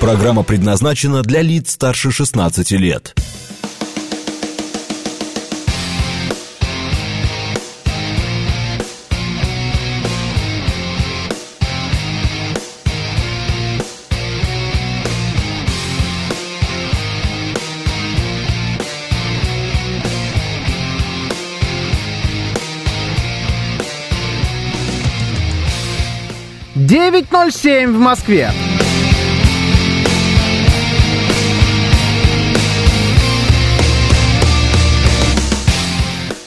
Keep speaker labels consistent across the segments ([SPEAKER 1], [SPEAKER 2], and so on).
[SPEAKER 1] Программа предназначена для лиц старше 16 лет.
[SPEAKER 2] Девять ноль семь в Москве.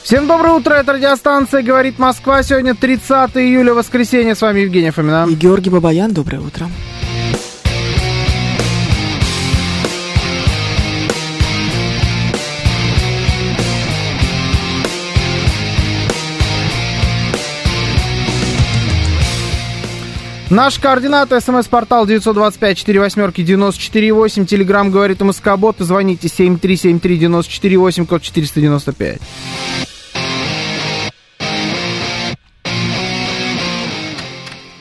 [SPEAKER 2] Всем доброе утро, это радиостанция «Говорит Москва». Сегодня 30 июля, воскресенье. С вами Евгения Фомина.
[SPEAKER 3] И Георгий Бабаян, доброе утро.
[SPEAKER 2] Наш координат, смс-портал 925-48-94-8, телеграмм говорит МСК-бот, звоните 7373-94-8, код 495.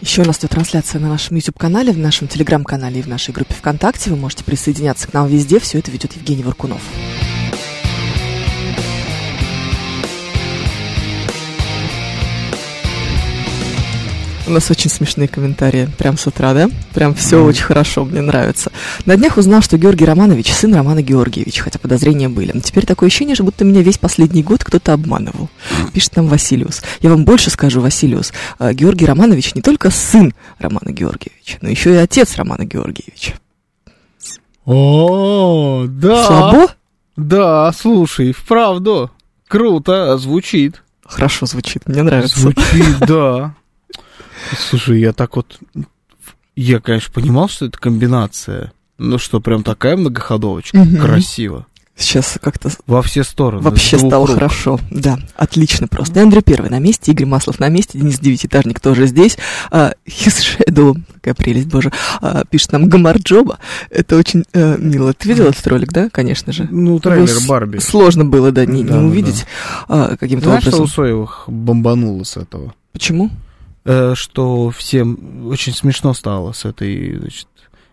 [SPEAKER 3] Еще у нас идет трансляция на нашем YouTube-канале, в нашем Telegram-канале и в нашей группе ВКонтакте. Вы можете присоединяться к нам везде. Все это ведет Евгений Варкунов. У нас очень смешные комментарии. Прям с утра, да? Прям все очень хорошо, мне нравится. На днях узнал, что Георгий Романович сын Романа Георгиевича, хотя подозрения были. Но теперь такое ощущение, что будто меня весь последний год кто-то обманывал. Пишет нам Василиус. Я вам больше скажу, Василиус. э, Георгий Романович не только сын Романа Георгиевича, но еще и отец Романа Георгиевича.
[SPEAKER 2] О, да.
[SPEAKER 3] Слабо?
[SPEAKER 2] Да, слушай, вправду. Круто, звучит.
[SPEAKER 3] Хорошо звучит, мне нравится.
[SPEAKER 2] Звучит, да. Слушай, я так вот... Я, конечно, понимал, что это комбинация. Ну что, прям такая многоходовочка.
[SPEAKER 3] Мгм.
[SPEAKER 2] Красиво.
[SPEAKER 3] Сейчас как-то
[SPEAKER 2] Во все стороны.
[SPEAKER 3] Вообще
[SPEAKER 2] с двух
[SPEAKER 3] стало
[SPEAKER 2] рук.
[SPEAKER 3] хорошо. Да, отлично просто. И Андрей Первый на месте, Игорь Маслов на месте, Денис Девятиэтажник тоже здесь. А, His Shadow, какая прелесть, боже, а, пишет нам Гамарджоба. Это очень э, мило. Ты видел этот ролик, да, конечно же?
[SPEAKER 2] Ну, трейлер
[SPEAKER 3] Его с-
[SPEAKER 2] Барби.
[SPEAKER 3] Сложно было, да, не, не
[SPEAKER 2] Да, да,
[SPEAKER 3] увидеть а, каким-то
[SPEAKER 2] Знаешь, что
[SPEAKER 3] образом.
[SPEAKER 2] у Соевых бомбануло с этого?
[SPEAKER 3] Почему?
[SPEAKER 2] Э, что всем очень смешно стало с этой, значит...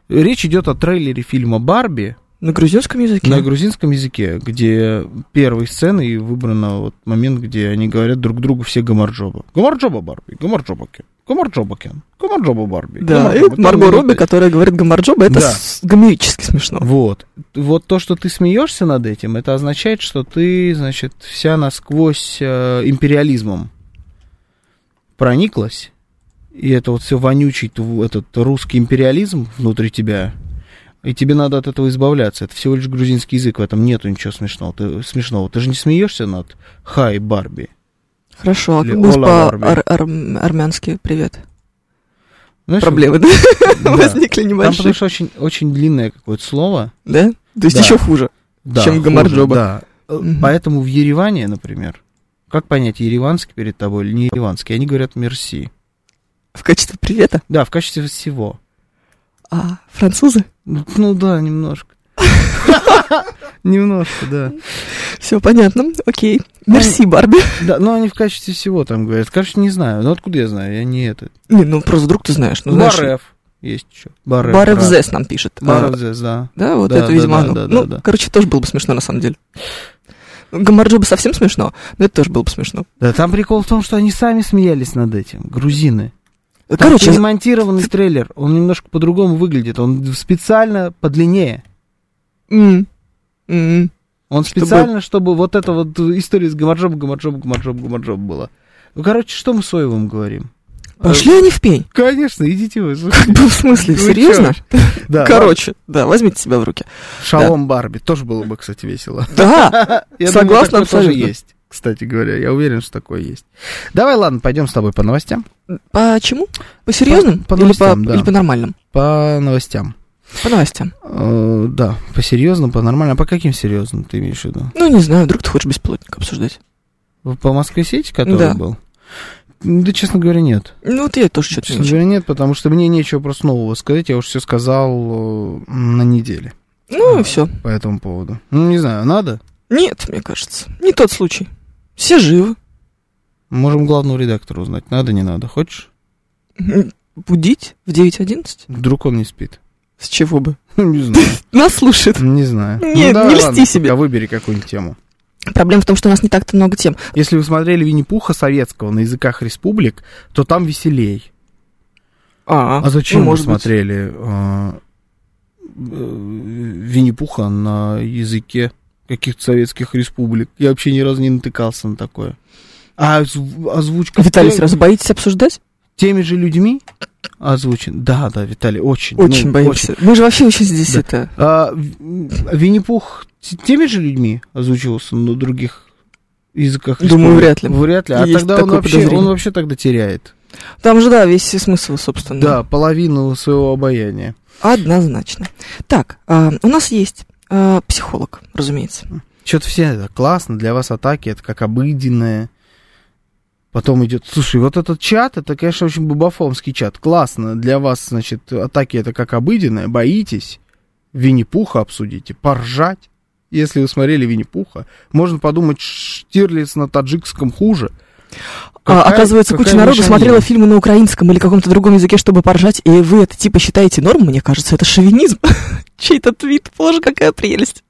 [SPEAKER 2] Речь идет о трейлере фильма «Барби»,
[SPEAKER 3] На грузинском языке?
[SPEAKER 2] На грузинском языке, где первой сценой выбран вот момент, где они говорят друг другу все гамарджоба. Гамарджоба Барби, гамарджоба Кен, гамарджоба Кен, гамарджоба Барби.
[SPEAKER 3] Да, и
[SPEAKER 2] гамарджоба». Ну, Там
[SPEAKER 3] Марго
[SPEAKER 2] вот
[SPEAKER 3] Робби,
[SPEAKER 2] это-
[SPEAKER 3] которая говорит Гамарджоба, это
[SPEAKER 2] Да.
[SPEAKER 3] с- гомерически смешно.
[SPEAKER 2] Вот. Вот то, что ты смеешься над этим, это означает, что ты, значит, вся насквозь э, империализмом прониклась. И это вот все вонючий тв- этот русский империализм внутри тебя. И тебе надо от этого избавляться. Это всего лишь грузинский язык, в этом нету ничего смешного. Ты, смешного. Ты же не смеешься над Хай Барби.
[SPEAKER 3] Хорошо, а
[SPEAKER 2] Или
[SPEAKER 3] как будет
[SPEAKER 2] Ола
[SPEAKER 3] по
[SPEAKER 2] Барби.
[SPEAKER 3] ар- ар- армянски привет?
[SPEAKER 2] Знаешь,
[SPEAKER 3] Проблемы, да?
[SPEAKER 2] да.
[SPEAKER 3] Возникли
[SPEAKER 2] Там потому
[SPEAKER 3] небольшие.
[SPEAKER 2] что очень, очень длинное какое-то слово.
[SPEAKER 3] Да? То есть
[SPEAKER 2] Да.
[SPEAKER 3] еще хуже.
[SPEAKER 2] Да,
[SPEAKER 3] Чем
[SPEAKER 2] хуже,
[SPEAKER 3] гамарджоба.
[SPEAKER 2] Да. Э,
[SPEAKER 3] Мгм.
[SPEAKER 2] Поэтому в Ереване, например, как понять, ереванский перед тобой или не ереванский? Они говорят «мерси».
[SPEAKER 3] В качестве привета.
[SPEAKER 2] Да, в качестве всего.
[SPEAKER 3] А французы?
[SPEAKER 2] Ну ну да, немножко. Немножко, да.
[SPEAKER 3] Все понятно. Окей. Мерси,
[SPEAKER 2] Ну.
[SPEAKER 3] Барби.
[SPEAKER 2] Да, но они в качестве всего там говорят. Короче, не знаю. Ну откуда я знаю? Я не этот.
[SPEAKER 3] Не, ну просто вдруг ты знаешь. Ну, знаешь,
[SPEAKER 2] Барев. Есть еще. Барев.
[SPEAKER 3] Барев
[SPEAKER 2] да.
[SPEAKER 3] Зес нам пишет. А,
[SPEAKER 2] Барев Зес, да.
[SPEAKER 3] Да, вот
[SPEAKER 2] Да,
[SPEAKER 3] это,
[SPEAKER 2] да,
[SPEAKER 3] видимо,
[SPEAKER 2] да,
[SPEAKER 3] оно.
[SPEAKER 2] да, да,
[SPEAKER 3] ну,
[SPEAKER 2] да.
[SPEAKER 3] короче, тоже было бы смешно, на самом деле. Ну, Гамарджоба совсем смешно, но это тоже было бы смешно.
[SPEAKER 2] Да, там прикол в том, что они сами смеялись над этим. Грузины. Там
[SPEAKER 3] Короче,
[SPEAKER 2] перемонтированный трейлер. Он немножко по-другому выглядит. Он специально подлиннее.
[SPEAKER 3] м, м.
[SPEAKER 2] Он специально, чтобы вот эта вот история с Гамарджоба, Гамарджоба, Гамарджоба, Гамарджоба была. Ну, короче, что мы Соевым говорим?
[SPEAKER 3] пошли они в пень.
[SPEAKER 2] Конечно, идите вы.
[SPEAKER 3] Как бы, В смысле,
[SPEAKER 2] Э, Вы
[SPEAKER 3] серьезно?
[SPEAKER 2] Да.
[SPEAKER 3] Короче, да, возьмите себя в руки.
[SPEAKER 2] Шалом Барби тоже было бы, кстати, весело.
[SPEAKER 3] Да,
[SPEAKER 2] Я
[SPEAKER 3] Согласна
[SPEAKER 2] думаю, такое тоже
[SPEAKER 3] абсолютно.
[SPEAKER 2] есть. Кстати говоря, я уверен, что такое есть. Давай, ладно, пойдем с тобой по новостям.
[SPEAKER 3] почему? По серьезным
[SPEAKER 2] По-
[SPEAKER 3] или
[SPEAKER 2] по
[SPEAKER 3] по
[SPEAKER 2] новостям, да.
[SPEAKER 3] или по нормальным?
[SPEAKER 2] По новостям.
[SPEAKER 3] По новостям.
[SPEAKER 2] Э, Да, по серьезным, по нормальным. А по каким серьезным ты имеешь в виду?
[SPEAKER 3] Ну, не знаю, вдруг ты хочешь бесплотник обсуждать.
[SPEAKER 2] По Москве сети, который
[SPEAKER 3] Да.
[SPEAKER 2] был? Да, честно говоря, нет.
[SPEAKER 3] Ну, вот я тоже что-то
[SPEAKER 2] Честно говоря, нет, потому что мне нечего просто нового сказать. Я уже все сказал э, на неделе А.
[SPEAKER 3] Ну, и все.
[SPEAKER 2] по этому поводу. Ну, не знаю, надо?
[SPEAKER 3] Нет, мне кажется. Не тот случай. Все живы.
[SPEAKER 2] Можем главного редактора узнать, надо, не надо. Хочешь?
[SPEAKER 3] Будить в 9.11?
[SPEAKER 2] Вдруг он не спит.
[SPEAKER 3] С чего бы?
[SPEAKER 2] Ну, Не знаю.
[SPEAKER 3] Нас слушает.
[SPEAKER 2] Не знаю.
[SPEAKER 3] Ну, Не,
[SPEAKER 2] давай,
[SPEAKER 3] не льсти
[SPEAKER 2] ладно,
[SPEAKER 3] себе.
[SPEAKER 2] пока Выбери какую-нибудь тему.
[SPEAKER 3] Проблема в том, что у нас не так-то много тем.
[SPEAKER 2] Если вы смотрели Винни-Пуха советского на языках республик, то там веселей.
[SPEAKER 3] А,
[SPEAKER 2] А зачем
[SPEAKER 3] ну,
[SPEAKER 2] вы
[SPEAKER 3] может быть.
[SPEAKER 2] смотрели а, э, Винни-Пуха на языке каких-то советских республик? Я вообще ни разу не натыкался на такое. А озв- озвучка
[SPEAKER 3] Виталий,
[SPEAKER 2] тем-
[SPEAKER 3] сразу боитесь обсуждать?
[SPEAKER 2] теми же людьми озвучен. Да, да, Виталий, очень.
[SPEAKER 3] Очень
[SPEAKER 2] ну,
[SPEAKER 3] боимся. Мы же вообще очень здесь
[SPEAKER 2] Да.
[SPEAKER 3] это...
[SPEAKER 2] А, в- Винни-Пух т- теми же людьми озвучивался на других языках?
[SPEAKER 3] Думаю,
[SPEAKER 2] республик?
[SPEAKER 3] вряд ли.
[SPEAKER 2] Вряд ли. А
[SPEAKER 3] Есть
[SPEAKER 2] тогда он
[SPEAKER 3] такое
[SPEAKER 2] вообще,
[SPEAKER 3] подозрение.
[SPEAKER 2] он вообще тогда теряет.
[SPEAKER 3] Там же, да, весь смысл, собственно.
[SPEAKER 2] Да, половину своего обаяния.
[SPEAKER 3] Однозначно. Так, а, у нас есть а, психолог, разумеется.
[SPEAKER 2] Что-то все это классно, для вас атаки это как обыденное. Потом идет, слушай, вот этот чат, это, конечно, очень бабафомский чат. Классно, для вас, значит, атаки это как обыденное, боитесь. Винни-Пуха обсудите, поржать. Если вы смотрели Винни-Пуха, можно подумать, Штирлиц на таджикском хуже.
[SPEAKER 3] А,
[SPEAKER 2] Какая-
[SPEAKER 3] оказывается,
[SPEAKER 2] какая
[SPEAKER 3] куча народу
[SPEAKER 2] мешанина.
[SPEAKER 3] смотрела фильмы на украинском или каком-то другом языке, чтобы поржать, и вы это типа считаете норм? Мне кажется, это шовинизм. Чей-то твит, боже, какая прелесть.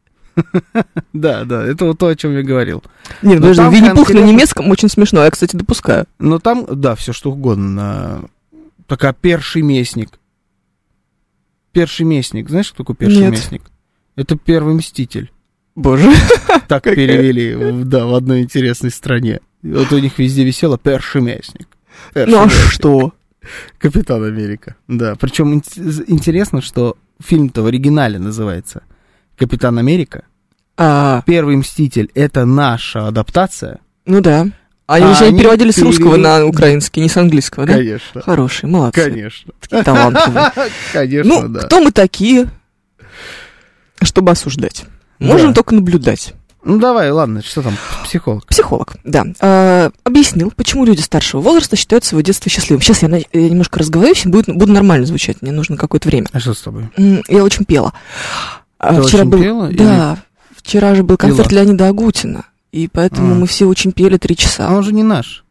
[SPEAKER 2] Да, да, это вот то, о чем я говорил.
[SPEAKER 3] Не,
[SPEAKER 2] Ну,
[SPEAKER 3] подожди,
[SPEAKER 2] там
[SPEAKER 3] Винни-Пух на
[SPEAKER 2] конкретно-
[SPEAKER 3] немецком очень смешно, я, кстати, допускаю.
[SPEAKER 2] Но там, да, все что угодно. на- Такая перший местник. Перший местник. Знаешь, кто такой перший
[SPEAKER 3] Нет.
[SPEAKER 2] местник? Это первый мститель.
[SPEAKER 3] Боже.
[SPEAKER 2] Так
[SPEAKER 3] Какая-
[SPEAKER 2] перевели, в- да, в одной интересной стране. И Вот у них везде висело перший местник. Перший
[SPEAKER 3] Ну а
[SPEAKER 2] местник.
[SPEAKER 3] что?
[SPEAKER 2] Капитан Америка. Да, причем ин- интересно, что фильм-то в оригинале называется «Капитан Америка».
[SPEAKER 3] А,
[SPEAKER 2] Первый мститель — это наша адаптация.
[SPEAKER 3] ну да. Они
[SPEAKER 2] А
[SPEAKER 3] же
[SPEAKER 2] они
[SPEAKER 3] переводили с русского
[SPEAKER 2] перевели-
[SPEAKER 3] на украинский, не с английского, да?
[SPEAKER 2] Конечно.
[SPEAKER 3] Хорошие, молодцы.
[SPEAKER 2] Конечно.
[SPEAKER 3] Талантливые.
[SPEAKER 2] Конечно,
[SPEAKER 3] Ну,
[SPEAKER 2] да.
[SPEAKER 3] кто мы такие, чтобы осуждать? Можем
[SPEAKER 2] Да.
[SPEAKER 3] только наблюдать.
[SPEAKER 2] Ну давай, ладно, что там, психолог.
[SPEAKER 3] Психолог, да, э, объяснил, почему люди старшего возраста считают свое детство счастливым. Сейчас я, на- я немножко разговорюсь, и будет, буду нормально звучать, мне нужно какое-то время.
[SPEAKER 2] А что с тобой?
[SPEAKER 3] М, Я очень пела. А,
[SPEAKER 2] Ты очень
[SPEAKER 3] был,
[SPEAKER 2] пела или-
[SPEAKER 3] Да, вчера же был концерт Леонида Агутина, и поэтому
[SPEAKER 2] А.
[SPEAKER 3] мы все очень пели три часа.
[SPEAKER 2] А он же не наш.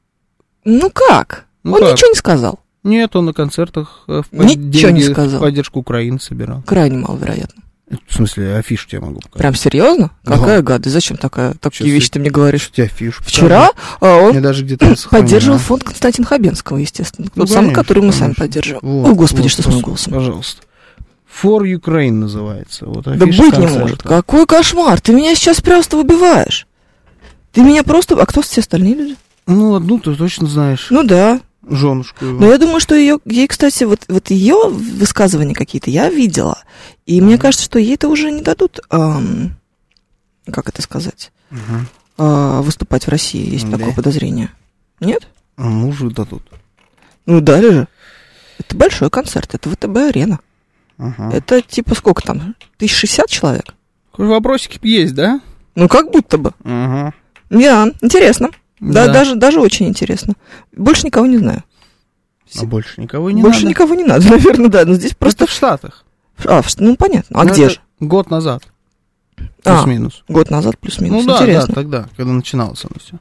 [SPEAKER 3] Ну как?
[SPEAKER 2] Ну
[SPEAKER 3] Он
[SPEAKER 2] как?
[SPEAKER 3] ничего не сказал.
[SPEAKER 2] Нет, он на концертах э, в под-
[SPEAKER 3] Ничего не
[SPEAKER 2] деньги
[SPEAKER 3] сказал.
[SPEAKER 2] в поддержку Украины собирал.
[SPEAKER 3] Крайне маловероятно.
[SPEAKER 2] В смысле, афишу тебе могу показать.
[SPEAKER 3] Прям серьезно?
[SPEAKER 2] Да.
[SPEAKER 3] Какая гадость? Зачем такая, такие
[SPEAKER 2] Ну. Сейчас
[SPEAKER 3] вещи
[SPEAKER 2] я-
[SPEAKER 3] ты мне говоришь?
[SPEAKER 2] Тебе афишу
[SPEAKER 3] Вчера а, он
[SPEAKER 2] Мне даже где-то сохранено.
[SPEAKER 3] поддерживал фонд Константина Хабенского, естественно. Тот
[SPEAKER 2] Ну,
[SPEAKER 3] самый,
[SPEAKER 2] конечно,
[SPEAKER 3] который мы сами
[SPEAKER 2] конечно.
[SPEAKER 3] поддерживаем.
[SPEAKER 2] Вот,
[SPEAKER 3] О, Господи,
[SPEAKER 2] вот,
[SPEAKER 3] что с моим
[SPEAKER 2] пос-
[SPEAKER 3] голосом.
[SPEAKER 2] Пожалуйста. For Ukraine называется. Вот
[SPEAKER 3] Да
[SPEAKER 2] афиша
[SPEAKER 3] быть не
[SPEAKER 2] концерта.
[SPEAKER 3] может. Какой кошмар. Ты меня сейчас просто выбиваешь. Ты меня просто... А кто все остальные люди?
[SPEAKER 2] Ну, одну ты точно знаешь.
[SPEAKER 3] Ну да.
[SPEAKER 2] Женушку его.
[SPEAKER 3] Но я думаю, что ее, ей, кстати, вот, вот ее высказывания какие-то я видела. И мне кажется, что ей-то уже не дадут, ам, как это сказать,
[SPEAKER 2] Мгм.
[SPEAKER 3] а, выступать в России. Есть
[SPEAKER 2] Да.
[SPEAKER 3] такое подозрение. Нет?
[SPEAKER 2] А мужу дадут.
[SPEAKER 3] Ну дали же. Это большой концерт, это ВТБ-арена.
[SPEAKER 2] Ага.
[SPEAKER 3] Это типа сколько там? 1060 человек?
[SPEAKER 2] Какой Вопросики есть, да?
[SPEAKER 3] Ну как будто бы.
[SPEAKER 2] Ага.
[SPEAKER 3] Да, интересно. Да,
[SPEAKER 2] Да.
[SPEAKER 3] Даже, даже очень интересно. Больше никого не знаю.
[SPEAKER 2] А больше никого и не
[SPEAKER 3] Больше
[SPEAKER 2] надо. Ну,
[SPEAKER 3] никого не надо, наверное, да. Но здесь просто...
[SPEAKER 2] Это в Штатах.
[SPEAKER 3] А, в- ну, понятно. А
[SPEAKER 2] Ну,
[SPEAKER 3] где
[SPEAKER 2] это
[SPEAKER 3] же?
[SPEAKER 2] Год назад.
[SPEAKER 3] А,
[SPEAKER 2] Плюс-минус.
[SPEAKER 3] год назад плюс-минус.
[SPEAKER 2] Ну да,
[SPEAKER 3] Интересно.
[SPEAKER 2] да, тогда, когда начиналось оно все.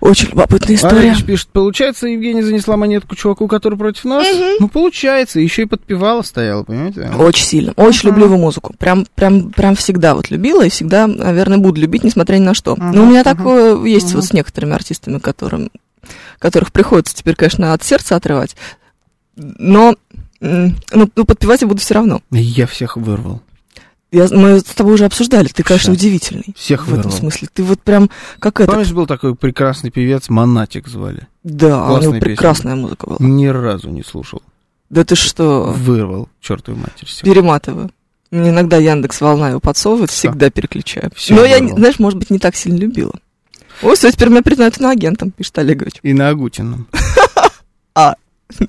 [SPEAKER 3] Очень любопытная история.
[SPEAKER 2] пишет, получается, Евгений занесла монетку чуваку, который против нас? Ну, получается, еще и подпевала стояла, понимаете?
[SPEAKER 3] Очень сильно. Очень
[SPEAKER 2] Ага.
[SPEAKER 3] люблю его музыку. Прям, прям, прям всегда вот любила и всегда, наверное, буду любить, несмотря ни на что.
[SPEAKER 2] Ага,
[SPEAKER 3] Но у меня
[SPEAKER 2] ага,
[SPEAKER 3] такое есть
[SPEAKER 2] ага.
[SPEAKER 3] вот с некоторыми артистами, которым, которых приходится теперь, конечно, от сердца отрывать. Но м, ну, ну, подпевать я буду все равно.
[SPEAKER 2] Я всех вырвал.
[SPEAKER 3] Я- мы с тобой уже обсуждали. Ты, конечно,
[SPEAKER 2] Всё.
[SPEAKER 3] удивительный.
[SPEAKER 2] Всех
[SPEAKER 3] в этом
[SPEAKER 2] вырвал.
[SPEAKER 3] смысле. Ты вот прям как это.
[SPEAKER 2] Помнишь, был такой прекрасный певец, Монатик звали?
[SPEAKER 3] Да, у
[SPEAKER 2] классная
[SPEAKER 3] него
[SPEAKER 2] песня.
[SPEAKER 3] прекрасная музыка была.
[SPEAKER 2] Ни разу не слушал.
[SPEAKER 3] Да ты что,
[SPEAKER 2] Вырвал, чертовой матери. всех.
[SPEAKER 3] перематываю. Мне иногда Яндекс Волна его подсовывает,
[SPEAKER 2] Всё.
[SPEAKER 3] всегда переключаю.
[SPEAKER 2] Всё
[SPEAKER 3] Но я,
[SPEAKER 2] вырвал.
[SPEAKER 3] знаешь, может быть, не так сильно любила. О, все, теперь меня признают иноагентом, пишет Олегович.
[SPEAKER 2] И на Агутином.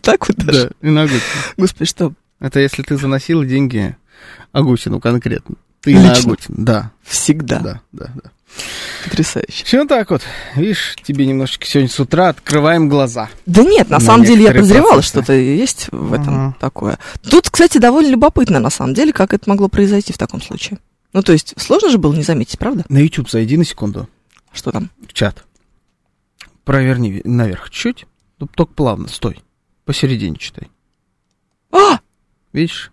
[SPEAKER 3] Так вот даже.
[SPEAKER 2] Да, и на Агутином.
[SPEAKER 3] Господи, что?
[SPEAKER 2] Это если ты заносил деньги Агутину конкретно. Ты
[SPEAKER 3] Лично?
[SPEAKER 2] на Агутин. Да,
[SPEAKER 3] Всегда.
[SPEAKER 2] да, да, да.
[SPEAKER 3] Потрясающе.
[SPEAKER 2] Все так вот. Видишь, тебе немножечко сегодня с утра открываем глаза.
[SPEAKER 3] Да нет, на
[SPEAKER 2] На
[SPEAKER 3] самом деле я
[SPEAKER 2] некоторые
[SPEAKER 3] подозревала,
[SPEAKER 2] процессы.
[SPEAKER 3] что-то есть в этом
[SPEAKER 2] Ага.
[SPEAKER 3] такое. Тут, кстати, довольно любопытно, на самом деле, как это могло произойти в таком случае. Ну, то есть, сложно же было не заметить, правда?
[SPEAKER 2] На YouTube зайди на секунду.
[SPEAKER 3] Что там?
[SPEAKER 2] в чат. Проверни ви- наверх чуть-чуть. Ну, только плавно, стой. Посередине читай.
[SPEAKER 3] А!
[SPEAKER 2] Видишь?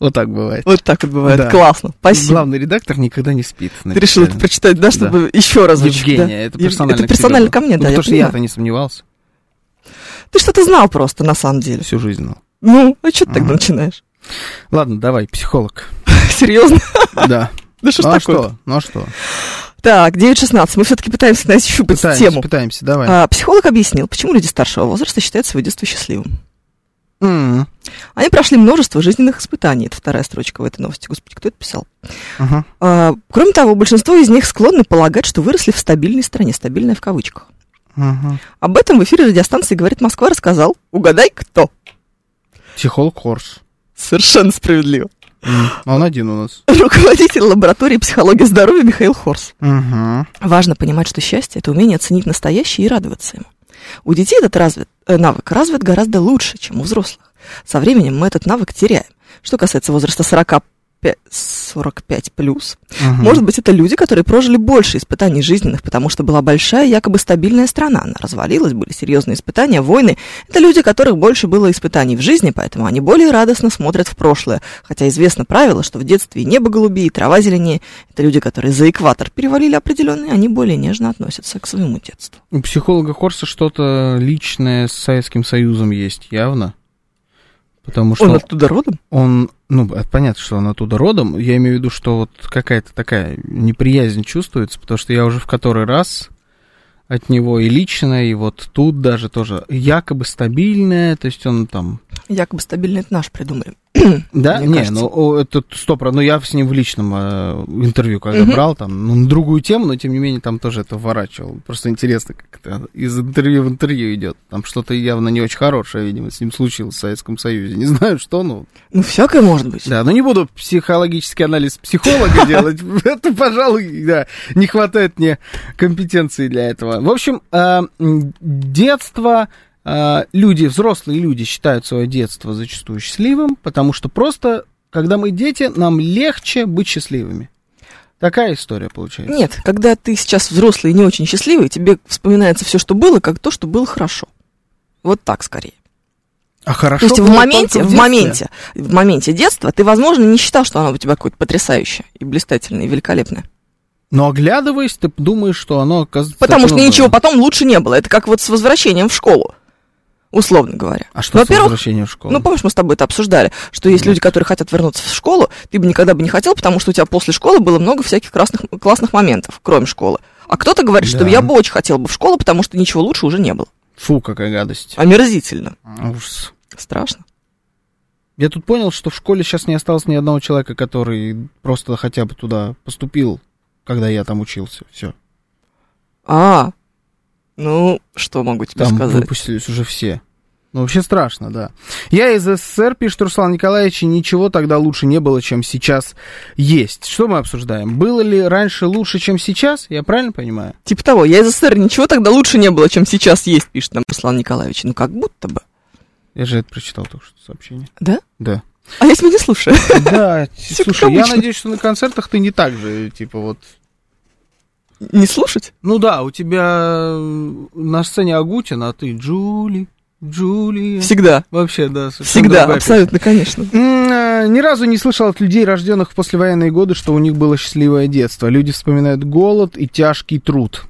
[SPEAKER 2] Вот так бывает.
[SPEAKER 3] Вот так вот бывает.
[SPEAKER 2] Да.
[SPEAKER 3] Классно. Спасибо.
[SPEAKER 2] Главный редактор никогда не спит.
[SPEAKER 3] Ты решил это
[SPEAKER 2] написали.
[SPEAKER 3] прочитать, да, чтобы еще раз
[SPEAKER 2] Евгения, это персонально.
[SPEAKER 3] Это
[SPEAKER 2] к тебе
[SPEAKER 3] персонально
[SPEAKER 2] было.
[SPEAKER 3] ко мне,
[SPEAKER 2] Ну,
[SPEAKER 3] да, я
[SPEAKER 2] Потому что
[SPEAKER 3] понимаю.
[SPEAKER 2] я-то не сомневался.
[SPEAKER 3] Ты что-то знал просто, на самом деле.
[SPEAKER 2] Всю жизнь знал.
[SPEAKER 3] Ну, а что ты
[SPEAKER 2] Ага.
[SPEAKER 3] тогда начинаешь?
[SPEAKER 2] Ладно, давай, психолог.
[SPEAKER 3] Серьезно?
[SPEAKER 2] Да.
[SPEAKER 3] Да что ж
[SPEAKER 2] Ну а
[SPEAKER 3] такое?
[SPEAKER 2] что? Ну а что?
[SPEAKER 3] Так, 9.16. Мы все-таки пытаемся нащупать
[SPEAKER 2] Пытаемся,
[SPEAKER 3] тему.
[SPEAKER 2] пытаемся, давай.
[SPEAKER 3] А, психолог объяснил, почему люди старшего возраста считают свое детство счастливым.
[SPEAKER 2] М,
[SPEAKER 3] Они прошли множество жизненных испытаний. Это вторая строчка в этой новости. Господи, кто это писал?
[SPEAKER 2] ага.
[SPEAKER 3] А, кроме того, большинство из них склонны полагать, что выросли в стабильной стране. Стабильная в кавычках.
[SPEAKER 2] ага.
[SPEAKER 3] Об этом в эфире радиостанции «Говорит Москва» рассказал. Угадай, кто?
[SPEAKER 2] Психолог Хорс.
[SPEAKER 3] Совершенно справедливо.
[SPEAKER 2] М, Он один у нас.
[SPEAKER 3] Руководитель лаборатории психологии здоровья Михаил Хорс.
[SPEAKER 2] Мгм.
[SPEAKER 3] Важно понимать, что счастье – это умение оценить настоящее и радоваться ему. У детей этот развит, э, навык развит гораздо лучше, чем у взрослых. Со временем мы этот навык теряем. Что касается возраста 45, 45 плюс,
[SPEAKER 2] Мгм.
[SPEAKER 3] может быть, это люди, которые прожили больше испытаний жизненных, потому что была большая, якобы стабильная страна. Она развалилась, были серьезные испытания, войны. Это люди, которых больше было испытаний в жизни, поэтому они более радостно смотрят в прошлое. Хотя известно правило, что в детстве и небо голубее, и трава зеленее. Это люди, которые за экватор перевалили определенные, они более нежно относятся к своему детству.
[SPEAKER 2] У психолога Хорса что-то личное с Советским Союзом есть, явно. Потому что
[SPEAKER 3] Он оттуда родом?
[SPEAKER 2] он, ну, б- понятно, что он оттуда родом. Я имею в виду, что вот какая-то такая неприязнь чувствуется, потому что я уже в который раз от него и лично, и вот тут даже тоже якобы стабильная, то есть он там...
[SPEAKER 3] Якобы стабильный это наш придумали.
[SPEAKER 2] Да,
[SPEAKER 3] Мне
[SPEAKER 2] не,
[SPEAKER 3] кажется.
[SPEAKER 2] ну о, это сто про- ну я с ним в личном э, интервью когда
[SPEAKER 3] Мгм.
[SPEAKER 2] брал, там, ну, на другую тему, но тем не менее там тоже это вворачивал. Просто интересно, как это из интервью в интервью идет. Там что-то явно не очень хорошее, видимо, с ним случилось в Советском Союзе. Не знаю, что, ну,
[SPEAKER 3] Ну, всякое может быть.
[SPEAKER 2] да, но не буду психологический анализ психолога делать. Это, пожалуй, да, не хватает мне компетенции для этого. В общем, э, м, детство, э, люди, взрослые люди считают свое детство зачастую счастливым, потому что просто, когда мы дети, нам легче быть счастливыми. Такая история получается.
[SPEAKER 3] Нет, когда ты сейчас взрослый и не очень счастливый, тебе вспоминается все, что было, как то, что было хорошо. Вот так скорее.
[SPEAKER 2] А хорошо.
[SPEAKER 3] То есть в
[SPEAKER 2] было
[SPEAKER 3] моменте,
[SPEAKER 2] только
[SPEAKER 3] в,
[SPEAKER 2] детстве.
[SPEAKER 3] моменте, в моменте детства ты, возможно, не считал, что оно у тебя какое-то потрясающее и блистательное, и великолепное.
[SPEAKER 2] Но оглядываясь, ты думаешь, что оно оказывается... ну,
[SPEAKER 3] Потому что
[SPEAKER 2] таким
[SPEAKER 3] ничего
[SPEAKER 2] образом.
[SPEAKER 3] потом лучше не было. Это как вот с возвращением в школу, условно говоря.
[SPEAKER 2] А что с
[SPEAKER 3] Во-первых,
[SPEAKER 2] возвращением в школу?
[SPEAKER 3] Ну, помнишь, мы с тобой это обсуждали, что есть люди, которые хотят вернуться в школу, ты бы никогда бы не хотел, потому что у тебя после школы было много всяких красных, классных моментов, кроме школы. А кто-то говорит, что
[SPEAKER 2] Да.
[SPEAKER 3] я бы очень хотел бы в школу, потому что ничего лучше уже не было.
[SPEAKER 2] Фу, какая гадость.
[SPEAKER 3] Омерзительно.
[SPEAKER 2] Ужас.
[SPEAKER 3] Страшно.
[SPEAKER 2] Я тут понял, что в школе сейчас не осталось ни одного человека, который просто хотя бы туда поступил, когда я там учился. Все.
[SPEAKER 3] А, ну, что могу тебе
[SPEAKER 2] Там
[SPEAKER 3] сказать?
[SPEAKER 2] выпустились уже все. Ну, вообще страшно, да. Я из СССР, пишет Руслан Николаевич, и ничего тогда лучше не было, чем сейчас есть. Что мы обсуждаем? Было ли раньше лучше, чем сейчас? Я правильно понимаю?
[SPEAKER 3] Типа того, я из СССР, ничего тогда лучше не было, чем сейчас есть, пишет нам Руслан Николаевич. Ну, как будто бы.
[SPEAKER 2] Я же это прочитал только что сообщение.
[SPEAKER 3] Да?
[SPEAKER 2] Да.
[SPEAKER 3] А я тебя не слушаю.
[SPEAKER 2] Да,
[SPEAKER 3] Всё как
[SPEAKER 2] слушай, я
[SPEAKER 3] обычно.
[SPEAKER 2] надеюсь, что на концертах ты не так же, типа вот
[SPEAKER 3] Не слушать?
[SPEAKER 2] Ну да, у тебя э, на сцене Агутин, а ты Джули, Джулия.
[SPEAKER 3] Всегда.
[SPEAKER 2] Вообще, да. совсем
[SPEAKER 3] Всегда,
[SPEAKER 2] другая
[SPEAKER 3] абсолютно, конечно.
[SPEAKER 2] песня. М, э, Ни разу не слышал от людей, рожденных в послевоенные годы, что у них было счастливое детство. Люди вспоминают голод и тяжкий труд.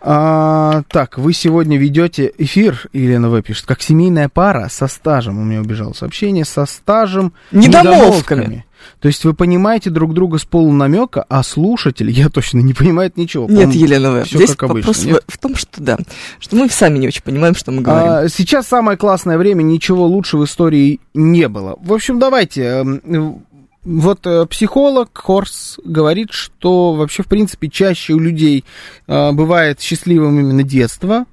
[SPEAKER 2] А, так, вы сегодня ведете эфир, Елена В. пишет, как семейная пара со стажем. У меня убежало сообщение. Со стажем
[SPEAKER 3] Недомолвками.
[SPEAKER 2] То есть вы понимаете друг друга с полунамека, а слушатель, я точно не понимает ничего.
[SPEAKER 3] Нет,
[SPEAKER 2] По-моему,
[SPEAKER 3] Елена В.
[SPEAKER 2] всё
[SPEAKER 3] Здесь
[SPEAKER 2] как обычно,
[SPEAKER 3] вопрос в-
[SPEAKER 2] нет?
[SPEAKER 3] в том, что да, что мы сами не очень понимаем, что мы говорим.
[SPEAKER 2] А, сейчас самое классное время, ничего лучше в истории не было. В общем, давайте. эм, Вот э, психолог Хорс говорит, что вообще, в принципе, чаще у людей э, бывает счастливым именно детство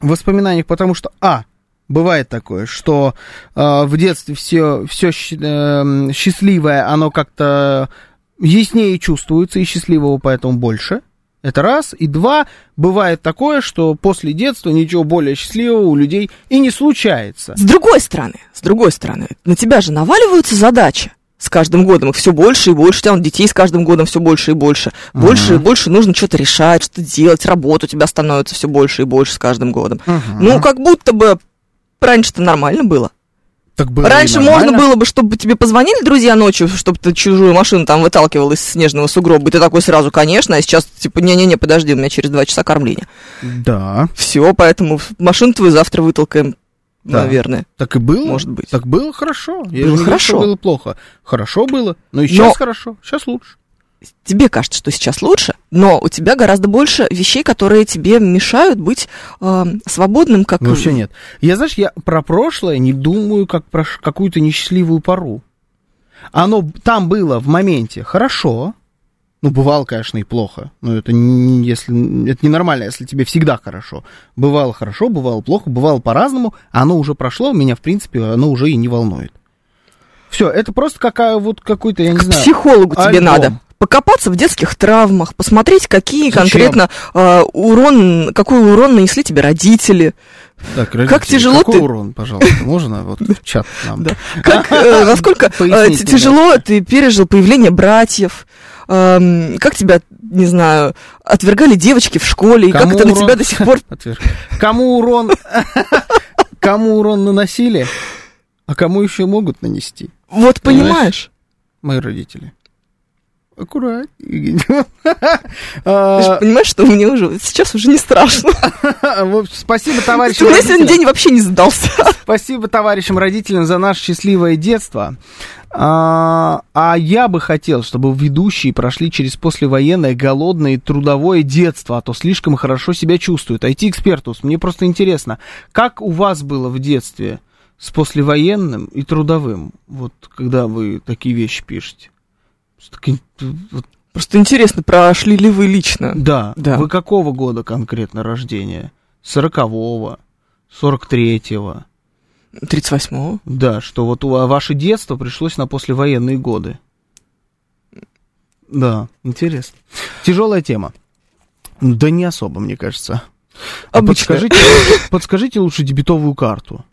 [SPEAKER 2] в воспоминаниях, потому что, а, бывает такое, что э, в детстве все, все э, счастливое, оно как-то яснее чувствуется, и счастливого поэтому больше. Это раз. И два, бывает такое, что после детства ничего более счастливого у людей и не случается.
[SPEAKER 3] С другой стороны, с другой стороны, на тебя же наваливаются задачи. С каждым годом их все больше и больше, у тебя вон детей с каждым годом все больше и больше. Больше и больше нужно что-то решать, что делать, работа у тебя становится Ну, все больше и больше с каждым годом. Ну, как будто бы раньше-то нормально было.
[SPEAKER 2] Так было
[SPEAKER 3] Раньше
[SPEAKER 2] и
[SPEAKER 3] можно
[SPEAKER 2] нормально.
[SPEAKER 3] было бы, чтобы тебе позвонили друзья ночью, чтобы ты чужую машину там выталкивал из снежного сугроба, и ты такой сразу, конечно, а сейчас типа, не-не-не, подожди, у меня через два часа кормление.
[SPEAKER 2] Да,
[SPEAKER 3] Все, поэтому машину твою завтра вытолкаем,
[SPEAKER 2] Да.
[SPEAKER 3] наверное,
[SPEAKER 2] так и было.
[SPEAKER 3] может быть.
[SPEAKER 2] Так было хорошо. Я же не
[SPEAKER 3] Было
[SPEAKER 2] говорю, что
[SPEAKER 3] хорошо.
[SPEAKER 2] Было плохо. Хорошо было, но
[SPEAKER 3] Но-
[SPEAKER 2] и сейчас хорошо, сейчас лучше.
[SPEAKER 3] Тебе кажется, что сейчас лучше, но у тебя гораздо больше вещей, которые тебе мешают быть э, свободным, как...
[SPEAKER 2] Ну, Вообще нет. Я, знаешь, я про прошлое не думаю, как про ш- какую-то несчастливую пору. Оно б- там было в моменте хорошо. Ну, бывало, конечно, и плохо. Но это, не, если, это ненормально, если тебе всегда хорошо. Бывало хорошо, бывало плохо, бывало по-разному. Оно уже прошло, меня, в принципе, оно уже и не волнует. Все, это просто какая, вот какой-то, я не
[SPEAKER 3] К
[SPEAKER 2] знаю...
[SPEAKER 3] психологу тебе
[SPEAKER 2] альбом.
[SPEAKER 3] надо. Покопаться в детских травмах, посмотреть, какие
[SPEAKER 2] Зачем?
[SPEAKER 3] конкретно э, урон, какой урон нанесли тебе родители,
[SPEAKER 2] Так,
[SPEAKER 3] родители, тяжело
[SPEAKER 2] какой
[SPEAKER 3] ты-
[SPEAKER 2] урон, пожалуйста, можно вот в чат нам?
[SPEAKER 3] Да. как, э, насколько э,
[SPEAKER 2] Поясните,
[SPEAKER 3] т- тяжело ты пережил появление братьев, эм, как тебя, не знаю, отвергали девочки в школе, и как
[SPEAKER 2] Кому
[SPEAKER 3] это на
[SPEAKER 2] урон?
[SPEAKER 3] тебя до сих пор...
[SPEAKER 2] Отверг. Кому урон... Кому урон наносили, а кому еще могут нанести?
[SPEAKER 3] Вот
[SPEAKER 2] Понимаешь?
[SPEAKER 3] понимаешь?
[SPEAKER 2] Мои родители. Аккуратно.
[SPEAKER 3] Ты же
[SPEAKER 2] А,
[SPEAKER 3] понимаешь, что мне уже сейчас уже не страшно.
[SPEAKER 2] в общем, Спасибо, товарищи
[SPEAKER 3] Ты мне сегодня
[SPEAKER 2] родители.
[SPEAKER 3] день вообще не сдался.
[SPEAKER 2] Спасибо товарищам родителям за наше счастливое детство. А а я бы хотел, чтобы ведущие прошли через послевоенное голодное и трудовое детство, а то слишком хорошо себя чувствуют. IT-экспертус, мне просто интересно, как у вас было в детстве с послевоенным и трудовым, вот когда вы такие вещи пишете? Что такие, э, вот,
[SPEAKER 3] Просто интересно, прошли ли вы лично?
[SPEAKER 2] Да.
[SPEAKER 3] Да.
[SPEAKER 2] Вы какого года конкретно рождения? Сорокового? Сорок третьего?
[SPEAKER 3] 38-го?
[SPEAKER 2] Да, что вот у- а ваше детство пришлось на послевоенные годы. Да, интересно. Тяжелая тема. Да не особо, мне кажется. А
[SPEAKER 3] Обычно.
[SPEAKER 2] Подскажите, подскажите лучше дебетовую карту.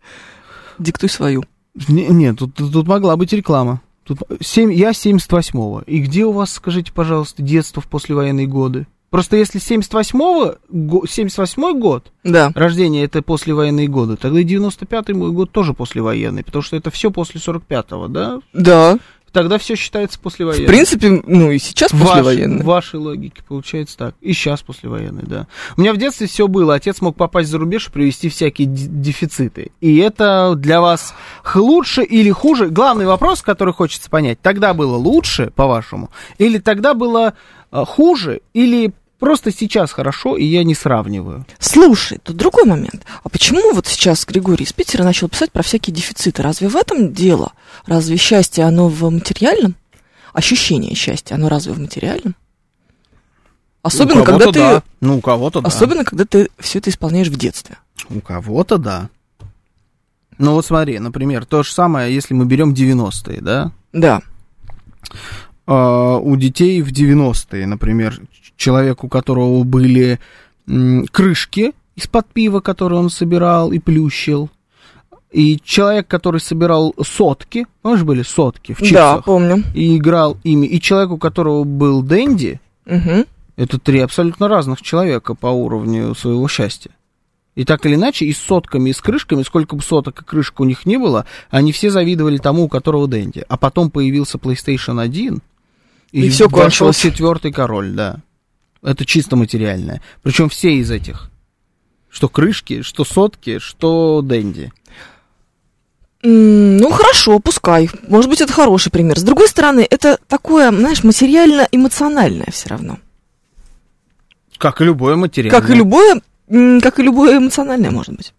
[SPEAKER 3] Диктуй свою.
[SPEAKER 2] Не- Нет, тут, тут могла быть реклама. Тут семь- я 78-го. И где у вас, скажите, пожалуйста, детство в послевоенные годы? Просто если 78-го, го- 78-й год,
[SPEAKER 3] Да.
[SPEAKER 2] рождение это послевоенные годы. Тогда и 95-й мой год тоже послевоенный, потому что это все после 45-го, да?
[SPEAKER 3] Да.
[SPEAKER 2] Тогда все считается послевоенным.
[SPEAKER 3] В принципе, ну и сейчас
[SPEAKER 2] В вашей-
[SPEAKER 3] послевоенный.
[SPEAKER 2] В вашей логике получается так. И сейчас послевоенный, да. У меня в детстве все было. Отец мог попасть за рубеж и привести всякие де- дефициты. И это для вас х- лучше или хуже? Главный вопрос, который хочется понять. Тогда было лучше, по-вашему? Или тогда было э, хуже? Или просто сейчас хорошо, и я не сравниваю?
[SPEAKER 3] Слушай, тут другой момент. А почему вот сейчас Григорий из Питера начал писать про всякие дефициты? Разве в этом дело? Разве счастье, оно в материальном? Ощущение счастья, оно разве в материальном? Особенно,
[SPEAKER 2] У
[SPEAKER 3] когда
[SPEAKER 2] кого-то
[SPEAKER 3] ты,
[SPEAKER 2] да. Ну, у кого-то да.
[SPEAKER 3] особенно, когда ты все это исполняешь в детстве.
[SPEAKER 2] У кого-то да. Ну вот смотри, например, то же самое, если мы берем 90-е, да?
[SPEAKER 3] Да.
[SPEAKER 2] А, у детей в 90-е, например, ч- человек, у которого были м, крышки из-под пива, которые он собирал и плющил, и человек, который собирал сотки, помнишь, были сотки в
[SPEAKER 3] Да,
[SPEAKER 2] чипсах,
[SPEAKER 3] помню.
[SPEAKER 2] и играл ими, и человек, у которого был денди,
[SPEAKER 3] Мгм.
[SPEAKER 2] это три абсолютно разных человека по уровню своего счастья. И так или иначе, и с сотками, и с крышками, сколько бы соток и крышек у них ни было, они все завидовали тому, у которого Дэнди. А потом появился PlayStation 1,
[SPEAKER 3] И всё
[SPEAKER 2] вошел
[SPEAKER 3] кончилось.
[SPEAKER 2] четвертый король, да. Это чисто материальное. Причем все из этих. Что крышки, что сотки, что Дэнди.
[SPEAKER 3] М, Ну хорошо, пускай. Может быть, это хороший пример. С другой стороны, это такое, знаешь, материально-эмоциональное все равно.
[SPEAKER 2] Как и любое материальное.
[SPEAKER 3] Как и любое, м, как и любое эмоциональное, может быть.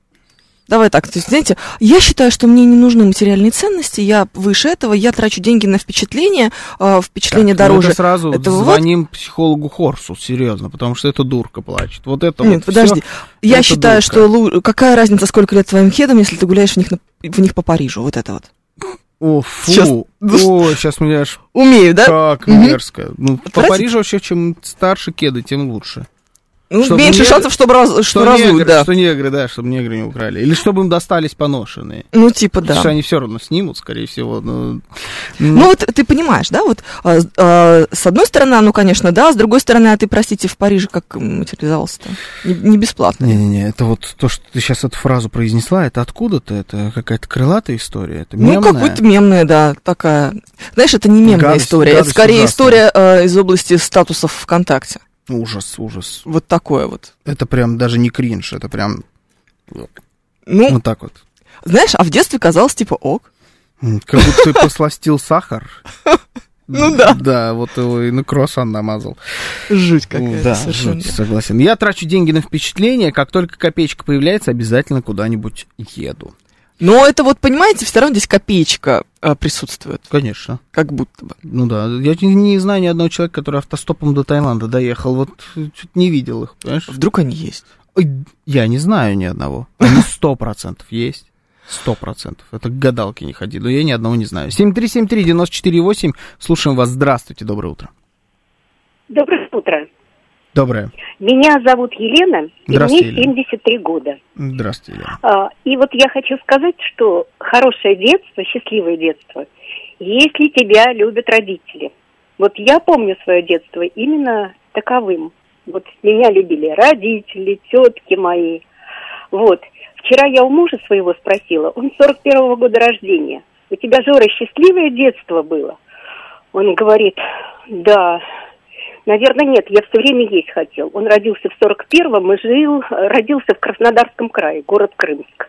[SPEAKER 3] Давай так, то есть, знаете, я считаю, что мне не нужны материальные ценности, я выше этого, я трачу деньги на впечатление, а, впечатление
[SPEAKER 2] Так, ну
[SPEAKER 3] дороже.
[SPEAKER 2] это сразу
[SPEAKER 3] Это вот-
[SPEAKER 2] звоним психологу Хорсу, серьезно, потому что это дурка плачет. Вот это
[SPEAKER 3] Нет,
[SPEAKER 2] вот
[SPEAKER 3] подожди,
[SPEAKER 2] всё-
[SPEAKER 3] я
[SPEAKER 2] это
[SPEAKER 3] считаю,
[SPEAKER 2] дурка.
[SPEAKER 3] что лу- какая разница, сколько лет твоим хедам, если ты гуляешь в них, на- в них по Парижу, вот это вот.
[SPEAKER 2] О, фу.
[SPEAKER 3] Щас-
[SPEAKER 2] О, сейчас меня аж
[SPEAKER 3] Умею, да?
[SPEAKER 2] как
[SPEAKER 3] Мгм.
[SPEAKER 2] мерзко. Ну, по
[SPEAKER 3] Отвратительно.
[SPEAKER 2] Парижу вообще, чем старше кеды, тем лучше.
[SPEAKER 3] Ну,
[SPEAKER 2] Чтобы
[SPEAKER 3] меньше
[SPEAKER 2] негр-
[SPEAKER 3] шансов, чтобы раз- что
[SPEAKER 2] негры,
[SPEAKER 3] разуют, да.
[SPEAKER 2] Что негры, да, чтобы негры не украли. Или чтобы им достались поношенные.
[SPEAKER 3] Ну, типа,
[SPEAKER 2] Потому
[SPEAKER 3] да.
[SPEAKER 2] что они все равно снимут, скорее всего. но-
[SPEAKER 3] Ну, вот ты понимаешь, да, вот а, с- а, с одной стороны, ну, конечно, да, с другой стороны, а ты, простите, в Париже как м, материализовался-то? Не, не бесплатно.
[SPEAKER 2] Не-не-не, это вот то, что ты сейчас эту фразу произнесла, это откуда-то, это какая-то крылатая история, это
[SPEAKER 3] Ну,
[SPEAKER 2] мемная.
[SPEAKER 3] какой-то мемная, да, такая. Знаешь, это не мемная
[SPEAKER 2] Гадость,
[SPEAKER 3] история, это
[SPEAKER 2] гадость
[SPEAKER 3] скорее
[SPEAKER 2] ужасная.
[SPEAKER 3] история э, из области статусов ВКонтакте.
[SPEAKER 2] Ужас, ужас.
[SPEAKER 3] Вот такое вот.
[SPEAKER 2] Это прям даже не кринж, это прям
[SPEAKER 3] Ну,
[SPEAKER 2] вот так вот.
[SPEAKER 3] знаешь, а в детстве казалось, типа, ок.
[SPEAKER 2] М, Как будто ты посластил сахар.
[SPEAKER 3] Ну да.
[SPEAKER 2] Да, вот его и на круассан намазал.
[SPEAKER 3] Жуть какая
[SPEAKER 2] Да,
[SPEAKER 3] совершенно.
[SPEAKER 2] жуть, согласен. Я трачу деньги на впечатление, как только копеечка появляется, обязательно куда-нибудь еду.
[SPEAKER 3] Но это вот, понимаете, все равно здесь копеечка э, присутствует,
[SPEAKER 2] Конечно.
[SPEAKER 3] как будто бы.
[SPEAKER 2] Ну да, я не- не знаю ни одного человека, который автостопом до Таиланда доехал. Вот э, чё-то не видел их, понимаешь?
[SPEAKER 3] Вдруг они есть.
[SPEAKER 2] Ой, Я не знаю ни одного. Они сто процентов есть. Сто процентов. Это к гадалке не ходи. Но я ни одного не знаю. 7373-94-8. Слушаем вас. Здравствуйте. Доброе утро.
[SPEAKER 4] Доброе утро.
[SPEAKER 2] Доброе.
[SPEAKER 4] Меня зовут Елена, и
[SPEAKER 2] Здравствуйте,
[SPEAKER 4] мне
[SPEAKER 2] Елена.
[SPEAKER 4] 73 года.
[SPEAKER 2] Здравствуйте, Елена.
[SPEAKER 4] А, И вот я хочу сказать, что хорошее детство, счастливое детство, если тебя любят родители. Вот я помню свое детство именно таковым. Вот меня любили родители, тетки мои. Вот. Вчера я у мужа своего спросила, он 41-го года рождения. У тебя, Жора, счастливое детство было? Он говорит, да, Наверное, нет, я все время есть хотел. Он родился в 41-м и жил, э, родился в Краснодарском крае, город Крымск.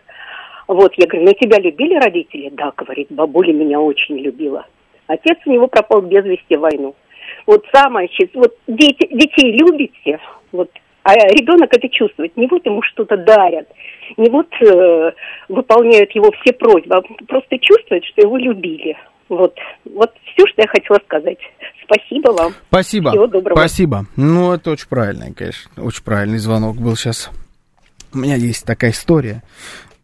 [SPEAKER 4] Вот, я говорю, ну тебя любили родители? Да, говорит, бабуля меня очень любила. Отец у него пропал без вести в войну. Вот самое счастливое, вот дети, детей любите, вот, а ребенок это чувствует. Не вот ему что-то дарят, не вот э, выполняют его все просьбы, а просто чувствует, что его любили. Вот, вот все, что я хотела сказать. Спасибо вам.
[SPEAKER 2] Спасибо.
[SPEAKER 4] Всего доброго.
[SPEAKER 2] Спасибо. Ну, это очень правильный, конечно. Очень правильный звонок был сейчас. У меня есть такая история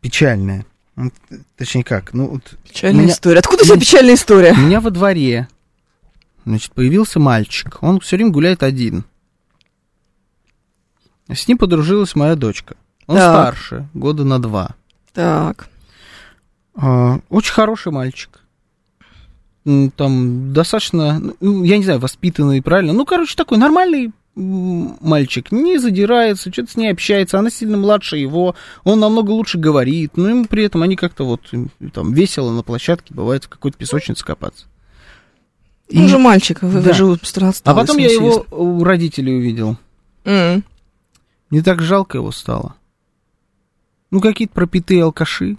[SPEAKER 2] печальная. Ну, т- Точнее как, ну, вот
[SPEAKER 3] Печальная
[SPEAKER 2] Меня-
[SPEAKER 3] история. Откуда у тебя печальная история?
[SPEAKER 2] У меня во дворе, значит, появился мальчик. Он все время гуляет один. С ним подружилась моя дочка. Он
[SPEAKER 3] Так.
[SPEAKER 2] старше, года на два.
[SPEAKER 3] Так.
[SPEAKER 2] А, Очень хороший мальчик. М, Там достаточно, ну, я не знаю, воспитанный правильно. Ну, короче, такой нормальный м, мальчик. Не задирается, что-то с ней общается. Она сильно младше его. Он намного лучше говорит. Но ему при этом они как-то вот м, там весело на площадке бывает в какой-то песочнице копаться.
[SPEAKER 3] Он же Ну, мальчик, вы
[SPEAKER 2] Да.
[SPEAKER 3] живут с 13
[SPEAKER 2] А потом я его у родителей увидел.
[SPEAKER 3] М.
[SPEAKER 2] Мне так жалко его стало. Ну, какие-то пропитые алкаши,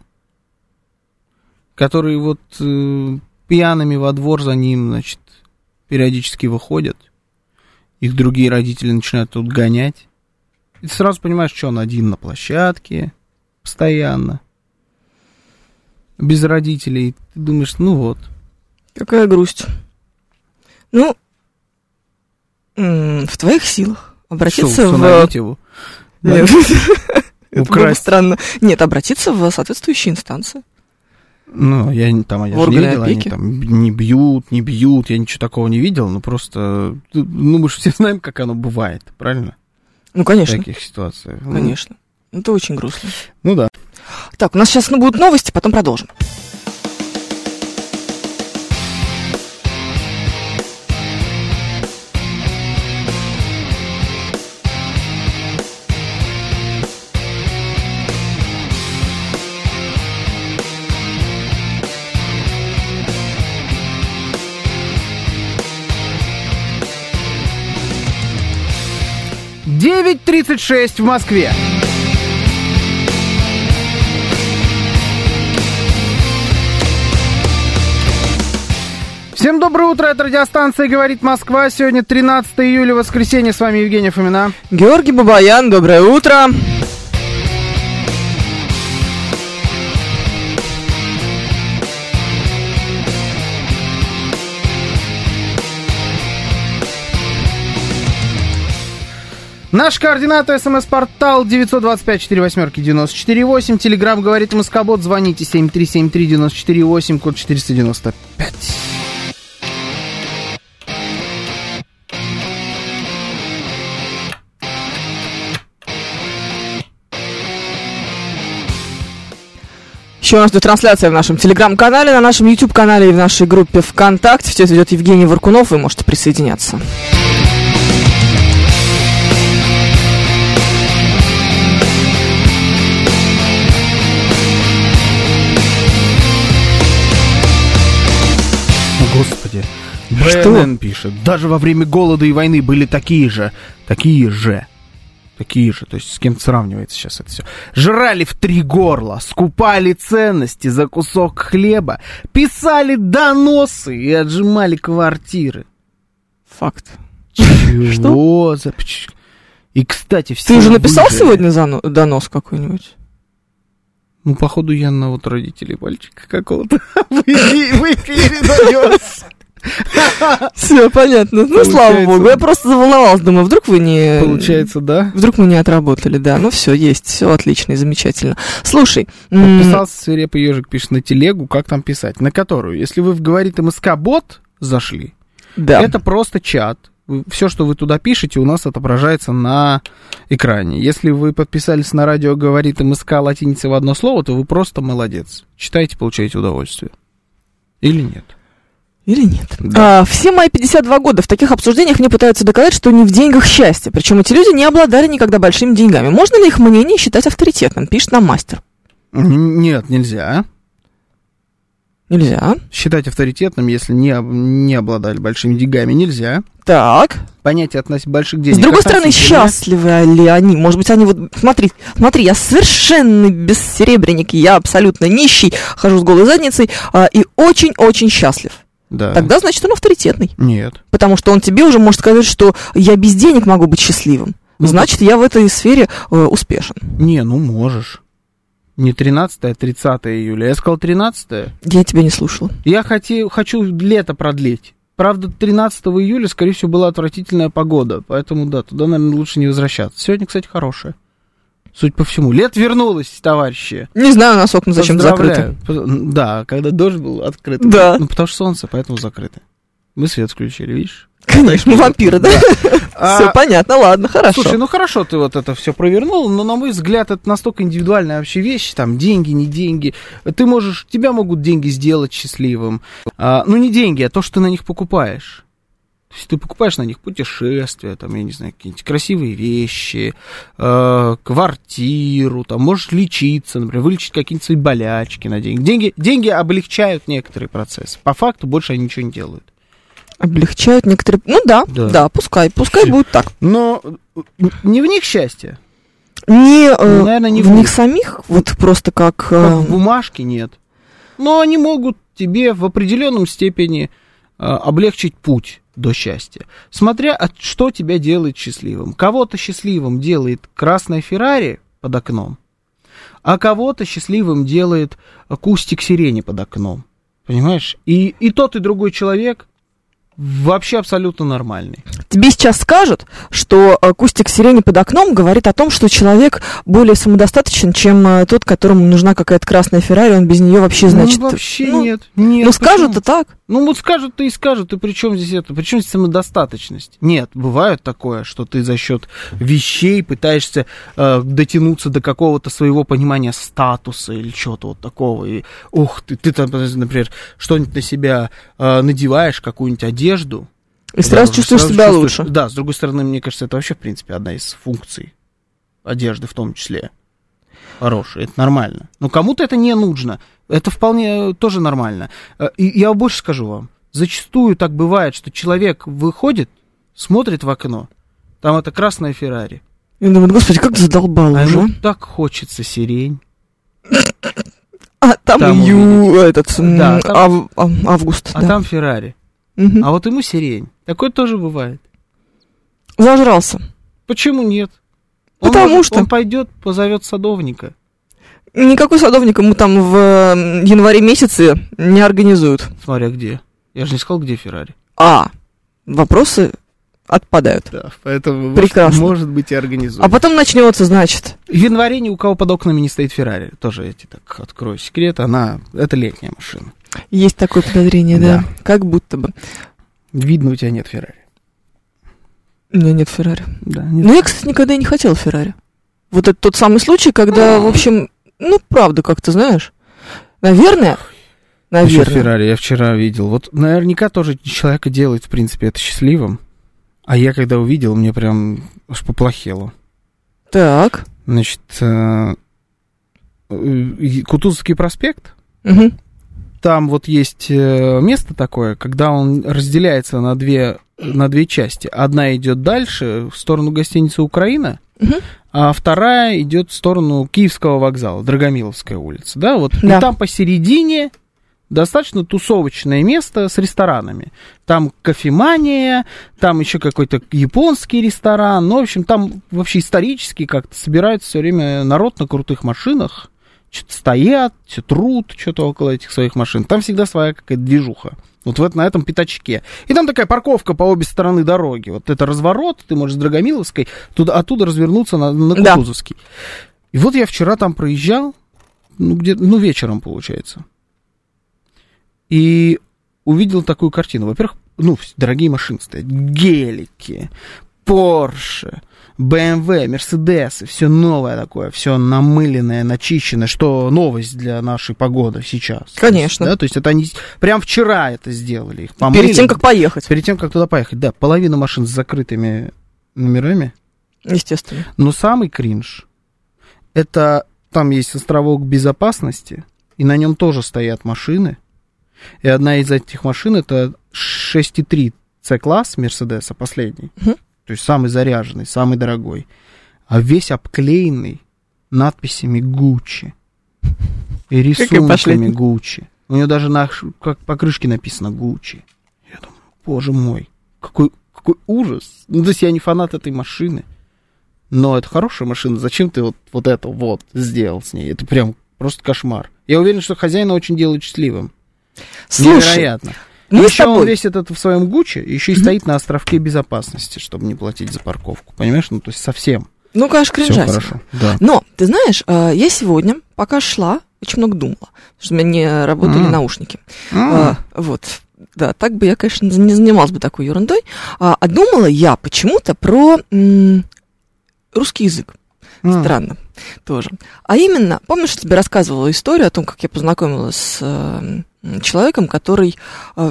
[SPEAKER 2] которые вот э, пьяными во двор за ним, значит, периодически выходят. Их другие родители начинают тут гонять. И ты сразу понимаешь, что он один на площадке, постоянно, без родителей. Ты думаешь, ну вот.
[SPEAKER 3] Какая грусть. Ну, м, в твоих силах обратиться
[SPEAKER 2] что,
[SPEAKER 3] в...
[SPEAKER 2] усыновить его?
[SPEAKER 3] Нет, это было бы
[SPEAKER 2] Украсть.
[SPEAKER 3] странно. Нет, обратиться в соответствующие инстанции.
[SPEAKER 2] Ну, я не- там я
[SPEAKER 3] В
[SPEAKER 2] же не
[SPEAKER 3] органы
[SPEAKER 2] видел, они
[SPEAKER 3] опеки?
[SPEAKER 2] там б- не бьют, не бьют, я ничего такого не видел, ну просто, ну мы же все знаем, как оно бывает, правильно?
[SPEAKER 3] Ну,
[SPEAKER 2] В
[SPEAKER 3] конечно,
[SPEAKER 2] таких ситуациях. Ну,
[SPEAKER 3] конечно. Это очень грустно.
[SPEAKER 2] Ну да.
[SPEAKER 3] Так, у нас сейчас ну, будут новости, потом продолжим.
[SPEAKER 2] девять тридцать шесть в Москве. Всем доброе утро, это радиостанция «Говорит Москва». Сегодня 13 июля, воскресенье, с вами Евгений Фомина.
[SPEAKER 3] Георгий Бабаян, доброе утро.
[SPEAKER 2] Наш координат смс-портал 925-48-94-8. Телеграмм говорит Москобот. Звоните 7373-94-8, код 495.
[SPEAKER 3] ночью у нас идет трансляция в нашем телеграм-канале, на нашем YouTube-канале и в нашей группе ВКонтакте. Все это ведет Евгений Варкунов, вы можете присоединяться.
[SPEAKER 2] Господи.
[SPEAKER 3] Что?
[SPEAKER 2] Беннен пишет. Даже во время голода и войны были такие же. Такие же. Такие же. То есть с кем сравнивается сейчас это все. Жрали в три горла, скупали ценности за кусок хлеба, писали доносы и отжимали квартиры.
[SPEAKER 3] Факт.
[SPEAKER 2] Чего за... пч- И, кстати, все...
[SPEAKER 3] Ты уже написал
[SPEAKER 2] выжили.
[SPEAKER 3] сегодня зано- донос какой-нибудь?
[SPEAKER 2] Ну, походу, я на вот родителей мальчика какого-то в эфи- в эфире донес.
[SPEAKER 3] Все, понятно. Ну,
[SPEAKER 2] А. Получается-
[SPEAKER 3] слава богу. Я просто заволновалась, думаю, вдруг вы не...
[SPEAKER 2] Получается, да?
[SPEAKER 3] Вдруг мы не отработали, да. Ну, все, есть, все отлично и замечательно. Слушай, м,
[SPEAKER 2] Подписался свирепый ежик, пишет на телегу, как там писать, на которую, если вы в говорит МСК-бот зашли,
[SPEAKER 3] да.
[SPEAKER 2] это просто чат. Все, что вы туда пишете, у нас отображается на экране. Если вы подписались на радио «Говорит МСК» латиница в одно слово, то вы просто молодец. Читайте, получаете удовольствие. Или нет?
[SPEAKER 3] Или нет?
[SPEAKER 2] Да.
[SPEAKER 3] А, все мои 52 года в таких обсуждениях мне пытаются доказать, что не в деньгах счастье. Причем эти люди не обладали никогда большими деньгами. Можно ли их мнение считать авторитетным? Пишет нам мастер.
[SPEAKER 2] Н- Нет, нельзя.
[SPEAKER 3] Нельзя.
[SPEAKER 2] Считать авторитетным, если не, об- не обладали большими деньгами, нельзя.
[SPEAKER 3] Так.
[SPEAKER 2] Понятие относительно больших денег.
[SPEAKER 3] С другой стороны,
[SPEAKER 2] относительно.
[SPEAKER 3] счастливы ли они? Может быть, они вот... Смотри, смотри, я совершенно бессеребренник, я абсолютно нищий, хожу с голой задницей а, и очень-очень счастлив.
[SPEAKER 2] Да.
[SPEAKER 3] Тогда, значит, он авторитетный.
[SPEAKER 2] Нет.
[SPEAKER 3] Потому что он тебе уже может сказать, что я без денег могу быть счастливым.
[SPEAKER 2] Ну,
[SPEAKER 3] Значит, я в этой сфере э, успешен.
[SPEAKER 2] Не, ну можешь. Не 13, а 30 июля. Я сказал 13.
[SPEAKER 3] Я тебя не слушала.
[SPEAKER 2] Я хоте- хочу лето продлить. Правда, 13 июля, скорее всего, была отвратительная погода. Поэтому, да, туда, наверное, лучше не возвращаться. Сегодня, кстати, хорошая. Суть по всему. Лет вернулось, товарищи.
[SPEAKER 3] Не знаю, у нас окна зачем закрыты.
[SPEAKER 2] Поздравляю. П- Да, когда дождь был, открыто.
[SPEAKER 3] Да.
[SPEAKER 2] Ну, потому что солнце, поэтому закрыто. Мы свет включили, видишь?
[SPEAKER 3] Конечно, мы вампиры, да?
[SPEAKER 2] А,
[SPEAKER 3] Все понятно, ладно, хорошо.
[SPEAKER 2] Слушай, ну хорошо ты вот это все провернул, но, на мой взгляд, это настолько индивидуальная вообще вещь, там, деньги, не деньги. Ты можешь, тебя могут деньги сделать счастливым. А, ну, не деньги, а то, что ты на них покупаешь. То есть ты покупаешь на них путешествия, там, я не знаю, какие-нибудь красивые вещи, э, квартиру, там, можешь лечиться, например, вылечить какие-нибудь свои болячки на деньги. Деньги, деньги облегчают некоторые процессы. По факту больше они ничего не делают.
[SPEAKER 3] Облегчают некоторые... Ну да,
[SPEAKER 2] Да.
[SPEAKER 3] да, пускай, пускай
[SPEAKER 2] Всё.
[SPEAKER 3] будет так.
[SPEAKER 2] Но э, не в них счастье.
[SPEAKER 3] Не, э,
[SPEAKER 2] Ну, наверное, не
[SPEAKER 3] в
[SPEAKER 2] в
[SPEAKER 3] них
[SPEAKER 2] них.
[SPEAKER 3] самих, вот просто как...
[SPEAKER 2] Как
[SPEAKER 3] э,
[SPEAKER 2] в бумажке нет. Но они могут тебе в определенном степени э, облегчить путь до счастья. Смотря от что тебя делает счастливым. Кого-то счастливым делает красная Феррари под окном, а кого-то счастливым делает э, кустик сирени под окном. Понимаешь? И, и тот, и другой человек вообще абсолютно нормальный.
[SPEAKER 3] Тебе сейчас скажут, что э, кустик сирени под окном говорит о том, что человек более самодостаточен, чем э, тот, которому нужна какая-то красная Феррари, он без нее вообще, значит...
[SPEAKER 2] ну, вообще
[SPEAKER 3] ну,
[SPEAKER 2] нет. нет.
[SPEAKER 3] ну,
[SPEAKER 2] почему?
[SPEAKER 3] скажут-то так.
[SPEAKER 2] Ну вот скажут-то и скажут, и при чем здесь это? При чем здесь самодостаточность? Нет, бывает такое, что ты за счет вещей пытаешься э, дотянуться до какого-то своего понимания статуса или чего-то вот такого. И, ух, ты, ты там, например, что-нибудь на себя э, надеваешь, какую-нибудь одежду.
[SPEAKER 3] И сразу чувствуешь себя лучше.
[SPEAKER 2] Да, с другой стороны, мне кажется, это вообще, в принципе, одна из функций одежды в том числе. Хорошая, это нормально. Но кому-то это не нужно. Это вполне тоже нормально. Э, И я больше скажу вам. Зачастую так бывает, что человек выходит, смотрит в окно, там это красная Феррари.
[SPEAKER 3] И он думает, господи, как задолбало
[SPEAKER 2] А
[SPEAKER 3] уже.
[SPEAKER 2] ему так хочется сирень.
[SPEAKER 3] А там,
[SPEAKER 2] Там
[SPEAKER 3] ию, этот, м,
[SPEAKER 2] Да,
[SPEAKER 3] ав- ав- август,
[SPEAKER 2] А
[SPEAKER 3] да.
[SPEAKER 2] там Феррари.
[SPEAKER 3] Мгм.
[SPEAKER 2] А вот ему сирень. Такое тоже бывает.
[SPEAKER 3] Зажрался.
[SPEAKER 2] Почему нет?
[SPEAKER 3] Потому
[SPEAKER 2] может-
[SPEAKER 3] что.
[SPEAKER 2] Он пойдет, позовет садовника.
[SPEAKER 3] Никакой садовник ему там в э, январе месяце не организуют.
[SPEAKER 2] Смотря где. Я же не сказал, где Феррари.
[SPEAKER 3] А вопросы отпадают.
[SPEAKER 2] Да, поэтому
[SPEAKER 3] Прекрасно.
[SPEAKER 2] может быть и
[SPEAKER 3] А
[SPEAKER 2] организуем.
[SPEAKER 3] потом начнется, значит.
[SPEAKER 2] В январе ни у кого под окнами не стоит Феррари. Тоже я тебе так открою секрет. Она, это летняя машина.
[SPEAKER 3] Есть такое подозрение, да.
[SPEAKER 2] Да.
[SPEAKER 3] Как будто бы.
[SPEAKER 2] Видно, у тебя нет Феррари.
[SPEAKER 3] У меня нет Феррари.
[SPEAKER 2] Да, нет.
[SPEAKER 3] Ну, я, кстати, никогда и не хотела Феррари. Вот это тот самый случай, когда, в общем, ну, правда, как ты знаешь. Наверное,
[SPEAKER 2] Еще
[SPEAKER 3] наверное.
[SPEAKER 2] Феррари я вчера видел. Вот наверняка тоже человека делает, в принципе, это счастливым. А я когда увидел, мне прям аж поплохело.
[SPEAKER 3] Так.
[SPEAKER 2] Значит, э, э, Кутузовский проспект,
[SPEAKER 3] Мгм.
[SPEAKER 2] там вот есть э, место такое, когда он разделяется на две, на две части. Одна идет дальше, в сторону гостиницы «Украина»,
[SPEAKER 3] Мгм.
[SPEAKER 2] а вторая идет в сторону Киевского вокзала, Драгомиловская улица. Да, вот.
[SPEAKER 3] Да.
[SPEAKER 2] И там посередине достаточно тусовочное место с ресторанами. Там кофемания, там еще какой-то японский ресторан. Ну, в общем, там вообще исторически как-то собирается все время народ на крутых машинах. Что-то стоят, все трут, что-то около этих своих машин. Там всегда своя какая-то движуха. Вот в, это- на этом пятачке. И там такая парковка по обе стороны дороги. Вот это разворот, ты можешь с Драгомиловской туда, оттуда развернуться на, на
[SPEAKER 3] Да.
[SPEAKER 2] Кутузовский. И вот я вчера там проезжал, ну, где, ну, вечером, получается. И увидел такую картину. Во-первых, ну, вс- дорогие машины стоят. Гелики, Порше, БМВ, Мерседесы, все новое такое, все намыленное, начищенное, что новость для нашей погоды сейчас.
[SPEAKER 3] Конечно.
[SPEAKER 2] Да, то есть это они с- прям вчера это сделали. Их помыли.
[SPEAKER 3] Перед тем, как поехать,
[SPEAKER 2] Перед тем, как туда поехать, да, половина машин с закрытыми номерами.
[SPEAKER 3] естественно.
[SPEAKER 2] Но самый кринж это там есть островок безопасности, и на нем тоже стоят машины. И одна из этих машин это 6.3 C-класс Мерседеса, последний.
[SPEAKER 3] Мгм.
[SPEAKER 2] То есть самый заряженный, самый дорогой. А весь обклеенный надписями Гуччи. И рисунками
[SPEAKER 3] последний.
[SPEAKER 2] Гуччи. У него даже на ш- как покрышке написано Гуччи. Я думаю, боже мой, какой, какой ужас. Ну, то есть я не фанат этой машины. Но это хорошая машина. Зачем ты вот, вот это вот сделал с ней? Это прям просто кошмар. Я уверен, что хозяина очень делает счастливым.
[SPEAKER 3] Слушай, ну
[SPEAKER 2] Невероятно.
[SPEAKER 3] мы с
[SPEAKER 2] еще он
[SPEAKER 3] тобой...
[SPEAKER 2] весь этот в своем гуче, еще и стоит на островке безопасности, чтобы не платить за парковку. Понимаешь? Ну, то есть совсем.
[SPEAKER 3] Ну, конечно,
[SPEAKER 2] Все
[SPEAKER 3] кринжатина.
[SPEAKER 2] хорошо. Да.
[SPEAKER 3] Но, ты знаешь, а, я сегодня, пока шла, очень много думала, потому что у меня не работали
[SPEAKER 2] М.
[SPEAKER 3] наушники.
[SPEAKER 2] М,
[SPEAKER 3] А, вот. Да, так бы я, конечно, не занималась бы такой ерундой. А, а думала я почему-то про м, русский язык.
[SPEAKER 2] м.
[SPEAKER 3] Странно тоже. А именно, помнишь, я тебе рассказывала историю о том, как я познакомилась с э, м, человеком, который,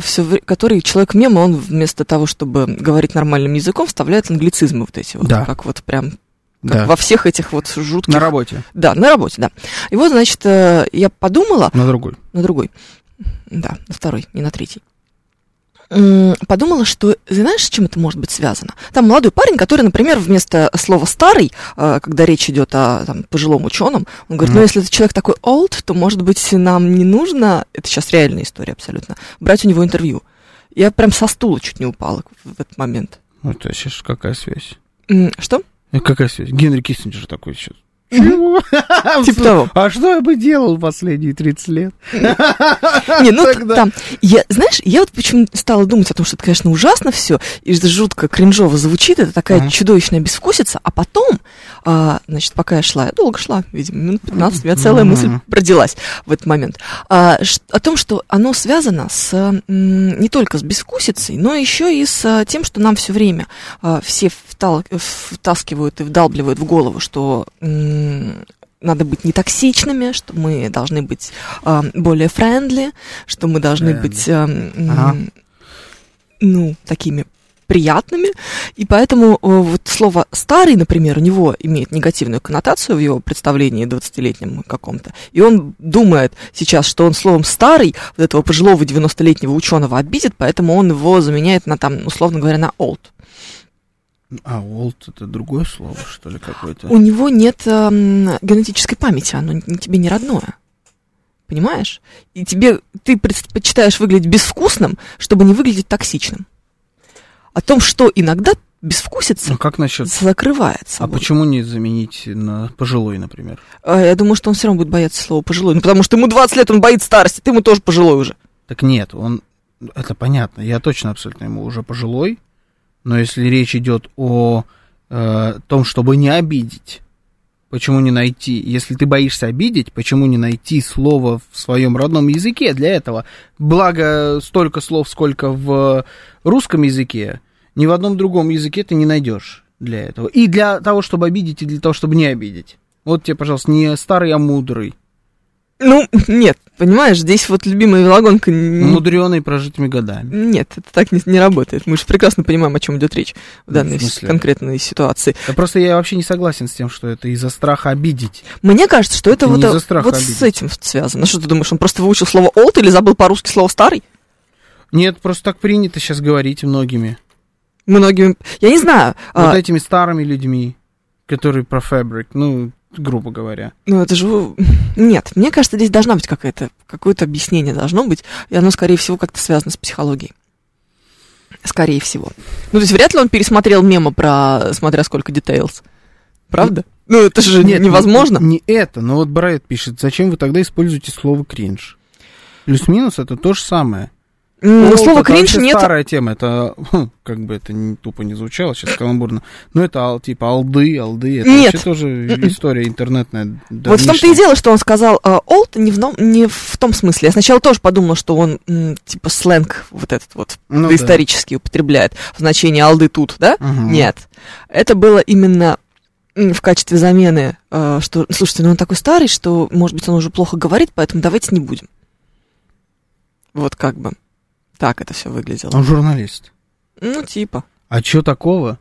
[SPEAKER 3] все, который человек мема, он вместо того, чтобы говорить нормальным языком, вставляет англицизмы вот эти вот,
[SPEAKER 2] Да.
[SPEAKER 3] как вот прям как
[SPEAKER 2] Да.
[SPEAKER 3] во всех этих вот жутких...
[SPEAKER 2] На работе.
[SPEAKER 3] Да, на работе, да. И вот, значит, э, я подумала,
[SPEAKER 2] На другой.
[SPEAKER 3] на другой. Да, на второй, не на третий. М, Подумала, что знаешь, с чем это может быть связано? Там молодой парень, который, например, вместо слова старый, э, когда речь идет о там, пожилом ученом, он говорит: ну,
[SPEAKER 2] Мгм.
[SPEAKER 3] если этот человек такой old, то, может быть, нам не нужно, это сейчас реальная история абсолютно, брать у него интервью. Я прям со стула чуть не упала в в этот момент.
[SPEAKER 2] Ну, это сейчас какая связь?
[SPEAKER 3] М, Что?
[SPEAKER 2] Э, Какая связь? Генри Киссинджер такой сейчас.
[SPEAKER 3] Типа того.
[SPEAKER 2] А что я бы делал последние 30 лет?
[SPEAKER 3] Не, ну
[SPEAKER 2] Тогда.
[SPEAKER 3] там, я, знаешь, я вот почему стала думать о том, что это, конечно, ужасно все, и это жутко кринжово звучит, это такая
[SPEAKER 2] Мгм.
[SPEAKER 3] чудовищная бесвкусица, а потом, а, значит, пока я шла, я долго шла, видимо, минут 15, у меня целая
[SPEAKER 2] Мгм.
[SPEAKER 3] мысль родилась в этот момент, а, ш- о том, что оно связано с, м, не только с бескусицей, но еще и с а, тем, что нам все время а, все втал- втаскивают и вдалбливают в голову, что м, надо быть не токсичными, что мы должны быть а, более френдли, что мы должны
[SPEAKER 2] Friendly.
[SPEAKER 3] быть а, м,
[SPEAKER 2] Ага.
[SPEAKER 3] ну, такими приятными. И поэтому э, вот слово «старый», например, у него имеет негативную коннотацию в его представлении 20-летнем каком-то. И он думает сейчас, что он словом «старый» вот этого пожилого 90-летнего ученого обидит, поэтому он его заменяет на, там, условно говоря, на «old».
[SPEAKER 2] А, Уолт это другое слово, что ли, какое-то?
[SPEAKER 3] У него нет эм, генетической памяти, оно н- тебе не родное. Понимаешь? И тебе ты предпочитаешь выглядеть безвкусным, чтобы не выглядеть токсичным. О том, что иногда безвкусица
[SPEAKER 2] Ну, как насчет...
[SPEAKER 3] закрывает
[SPEAKER 2] А
[SPEAKER 3] собой.
[SPEAKER 2] почему не заменить на пожилой, например?
[SPEAKER 3] А, Я думаю, что он все равно будет бояться слова пожилой. Ну, потому что ему 20 лет, он боится старости, ты ему тоже пожилой уже.
[SPEAKER 2] Так нет, он... Это понятно, я точно абсолютно ему уже пожилой, но если речь идет о э, том, чтобы не обидеть, почему не найти... Если ты боишься обидеть, почему не найти слово в своем родном языке для этого? Благо, столько слов, сколько в русском языке, ни в одном другом языке ты не найдешь для этого. И для того, чтобы обидеть, и для того, чтобы не обидеть. Вот тебе, пожалуйста, не старый, а мудрый.
[SPEAKER 3] Ну, нет, понимаешь, здесь вот любимая велогонка... н-
[SPEAKER 2] Мудреный прожитыми годами.
[SPEAKER 3] Нет, это так не, не работает. Мы же прекрасно понимаем, о чем идет речь в
[SPEAKER 2] Ну, в
[SPEAKER 3] данной с-
[SPEAKER 2] смысле?
[SPEAKER 3] конкретной ситуации.
[SPEAKER 2] Да просто я вообще не согласен с тем, что это из-за страха обидеть.
[SPEAKER 3] Мне кажется, что это
[SPEAKER 2] Это не
[SPEAKER 3] вот,
[SPEAKER 2] из-за
[SPEAKER 3] э,
[SPEAKER 2] страха
[SPEAKER 3] вот с
[SPEAKER 2] обидеть.
[SPEAKER 3] этим связано. Что ты думаешь, он просто выучил слово «олд» или забыл по-русски слово «старый»?
[SPEAKER 2] Нет, просто так принято сейчас говорить многими.
[SPEAKER 3] Многими... Я не знаю. а,
[SPEAKER 2] Вот этими старыми людьми, которые про фабрик, ну, грубо говоря.
[SPEAKER 3] Ну, это же... Нет, мне кажется, здесь должна быть какая-то... Какое-то объяснение должно быть, и оно, скорее всего, как-то связано с психологией. Скорее всего. Ну, то есть, вряд ли он пересмотрел мема про «Смотря сколько details». Правда? Ну, это же
[SPEAKER 2] Нет, Ну,
[SPEAKER 3] невозможно.
[SPEAKER 2] Не, не это, но вот Брайт пишет, зачем вы тогда используете слово кринж? Плюс-минус это то же самое.
[SPEAKER 3] Ну,
[SPEAKER 2] Олд
[SPEAKER 3] слова
[SPEAKER 2] это
[SPEAKER 3] «кринж»
[SPEAKER 2] вообще
[SPEAKER 3] нет...
[SPEAKER 2] старая тема, это, хм, как бы это не, тупо не звучало сейчас каламбурно, но это ал- типа алды, алды, это
[SPEAKER 3] Нет.
[SPEAKER 2] вообще тоже
[SPEAKER 3] Мгм.
[SPEAKER 2] история интернетная.
[SPEAKER 3] Вот в том-то
[SPEAKER 2] давнишняя.
[SPEAKER 3] и дело, что он сказал э, «old» не в, ном- не в том смысле. Я сначала тоже подумала, что он, м, типа, сленг вот этот вот
[SPEAKER 2] Ну да.
[SPEAKER 3] доисторический употребляет в значении «алды тут», да?
[SPEAKER 2] Мгм.
[SPEAKER 3] Нет. Это было именно м, в качестве замены, э, что, слушайте, ну он такой старый, что, может быть, он уже плохо говорит, поэтому давайте не будем. Вот как бы. Так это все выглядело.
[SPEAKER 2] Он журналист.
[SPEAKER 3] Ну, типа.
[SPEAKER 2] А чё такого?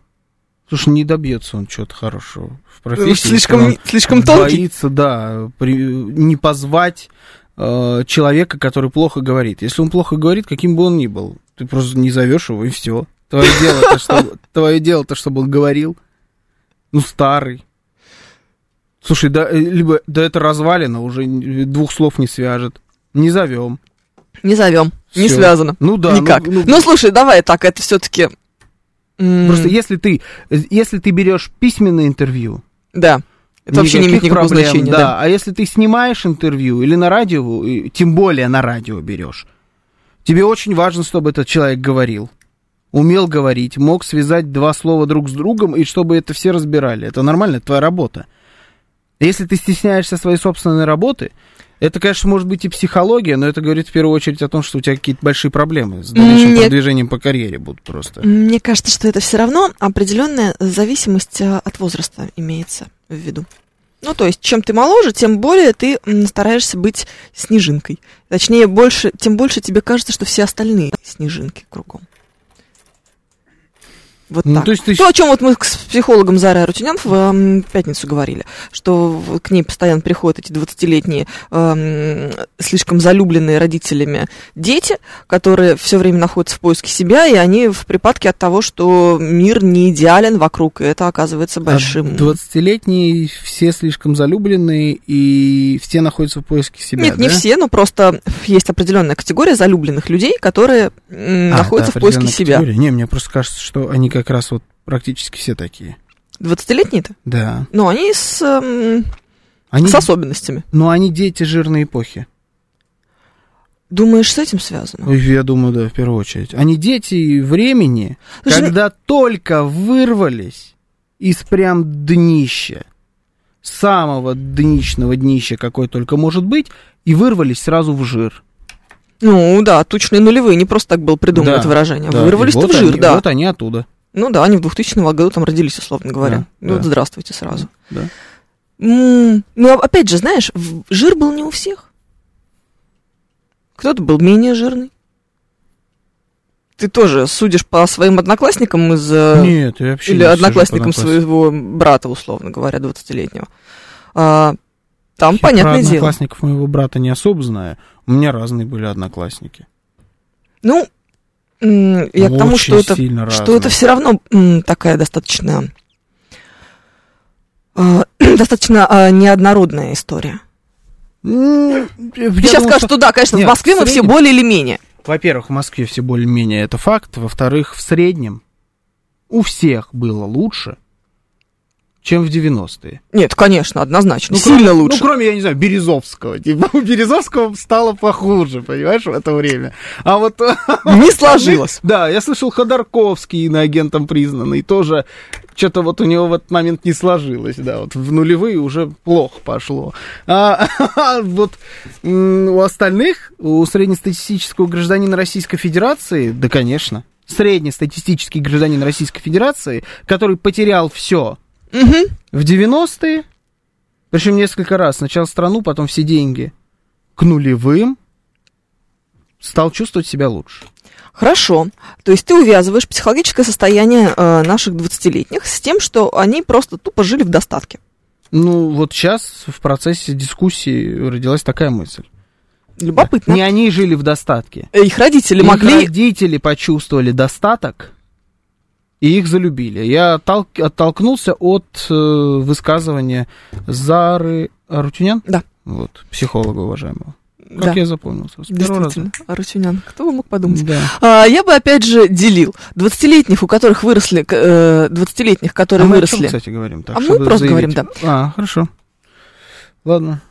[SPEAKER 2] Слушай, не добьется он чего-то хорошего в профессии.
[SPEAKER 3] Ну, Слишком,
[SPEAKER 2] если он
[SPEAKER 3] слишком тонкий.
[SPEAKER 2] Боится, да, при- не позвать э, человека, который плохо говорит. Если он плохо говорит, каким бы он ни был, ты просто не зовешь его и все. Твое дело то, что твое дело то, чтобы он говорил. Ну старый. Слушай, да, э, либо да это развалина уже н- э, двух слов не свяжет. Не зовем.
[SPEAKER 3] Не зовем. Не
[SPEAKER 2] Всё.
[SPEAKER 3] связано.
[SPEAKER 2] Ну да. ну-
[SPEAKER 3] Никак.
[SPEAKER 2] ну,
[SPEAKER 3] Ну, слушай, давай так, это все-таки...
[SPEAKER 2] Просто если ты, э, если ты берешь письменное интервью,
[SPEAKER 3] Да. Это вообще не имеет
[SPEAKER 2] никаких
[SPEAKER 3] никакого
[SPEAKER 2] проблем,
[SPEAKER 3] значения.
[SPEAKER 2] да.
[SPEAKER 3] Да.
[SPEAKER 2] А если ты снимаешь интервью или на радио, и тем более на радио берешь, тебе очень важно, чтобы этот человек говорил. Умел говорить, мог связать два слова друг с другом, и чтобы это все разбирали. Это нормально, это твоя работа. Если ты стесняешься своей собственной работы, это, конечно, может быть и психология, но это говорит в первую очередь о том, что у тебя какие-то большие проблемы с дальнейшим
[SPEAKER 3] Нет.
[SPEAKER 2] продвижением по карьере будут просто.
[SPEAKER 3] Мне кажется, что это все равно определенная зависимость э, от возраста имеется в виду. Ну, то есть, чем ты моложе, тем более ты м, стараешься быть снежинкой. Точнее, больше, тем больше тебе кажется, что все остальные снежинки кругом. Вот
[SPEAKER 2] Ну,
[SPEAKER 3] так.
[SPEAKER 2] то есть ты
[SPEAKER 3] То, о чем вот мы с психологом Зарой Арутюнян в эм, пятницу говорили, что в- к ней постоянно приходят эти 20-летние эм, слишком залюбленные родителями дети, которые все время находятся в поиске себя, и они в припадке от того, что мир не идеален вокруг, и это
[SPEAKER 2] А,
[SPEAKER 3] оказывается большим...
[SPEAKER 2] 20-летние все слишком залюбленные и все находятся в поиске себя,
[SPEAKER 3] Нет, не
[SPEAKER 2] да?
[SPEAKER 3] все, но просто есть определенная категория залюбленных людей, которые м,
[SPEAKER 2] А,
[SPEAKER 3] находятся
[SPEAKER 2] это
[SPEAKER 3] в поиске
[SPEAKER 2] определенная
[SPEAKER 3] себя.
[SPEAKER 2] категория. Не, мне просто кажется, что они как раз вот практически все такие.
[SPEAKER 3] 20-летние-то?
[SPEAKER 2] Да.
[SPEAKER 3] Ну, они с, эм,
[SPEAKER 2] Они,
[SPEAKER 3] с особенностями.
[SPEAKER 2] Но они дети жирной эпохи.
[SPEAKER 3] Думаешь, с этим связано?
[SPEAKER 2] Ой, Я думаю, да, в первую очередь. Они дети времени,
[SPEAKER 3] Слушай, ну-
[SPEAKER 2] когда только вырвались из прям днища, самого днищного днища, какой только может быть, и вырвались сразу в жир.
[SPEAKER 3] Ну да, тучные нулевые, не просто так было придумано
[SPEAKER 2] Да,
[SPEAKER 3] это выражение.
[SPEAKER 2] Да, и
[SPEAKER 3] Вырвались-то
[SPEAKER 2] вот
[SPEAKER 3] в жир,
[SPEAKER 2] они-
[SPEAKER 3] да.
[SPEAKER 2] Вот они оттуда.
[SPEAKER 3] Ну да, они в 2000 году там родились, условно говоря.
[SPEAKER 2] Да,
[SPEAKER 3] ну,
[SPEAKER 2] да.
[SPEAKER 3] здравствуйте сразу.
[SPEAKER 2] Да.
[SPEAKER 3] М, ну, а- опять же, знаешь, в- жир был не у всех. Кто-то был менее жирный. Ты тоже судишь по своим одноклассникам из... э,
[SPEAKER 2] Нет, я вообще
[SPEAKER 3] или
[SPEAKER 2] не сижу по
[SPEAKER 3] одноклассникам
[SPEAKER 2] одноклассникам.
[SPEAKER 3] своего брата, условно говоря, 20-летнего. А, там,
[SPEAKER 2] Я
[SPEAKER 3] понятное
[SPEAKER 2] про
[SPEAKER 3] дело.
[SPEAKER 2] одноклассников моего брата не особо знаю. У меня разные были одноклассники.
[SPEAKER 3] Ну, м, я к тому,
[SPEAKER 2] Очень
[SPEAKER 3] что это
[SPEAKER 2] сильно разные.
[SPEAKER 3] что это все равно м, такая достаточно э, достаточно э, неоднородная история. Ну, Сейчас скажут, что да, конечно,
[SPEAKER 2] Нет,
[SPEAKER 3] в Москве
[SPEAKER 2] в
[SPEAKER 3] мы все
[SPEAKER 2] среднем-
[SPEAKER 3] более или менее.
[SPEAKER 2] Во-первых, в Москве все более-менее это факт. Во-вторых, в среднем у всех было лучше, чем в 90-е.
[SPEAKER 3] Нет, конечно, однозначно.
[SPEAKER 2] Ну,
[SPEAKER 3] Сильно
[SPEAKER 2] кроме-
[SPEAKER 3] лучше.
[SPEAKER 2] Ну, кроме, я не знаю, Березовского. Типа, у Березовского стало похуже, понимаешь, в это время. А вот...
[SPEAKER 3] Не сложилось.
[SPEAKER 2] Да, я слышал, Ходорковский иноагентом признанный тоже что-то вот у него в этот момент не сложилось, да, вот в нулевые уже плохо пошло. А, вот м, у остальных, у среднестатистического гражданина Российской Федерации, да, конечно, среднестатистический гражданин Российской Федерации, который потерял все
[SPEAKER 3] Мгм.
[SPEAKER 2] в 90-е, причем несколько раз, сначала страну, потом все деньги, к нулевым стал чувствовать себя лучше.
[SPEAKER 3] Хорошо. То есть ты увязываешь психологическое состояние э, наших 20-летних с тем, что они просто тупо жили в достатке.
[SPEAKER 2] Ну, вот сейчас в процессе дискуссии родилась такая мысль.
[SPEAKER 3] Любопытно.
[SPEAKER 2] Не они жили в достатке.
[SPEAKER 3] Их родители
[SPEAKER 2] Их
[SPEAKER 3] могли...
[SPEAKER 2] родители почувствовали достаток, и их залюбили. Я оттол- оттолкнулся от э, высказывания Зары Арутюнян.
[SPEAKER 3] Да.
[SPEAKER 2] Вот, психолога уважаемого.
[SPEAKER 3] Да,
[SPEAKER 2] Как я запомнился? С первого раза.
[SPEAKER 3] действительно. Арутюнян, кто бы мог подумать?
[SPEAKER 2] Да.
[SPEAKER 3] А, я бы опять же делил 20-летних, у которых выросли... к- э, 20-летних, которые
[SPEAKER 2] А мы о чём,
[SPEAKER 3] выросли...
[SPEAKER 2] кстати, говорим? Так,
[SPEAKER 3] А мы
[SPEAKER 2] чтобы
[SPEAKER 3] просто
[SPEAKER 2] заявить?
[SPEAKER 3] говорим,
[SPEAKER 2] А, хорошо. Ладно.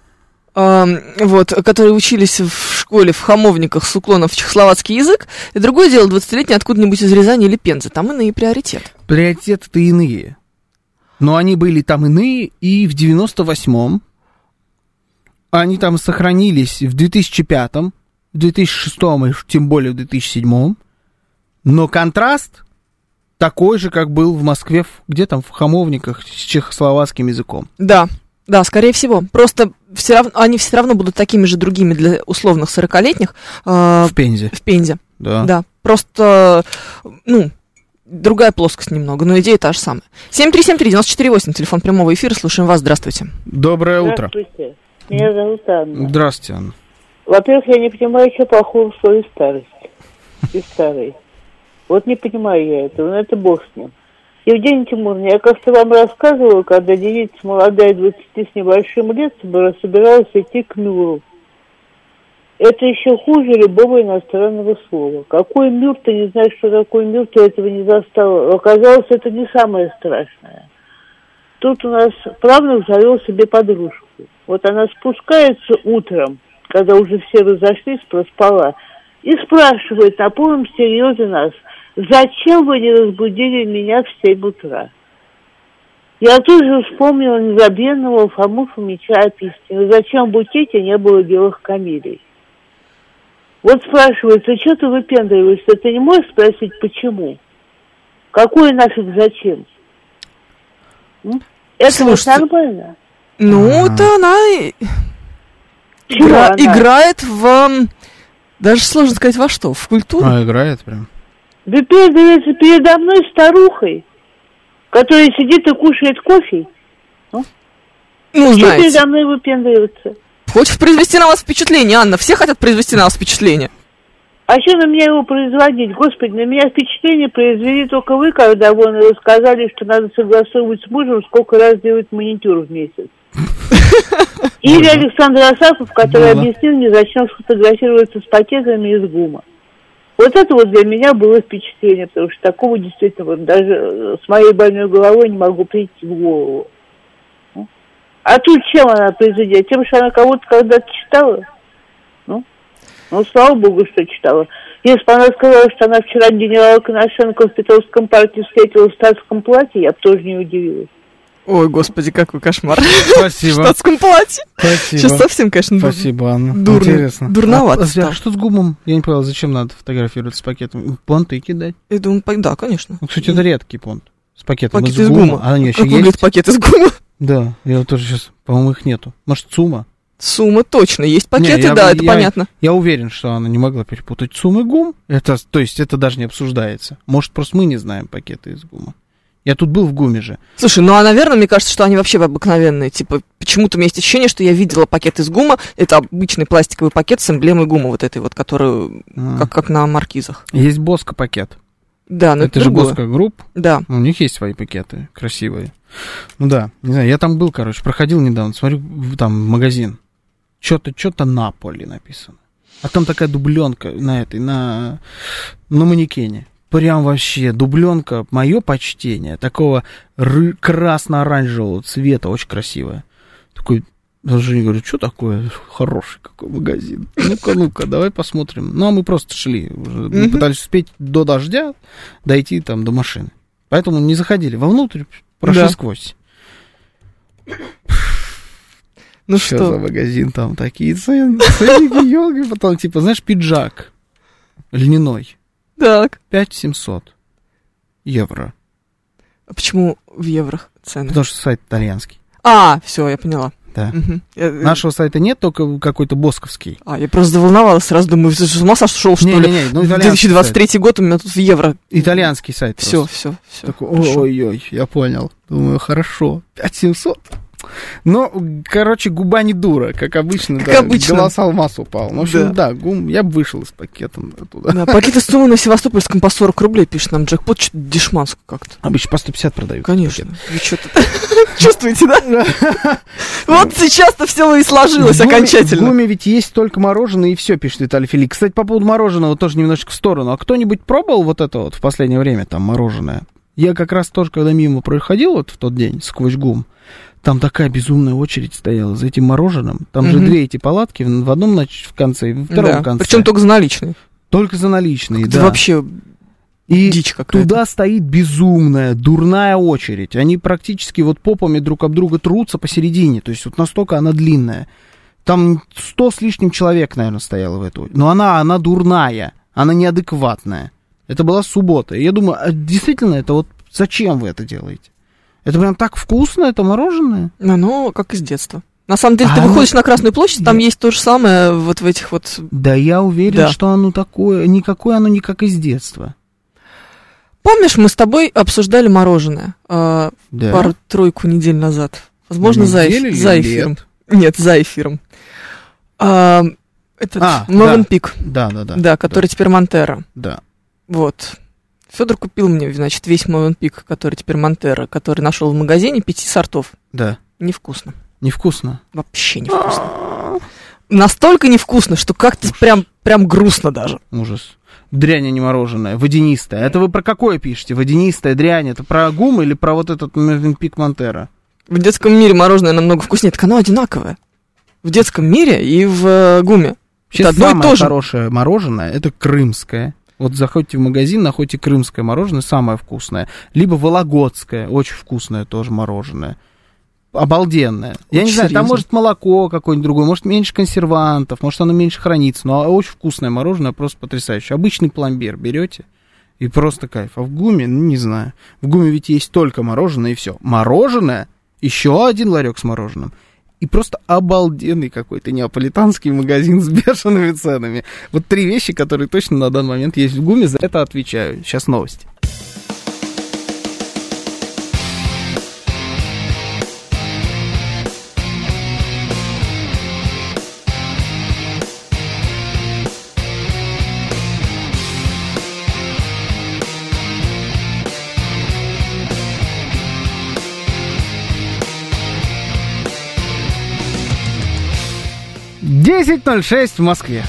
[SPEAKER 3] ам, а, вот, которые учились в школе в Хамовниках с уклоном в чехословацкий язык, и другое дело 20-летние откуда-нибудь из Рязани или Пензы, там иные приоритеты.
[SPEAKER 2] Приоритеты-то иные. Но они были там иные, и в 98-м они там сохранились в 2005-м, в 2006-м и уж тем более в 2007-м. Но контраст такой же, как был в Москве, в- где там, в Хамовниках с чехословацким языком.
[SPEAKER 3] Да, да, скорее всего. Просто все равно, они все равно будут такими же другими для условных 40-летних а,
[SPEAKER 2] В Пензе.
[SPEAKER 3] в Пензе.
[SPEAKER 2] Да.
[SPEAKER 3] Да, просто, ну, другая плоскость немного, но идея та же самая. 7373948, телефон прямого эфира, слушаем вас, здравствуйте.
[SPEAKER 2] Доброе утро.
[SPEAKER 4] Здравствуйте. Меня зовут Анна.
[SPEAKER 2] Здравствуйте, Анна.
[SPEAKER 4] Во-первых, я не понимаю, что плохого в слове старость. И старый. Вот не понимаю я этого, но это бог с ним. Евгений Тимуровна, я как-то вам рассказывала, когда девица молодая, 20 с небольшим лет, собира- собиралась идти к мюру. Это еще хуже любого иностранного слова. Какой мюр, ты не знаешь, что такое мюр, ты этого не застал. Оказалось, это не самое страшное. Тут у нас правнук завел себе подружку. Вот она спускается утром, когда уже все разошлись, проспала, и спрашивает на полном серьезе нас, зачем вы не разбудили меня в 7 утра? Я тут же вспомнила незабвенного Фому Фомича Апистина. Зачем в букете не было белых камелий? Вот спрашивает, ты что ты выпендриваешься? Ты не можешь спросить, почему? Какое нафиг зачем? М? Это вот
[SPEAKER 3] Слушайте,
[SPEAKER 4] нормально?
[SPEAKER 3] Ну,
[SPEAKER 2] Ага.
[SPEAKER 3] то она и-
[SPEAKER 4] Чего
[SPEAKER 3] игра-
[SPEAKER 4] она?
[SPEAKER 3] играет в... м, Даже сложно сказать во что, в культуру.
[SPEAKER 2] А, играет прям.
[SPEAKER 4] Да передается передо мной старухой, которая сидит и кушает кофе.
[SPEAKER 3] ну,
[SPEAKER 4] Что
[SPEAKER 3] знаете,
[SPEAKER 4] передо мной выпендриваться?
[SPEAKER 3] хочешь произвести на вас впечатление, Анна, все хотят произвести на вас впечатление.
[SPEAKER 4] А что на меня его производить? Господи, на меня впечатление произвели только вы, когда вон рассказали, что надо согласовывать с мужем, сколько раз делать маникюр в месяц. Или Александр Асапов, который
[SPEAKER 2] Было.
[SPEAKER 4] объяснил мне, зачем сфотографироваться с пакетами из гума. Вот это вот для меня было впечатление, потому что такого действительно вот даже э, с моей больной головой не могу прийти в голову. А тут чем она произведена? Тем, что она кого-то когда-то читала? Ну, ну, слава богу, что читала. Если бы она сказала, что она вчера генерала Коношенко в Петровском парке встретила в статском платье, я бы тоже не удивилась.
[SPEAKER 3] Ой, господи, какой кошмар. В
[SPEAKER 2] Спасибо.
[SPEAKER 3] штатском платье. Сейчас
[SPEAKER 2] Спасибо.
[SPEAKER 3] совсем, конечно, дур-
[SPEAKER 2] Спасибо, Анна.
[SPEAKER 3] дурно-
[SPEAKER 2] Ну, Интересно.
[SPEAKER 3] дурновато
[SPEAKER 2] А, а
[SPEAKER 3] стало.
[SPEAKER 2] что с гумом? Я не понял, зачем надо фотографировать с пакетом? Понты кидать?
[SPEAKER 3] Я думаю, пой- да, конечно.
[SPEAKER 2] Ну, кстати, это редкий понт. С пакетом
[SPEAKER 3] Пакет
[SPEAKER 2] из,
[SPEAKER 3] из
[SPEAKER 2] гума.
[SPEAKER 3] гума.
[SPEAKER 2] А они
[SPEAKER 3] Как
[SPEAKER 2] еще
[SPEAKER 3] выглядит
[SPEAKER 2] есть?
[SPEAKER 3] пакет из гума?
[SPEAKER 2] Да, я вот тоже сейчас, по-моему, их нету. Может, ЦУМа?
[SPEAKER 3] Сумма точно, есть пакеты,
[SPEAKER 2] Не, я
[SPEAKER 3] да,
[SPEAKER 2] бы-
[SPEAKER 3] это
[SPEAKER 2] я-
[SPEAKER 3] понятно.
[SPEAKER 2] Я уверен, что она не могла перепутать ЦУМ и ГУМ. Это, то есть, это даже не обсуждается. Может, просто мы не знаем пакеты из гума. Я тут был в гуме же.
[SPEAKER 3] Слушай, ну а, наверное, мне кажется, что они вообще обыкновенные. Типа, почему-то у меня есть ощущение, что я видела пакет из гума. Это обычный пластиковый пакет с эмблемой гума вот этой вот, которую,
[SPEAKER 2] А.
[SPEAKER 3] как, как на маркизах.
[SPEAKER 2] Есть Боско пакет.
[SPEAKER 3] Да, но это,
[SPEAKER 2] это же
[SPEAKER 3] другое.
[SPEAKER 2] Боско групп.
[SPEAKER 3] Да.
[SPEAKER 2] Ну, У них есть свои пакеты красивые. Ну да, не знаю, я там был, короче, проходил недавно, смотрю, в- там магазин. Что-то, что-то Наполи написано. А там такая дубленка на этой, на, на манекене. Прям вообще дубленка, мое почтение, такого ры- красно-оранжевого цвета, очень красивая. Такой, даже не говорю, что такое, хороший какой магазин. Ну-ка, ну-ка, давай посмотрим. Ну, а мы просто шли, уже. Мы
[SPEAKER 3] Мгм.
[SPEAKER 2] пытались успеть до дождя дойти там до машины. Поэтому не заходили вовнутрь, прошли
[SPEAKER 3] Да.
[SPEAKER 2] сквозь.
[SPEAKER 3] Ну
[SPEAKER 2] Чё
[SPEAKER 3] что?
[SPEAKER 2] за магазин там такие цены, ценники, елки, потом типа, знаешь, пиджак льняной,
[SPEAKER 3] Так.
[SPEAKER 2] 5700 евро,
[SPEAKER 3] А почему в еврох цены?
[SPEAKER 2] потому что сайт итальянский.
[SPEAKER 3] А, все, я поняла.
[SPEAKER 2] да.
[SPEAKER 3] Мгм. Э, э,
[SPEAKER 2] Нашего сайта нет, только какой-то босковский.
[SPEAKER 3] А, я просто заволновалась, сразу думаю, ты же с ума сошел, что ли?
[SPEAKER 2] Не-не-не, ну, итальянский
[SPEAKER 3] 2023 год у меня тут в евро.
[SPEAKER 2] Итальянский сайт.
[SPEAKER 3] Все,
[SPEAKER 2] просто.
[SPEAKER 3] все, все.
[SPEAKER 2] Такой, Ой-ой-ой, я понял. Думаю, хорошо. 5700. Ну, короче, губа не дура, как обычно.
[SPEAKER 3] Как обычно.
[SPEAKER 2] Голос алмаз упал. Ну, в общем, да, гум, я бы вышел из пакета оттуда.
[SPEAKER 3] Да, пакеты с суммой на Севастопольском по 40 рублей пишет нам джекпот, что-то дешманскую как-то.
[SPEAKER 2] Обычно по 150 продают.
[SPEAKER 3] Конечно. Вы что-то чувствуете, да? Вот сейчас-то все и сложилось
[SPEAKER 2] В гуме- В
[SPEAKER 3] окончательно.
[SPEAKER 2] гуме ведь есть только мороженое и все, пишет Виталий Филик. Кстати, по поводу мороженого тоже немножечко в сторону. А кто-нибудь пробовал вот это вот в последнее время, там, мороженое? Я как раз тоже, когда мимо проходил вот в тот день сквозь гум, там такая безумная очередь стояла за этим мороженым. Там же
[SPEAKER 3] Мгм.
[SPEAKER 2] две эти палатки, в в одном нач- в конце и во втором конце.
[SPEAKER 3] Причем только за наличные.
[SPEAKER 2] только за наличные,
[SPEAKER 3] Это
[SPEAKER 2] да.
[SPEAKER 3] вообще
[SPEAKER 2] и
[SPEAKER 3] дичь какая-то.
[SPEAKER 2] Туда стоит безумная, дурная очередь. Они практически вот попами друг об друга трутся посередине. То есть вот настолько она длинная. Там сто с лишним человек, наверное, стояло в эту. Но она, она дурная. Она неадекватная. Это была суббота. И я думаю, а действительно, это вот зачем вы это делаете? Это прям так вкусно, это мороженое?
[SPEAKER 3] Ну, Оно как из детства. На самом деле, ты
[SPEAKER 2] А оно-
[SPEAKER 3] выходишь на Красную площадь, там есть то же самое вот в этих вот...
[SPEAKER 2] Да я уверен,
[SPEAKER 3] Да.
[SPEAKER 2] что оно такое, никакое оно не как из детства.
[SPEAKER 3] Помнишь, мы с тобой обсуждали мороженое э,
[SPEAKER 2] Да.
[SPEAKER 3] пару-тройку недель назад? Возможно, за, эф-
[SPEAKER 2] Неделю или
[SPEAKER 3] за
[SPEAKER 2] лет?
[SPEAKER 3] эфиром. Нет, за эфиром. А, этот
[SPEAKER 2] А,
[SPEAKER 3] Мовен
[SPEAKER 2] да.
[SPEAKER 3] Пик,
[SPEAKER 2] Да, да, да.
[SPEAKER 3] да, который теперь Монтера.
[SPEAKER 2] да.
[SPEAKER 3] Вот. Федор купил мне, значит, весь Мовен Пик, который теперь Монтера, который нашел в магазине пяти сортов.
[SPEAKER 2] Да.
[SPEAKER 3] Невкусно.
[SPEAKER 2] Невкусно.
[SPEAKER 3] Вообще невкусно. Настолько невкусно, что как-то прям, прям грустно даже.
[SPEAKER 2] Ужас. Дрянь, а не мороженое. Водянистое. Это вы про какое пишете? Водянистая дрянь. Это про гум или про вот этот м, пик Монтера?
[SPEAKER 3] В детском мире мороженое намного вкуснее, так оно одинаковое. В детском мире и в э, гуме.
[SPEAKER 2] Вообще
[SPEAKER 3] Это одно и
[SPEAKER 2] самое
[SPEAKER 3] то же.
[SPEAKER 2] хорошее мороженое это крымское. Вот заходите в магазин, находите крымское мороженое, самое вкусное. Либо вологодское, очень вкусное тоже мороженое. Обалденное. Я не
[SPEAKER 3] Очень
[SPEAKER 2] знаю, там
[SPEAKER 3] серьезно.
[SPEAKER 2] может молоко какое-нибудь другое, может меньше консервантов, может оно меньше хранится, но очень вкусное мороженое, просто потрясающе. Обычный пломбир берете и просто кайф. А в гуме, ну не знаю. В гуме ведь есть только мороженое и все. Мороженое, еще один ларек с мороженым. И просто обалденный какой-то неаполитанский магазин с бешеными ценами. Вот три вещи, которые точно на данный момент есть в ГУМе, за это отвечаю. Сейчас новости. Десять ноль шесть в Москве.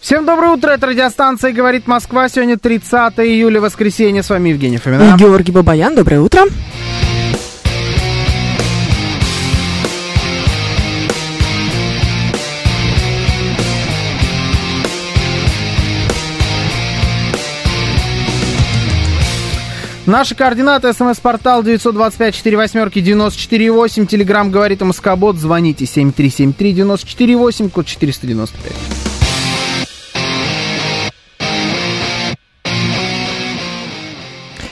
[SPEAKER 2] Всем доброе утро, это радиостанция «Говорит Москва». Сегодня 30 июля, воскресенье. С вами Евгений Фомина.
[SPEAKER 3] И Георгий Бабаян, доброе утро.
[SPEAKER 2] Наши координаты. СМС-портал 925-48-94-8. Телеграмм «Говорит Москобот». Звоните 7373-94-8, код 495.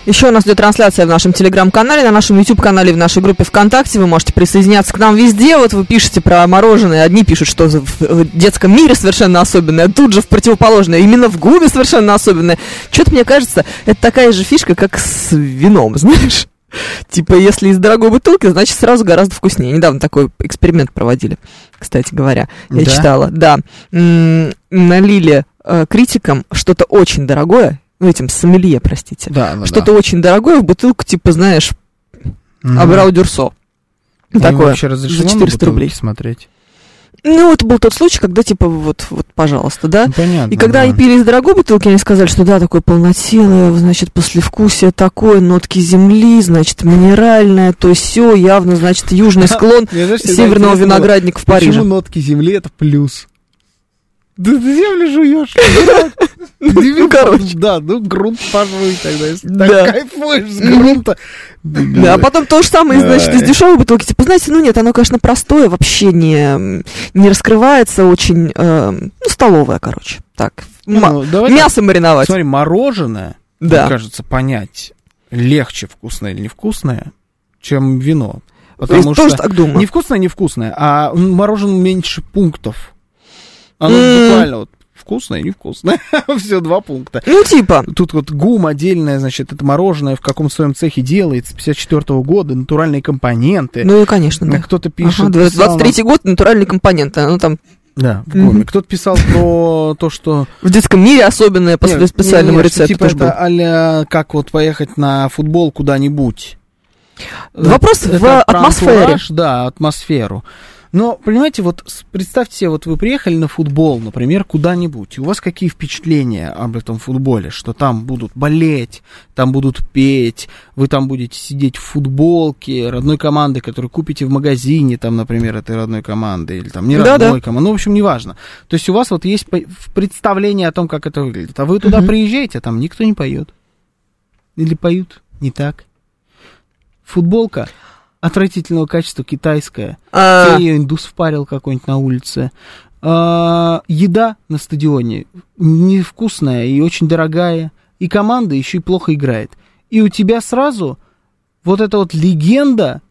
[SPEAKER 3] Еще у нас идет трансляция в нашем телеграм-канале, на нашем YouTube-канале, в нашей группе ВКонтакте. Вы можете присоединяться к нам везде. Вот вы пишете про мороженое. Одни пишут, что в- в детском мире совершенно особенное, а тут же в противоположное. Именно в гуме совершенно особенное. Что-то, мне кажется, это такая же фишка, как с вином, знаешь? Типа, если из дорогой бутылки, значит, сразу гораздо вкуснее. Недавно такой эксперимент проводили, кстати говоря. Я
[SPEAKER 2] Да?
[SPEAKER 3] читала, да. М, Налили э, критикам что-то очень дорогое, ну, этим сомелье, простите,
[SPEAKER 2] Да, типа, ну да,
[SPEAKER 3] что-то очень дорогое в бутылку, типа, знаешь,
[SPEAKER 2] да.
[SPEAKER 3] Абрау Дюрсо.
[SPEAKER 2] А им
[SPEAKER 3] Такое.
[SPEAKER 2] вообще разрешено
[SPEAKER 3] за
[SPEAKER 2] на
[SPEAKER 3] 400
[SPEAKER 2] бутылки
[SPEAKER 3] рублей.
[SPEAKER 2] смотреть.
[SPEAKER 3] Ну, это был тот случай, когда, типа, вот, вот, пожалуйста, да?
[SPEAKER 2] Ну, понятно.
[SPEAKER 3] И когда
[SPEAKER 2] да.
[SPEAKER 3] они пили из дорогой бутылки, они сказали, что да, такое полнотелое, значит, послевкусие такое, нотки земли, значит, минеральное, то все, явно, значит, южный склон
[SPEAKER 2] Мне, знаешь, всегда
[SPEAKER 3] северного
[SPEAKER 2] интересно было,
[SPEAKER 3] виноградника в Париже.
[SPEAKER 2] Почему нотки земли это плюс? Да ты землю жуешь. дурак. Дебил,
[SPEAKER 3] короче.
[SPEAKER 2] Да, ну грунт пожуй тогда, если
[SPEAKER 3] Да.
[SPEAKER 2] так кайфуешь с грунта.
[SPEAKER 3] Да, а потом то же самое, значит, из
[SPEAKER 2] Ай.
[SPEAKER 3] дешевой бутылки. Типа, знаете, ну нет, оно, конечно, простое, вообще не, не раскрывается, очень, э, ну, столовое, короче. Так, ма-
[SPEAKER 2] Ну, давай так.
[SPEAKER 3] мясо мариновать.
[SPEAKER 2] Смотри, мороженое мне
[SPEAKER 3] Да.
[SPEAKER 2] кажется, понять легче вкусное или невкусное, чем вино.
[SPEAKER 3] Я
[SPEAKER 2] Потому
[SPEAKER 3] тоже
[SPEAKER 2] что
[SPEAKER 3] так думаю.
[SPEAKER 2] невкусное невкусное, а мороженое меньше пунктов. Оно
[SPEAKER 3] М.
[SPEAKER 2] буквально вот вкусное невкусное. Все, два пункта.
[SPEAKER 3] Ну, типа,
[SPEAKER 2] Тут вот ГУМ отдельное, значит, это мороженое в каком своем цехе делается, 54 года, натуральные компоненты.
[SPEAKER 3] ну и, конечно,
[SPEAKER 2] Да,
[SPEAKER 3] да.
[SPEAKER 2] Кто-то
[SPEAKER 3] Ага,
[SPEAKER 2] пишет... писал нам-
[SPEAKER 3] 23-й год, натуральные компоненты. Ну, там
[SPEAKER 2] Да, в
[SPEAKER 3] Мгм.
[SPEAKER 2] ГУМе. Кто-то писал про то, что...
[SPEAKER 3] в детском мире особенное по
[SPEAKER 2] Нет,
[SPEAKER 3] специальному
[SPEAKER 2] не-не-не, что
[SPEAKER 3] рецепту
[SPEAKER 2] Типа
[SPEAKER 3] тоже было.
[SPEAKER 2] это а как вот поехать на футбол куда-нибудь.
[SPEAKER 3] Э, Вопрос
[SPEAKER 2] Это
[SPEAKER 3] в
[SPEAKER 2] про
[SPEAKER 3] атмосфере.
[SPEAKER 2] антураж, да, атмосферу. Но, понимаете, вот с- представьте себе, вот вы приехали на футбол, например, куда-нибудь, и у вас какие впечатления об этом футболе, что там будут болеть, там будут петь, вы там будете сидеть в футболке родной команды, которую купите в магазине, там, например, этой родной команды, или там не
[SPEAKER 3] Да,
[SPEAKER 2] родной
[SPEAKER 3] да.
[SPEAKER 2] команды, ну, в общем, неважно. То есть у вас вот есть по- в- представление о том, как это выглядит. А вы туда
[SPEAKER 3] Мгм.
[SPEAKER 2] приезжаете, а там никто не поет. Или поют не так. Футболка отвратительного качества китайская.
[SPEAKER 3] А,
[SPEAKER 2] Тебе ее индус впарил какой-нибудь на улице. А, еда на стадионе невкусная и очень дорогая. И команда еще и плохо играет. И у тебя сразу вот эта вот легенда,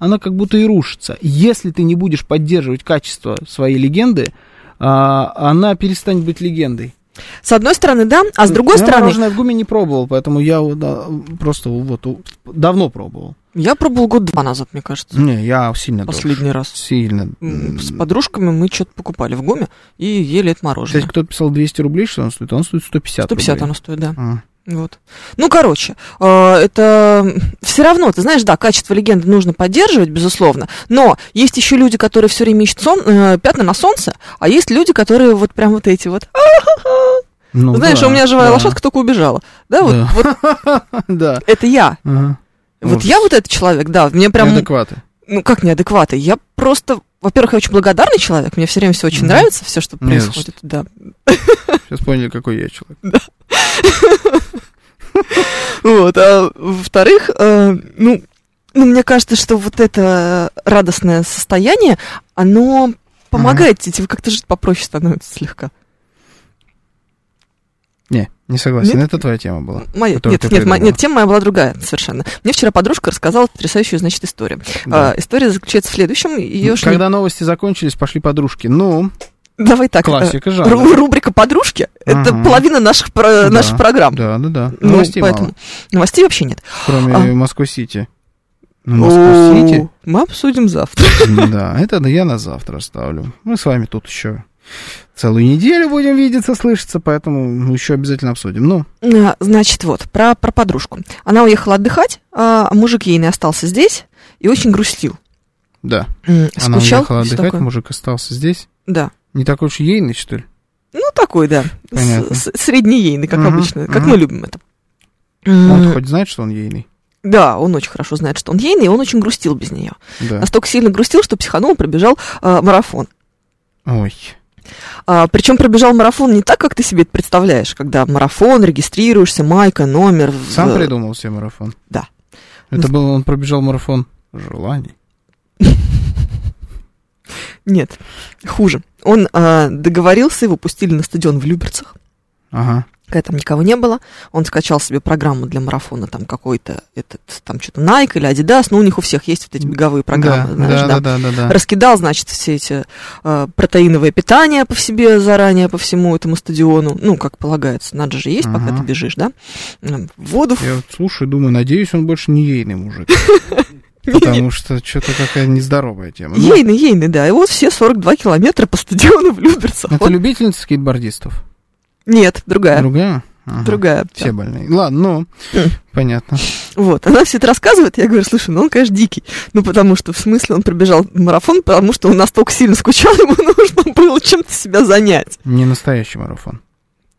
[SPEAKER 2] она как будто и рушится. Если ты не будешь поддерживать качество своей легенды, а, она перестанет быть легендой.
[SPEAKER 3] С одной стороны, да, а с другой
[SPEAKER 2] Ну, я
[SPEAKER 3] стороны,
[SPEAKER 2] мороженое в гуме не пробовал, поэтому я вот, да, просто вот у- давно пробовал.
[SPEAKER 3] я пробовал год два назад, мне кажется,
[SPEAKER 2] Не, я сильно
[SPEAKER 3] последний раз.
[SPEAKER 2] Сильно.
[SPEAKER 3] М, С подружками мы что-то покупали в ГУМе и ели это
[SPEAKER 2] Кстати,
[SPEAKER 3] мороженое.
[SPEAKER 2] кто-то писал 200 рублей, что он стоит, а он стоит 150
[SPEAKER 3] 150
[SPEAKER 2] рублей.
[SPEAKER 3] оно стоит, да.
[SPEAKER 2] А.
[SPEAKER 3] Вот. Ну, короче, э, это все равно, ты знаешь, да, качество легенды нужно поддерживать, безусловно, но есть еще люди, которые все время ищут сон- э, пятна на солнце, а есть люди, которые вот прям вот эти вот.
[SPEAKER 2] Ну
[SPEAKER 3] знаешь,
[SPEAKER 2] да,
[SPEAKER 3] у меня живая
[SPEAKER 2] да.
[SPEAKER 3] лошадка только убежала. Да, вот,
[SPEAKER 2] Да.
[SPEAKER 3] вот
[SPEAKER 2] Да.
[SPEAKER 3] это я.
[SPEAKER 2] Ага.
[SPEAKER 3] Вот
[SPEAKER 2] Ужас.
[SPEAKER 3] я вот этот человек, да, мне прям,
[SPEAKER 2] Неадекваты.
[SPEAKER 3] ну как неадекватный, я просто, во-первых, я очень благодарный человек, мне все время все очень
[SPEAKER 2] Мгм.
[SPEAKER 3] нравится, все, что
[SPEAKER 2] Не за
[SPEAKER 3] происходит, да,
[SPEAKER 2] Сейчас поняли, какой я человек.
[SPEAKER 3] Вот, а во-вторых, э, ну, ну, мне кажется, что вот это радостное состояние, оно помогает тебе как-то жить попроще становится слегка.
[SPEAKER 2] Не, не согласен.
[SPEAKER 3] Нет?
[SPEAKER 2] Это твоя тема была.
[SPEAKER 3] Моя,
[SPEAKER 2] которую
[SPEAKER 3] нет,
[SPEAKER 2] ты
[SPEAKER 3] нет, моя-
[SPEAKER 2] придумала.
[SPEAKER 3] нет, тема моя была другая совершенно. Мне вчера подружка рассказала потрясающую, значит, историю.
[SPEAKER 2] Да. Ну,
[SPEAKER 3] А, история заключается в следующем. Ее шли-
[SPEAKER 2] Когда новости закончились, пошли подружки. Ну,
[SPEAKER 3] Давай так. э,
[SPEAKER 2] классика жанра.
[SPEAKER 3] ру- Рубрика «Подружки» — это
[SPEAKER 2] Мгм.
[SPEAKER 3] половина наших, про-
[SPEAKER 2] Да,
[SPEAKER 3] наших программ.
[SPEAKER 2] Да, да, да.
[SPEAKER 3] Ну,
[SPEAKER 2] Новостей
[SPEAKER 3] поэтому
[SPEAKER 2] мало,
[SPEAKER 3] новостей вообще нет.
[SPEAKER 2] кроме
[SPEAKER 3] А.
[SPEAKER 2] Москва-Сити. Ну, Москва-Сити?
[SPEAKER 3] О, Мы обсудим завтра.
[SPEAKER 2] Да, это да я на завтра оставлю. Мы с вами тут еще целую неделю будем видеться, слышаться, поэтому еще обязательно обсудим. Ну,
[SPEAKER 3] А, Значит, вот, про, про подружку. Она уехала отдыхать, а мужик ейный остался здесь и очень грустил.
[SPEAKER 2] да.
[SPEAKER 3] М,
[SPEAKER 2] Она
[SPEAKER 3] Скучал.
[SPEAKER 2] уехала
[SPEAKER 3] всё
[SPEAKER 2] отдыхать,
[SPEAKER 3] такое.
[SPEAKER 2] мужик остался здесь.
[SPEAKER 3] Да.
[SPEAKER 2] Не такой уж и ейный, что ли?
[SPEAKER 3] Ну, такой, да.
[SPEAKER 2] Понятно.
[SPEAKER 3] С- с- Средний ейный, как
[SPEAKER 2] Мгм,
[SPEAKER 3] обычно, как
[SPEAKER 2] мгм.
[SPEAKER 3] мы любим это.
[SPEAKER 2] Он
[SPEAKER 3] М,
[SPEAKER 2] хоть знает, что он ейный?
[SPEAKER 3] Да, он очень хорошо знает, что он ейный, и он очень грустил без нее.
[SPEAKER 2] Да.
[SPEAKER 3] Настолько сильно грустил, что психанул, пробежал а, марафон.
[SPEAKER 2] Ой.
[SPEAKER 3] причем пробежал марафон не так, как ты себе это представляешь, когда марафон, регистрируешься, майка, номер. в-
[SPEAKER 2] Сам придумал себе марафон?
[SPEAKER 3] Да.
[SPEAKER 2] Это был, он пробежал марафон желаний.
[SPEAKER 3] Нет, хуже. Он а, договорился, его пустили на стадион в Люберцах.
[SPEAKER 2] Ага.
[SPEAKER 3] когда там никого не было, он скачал себе программу для марафона, там какой-то, этот, там что-то Nike или Adidas, ну, у них у всех есть вот эти беговые программы,
[SPEAKER 2] да,
[SPEAKER 3] знаешь,
[SPEAKER 2] да,
[SPEAKER 3] да.
[SPEAKER 2] да, да, да, да.
[SPEAKER 3] Раскидал, значит, все эти э, протеиновое питание по себе заранее, по всему этому стадиону, ну, как полагается, надо же есть, пока
[SPEAKER 2] Ага.
[SPEAKER 3] ты бежишь, да, М, воду,
[SPEAKER 2] Я вот слушаю, думаю, надеюсь, он больше не ейный мужик. Потому что что-то какая нездоровая тема. Ну,
[SPEAKER 3] ейный, ейный, да, и вот все 42 километра по стадиону в Люберцах.
[SPEAKER 2] Ну, Это
[SPEAKER 3] Вот-
[SPEAKER 2] любительница скейтбордистов?
[SPEAKER 3] Нет, другая,
[SPEAKER 2] Другая? Ага.
[SPEAKER 3] Э, другая.
[SPEAKER 2] Все больные. Ладно, ну,
[SPEAKER 3] Хм.
[SPEAKER 2] понятно.
[SPEAKER 3] Вот, она все это рассказывает, я говорю, слушай, ну он, конечно, дикий. Ну, потому что, в смысле, он пробежал марафон, потому что он настолько сильно скучал, ему нужно было чем-то себя занять.
[SPEAKER 2] Не настоящий марафон.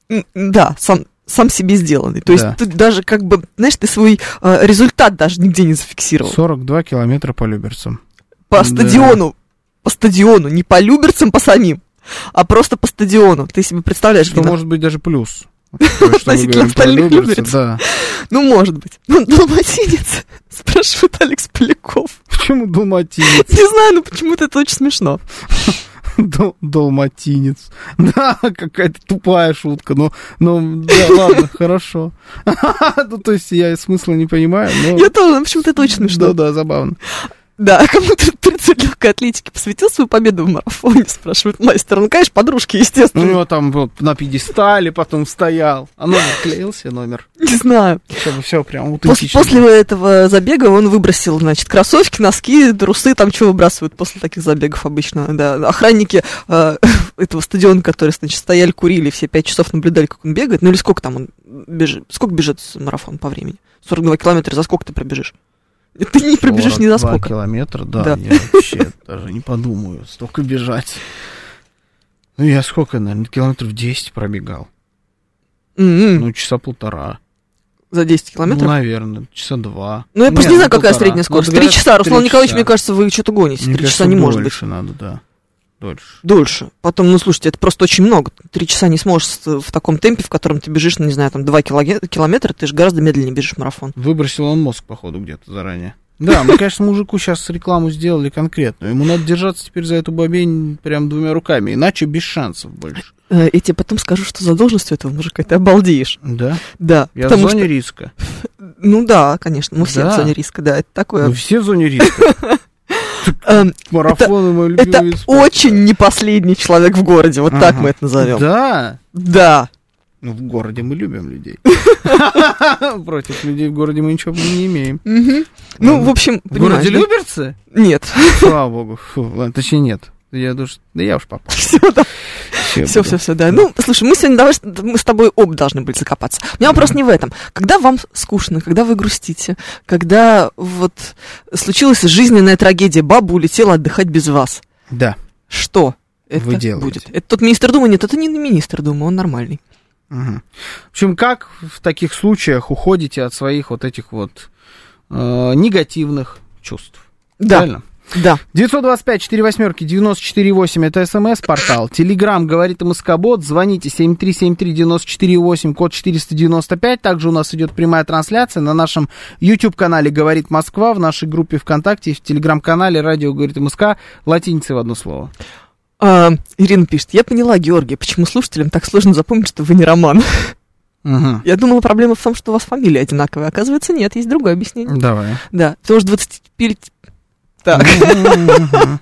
[SPEAKER 3] М, Да, сам, сам себе сделанный. То
[SPEAKER 2] Да.
[SPEAKER 3] есть ты даже как бы, знаешь, ты свой э, результат даже нигде не зафиксировал.
[SPEAKER 2] 42 километра по Люберцам.
[SPEAKER 3] По
[SPEAKER 2] Да.
[SPEAKER 3] стадиону, по стадиону, не по люберцам, по самим, а просто по стадиону. Ты себе представляешь,
[SPEAKER 2] Что
[SPEAKER 3] где на-
[SPEAKER 2] Ну, может быть даже плюс. Вот то, что вы
[SPEAKER 3] Относительно
[SPEAKER 2] говорите про
[SPEAKER 3] остальных
[SPEAKER 2] Люберцы,
[SPEAKER 3] Люберец.
[SPEAKER 2] Да.
[SPEAKER 3] ну, может быть. Ну, долматинец, спрашивает Алекс Поляков. ну,
[SPEAKER 2] Почему Долматинец?
[SPEAKER 3] Не знаю, но почему-то это очень смешно.
[SPEAKER 2] Дал- Далматинец. Да, какая-то тупая шутка, но, но да, ладно, хорошо. Ну, то есть я смысла не понимаю, но...
[SPEAKER 3] Я тоже, ну, почему-то это очень смешно.
[SPEAKER 2] Да, да, забавно.
[SPEAKER 3] Да, кому то 30 легкой атлетики посвятил свою победу в марафоне, спрашивает мастер. Ну, конечно, подружки,
[SPEAKER 2] Ну, У
[SPEAKER 3] естественно.
[SPEAKER 2] него там вот на пьедестале потом стоял. А номер клеился, номер.
[SPEAKER 3] Не знаю.
[SPEAKER 2] Чтобы все прям
[SPEAKER 3] Пос-
[SPEAKER 2] аутентично.
[SPEAKER 3] После этого забега он выбросил, значит, кроссовки, носки, трусы, там что выбрасывают после таких забегов обычно, да. Охранники э, этого стадиона, которые, значит, стояли, курили, все пять часов наблюдали, как он бегает, ну или сколько там он бежит, сколько бежит марафон по времени? 42 километра, за сколько ты пробежишь? Ты не пробежишь ни за
[SPEAKER 2] 42
[SPEAKER 3] сколько.
[SPEAKER 2] километра, да,
[SPEAKER 3] Да.
[SPEAKER 2] я вообще даже не подумаю, столько бежать. Ну, я сколько, наверное, километров 10 пробегал.
[SPEAKER 3] М-м,
[SPEAKER 2] Ну, часа полтора.
[SPEAKER 3] за 10 километров?
[SPEAKER 2] Ну, наверное, часа два.
[SPEAKER 3] Ну, я просто не
[SPEAKER 2] Нет,
[SPEAKER 3] знаю, какая
[SPEAKER 2] полтора.
[SPEAKER 3] средняя
[SPEAKER 2] Ну,
[SPEAKER 3] скорость.
[SPEAKER 2] говорят,
[SPEAKER 3] Три часа, Руслан
[SPEAKER 2] три
[SPEAKER 3] Николаевич,
[SPEAKER 2] часа.
[SPEAKER 3] мне кажется, вы что-то гоните.
[SPEAKER 2] Мне
[SPEAKER 3] Три часа
[SPEAKER 2] кажется,
[SPEAKER 3] не может быть.
[SPEAKER 2] дольше надо, да. Дольше.
[SPEAKER 3] Дольше. Потом, ну, слушайте, это просто очень много. Три часа не сможешь с- в таком темпе, в котором ты бежишь, ну, не знаю, там, два килоге- километра, ты же гораздо медленнее бежишь марафон.
[SPEAKER 2] Выбросил он мозг, походу, где-то заранее. Да, мы, конечно, мужику сейчас рекламу сделали конкретную. Ему надо держаться теперь за эту бобень прям двумя руками, иначе без шансов больше.
[SPEAKER 3] Э, Я тебе потом скажу, что за должность у этого мужика, ты обалдеешь.
[SPEAKER 2] Да?
[SPEAKER 3] Да,
[SPEAKER 2] Я
[SPEAKER 3] потому
[SPEAKER 2] в зоне
[SPEAKER 3] что...
[SPEAKER 2] риска.
[SPEAKER 3] Ну да, конечно, мы все
[SPEAKER 2] Да. Ну,
[SPEAKER 3] в зоне риска, да, это такое.
[SPEAKER 2] Мы все в зоне риска.
[SPEAKER 3] Эм,
[SPEAKER 2] Марафоны мой любимый
[SPEAKER 3] это
[SPEAKER 2] вид спорта.
[SPEAKER 3] очень не последний человек в городе, вот так
[SPEAKER 2] Ага.
[SPEAKER 3] мы это назовем.
[SPEAKER 2] Да.
[SPEAKER 3] да.
[SPEAKER 2] Ну, в городе мы любим людей. Против людей в городе мы ничего не имеем.
[SPEAKER 3] Мгм. Ну,
[SPEAKER 2] Ладно.
[SPEAKER 3] в общем,
[SPEAKER 2] В городе
[SPEAKER 3] понимаешь, да?
[SPEAKER 2] люберцы?
[SPEAKER 3] Нет.
[SPEAKER 2] Слава богу. Фу, ладно, точнее, нет. Я душ... Да я уж попал.
[SPEAKER 3] Все, Все, все, все, да. Ну, слушай, мы сегодня давай, мы с тобой об должны были закопаться. У меня вопрос не в этом. Когда вам скучно, когда вы грустите, когда вот случилась жизненная трагедия, баба улетела отдыхать без вас,
[SPEAKER 2] Да.
[SPEAKER 3] что это
[SPEAKER 2] Вы делаете?
[SPEAKER 3] будет? Это тот министр Думы? Нет, это не министр Думы, он нормальный.
[SPEAKER 2] Мгм. В общем, как в таких случаях уходите от своих вот этих вот э, негативных чувств?
[SPEAKER 3] Да,
[SPEAKER 2] Правильно?
[SPEAKER 3] да.
[SPEAKER 2] 925 4 восьмерки 94,8 это смс-портал. Телеграм говорит МСК-бот. Звоните 7373948, код 495. Также у нас идет прямая трансляция на нашем YouTube-канале «Говорит Москва», в нашей группе ВКонтакте, и в Телеграм-канале «Радио говорит МСК». Латиницей в одно слово.
[SPEAKER 3] А, Ирина пишет, я поняла, Георгия, почему слушателям так сложно запомнить, что вы не Роман.
[SPEAKER 2] Мгм.
[SPEAKER 3] Я думала, проблема в том, что у вас фамилия одинаковая. Оказывается, нет, есть другое объяснение.
[SPEAKER 2] Давай.
[SPEAKER 3] Да, потому что 25... Так.
[SPEAKER 2] Мгм.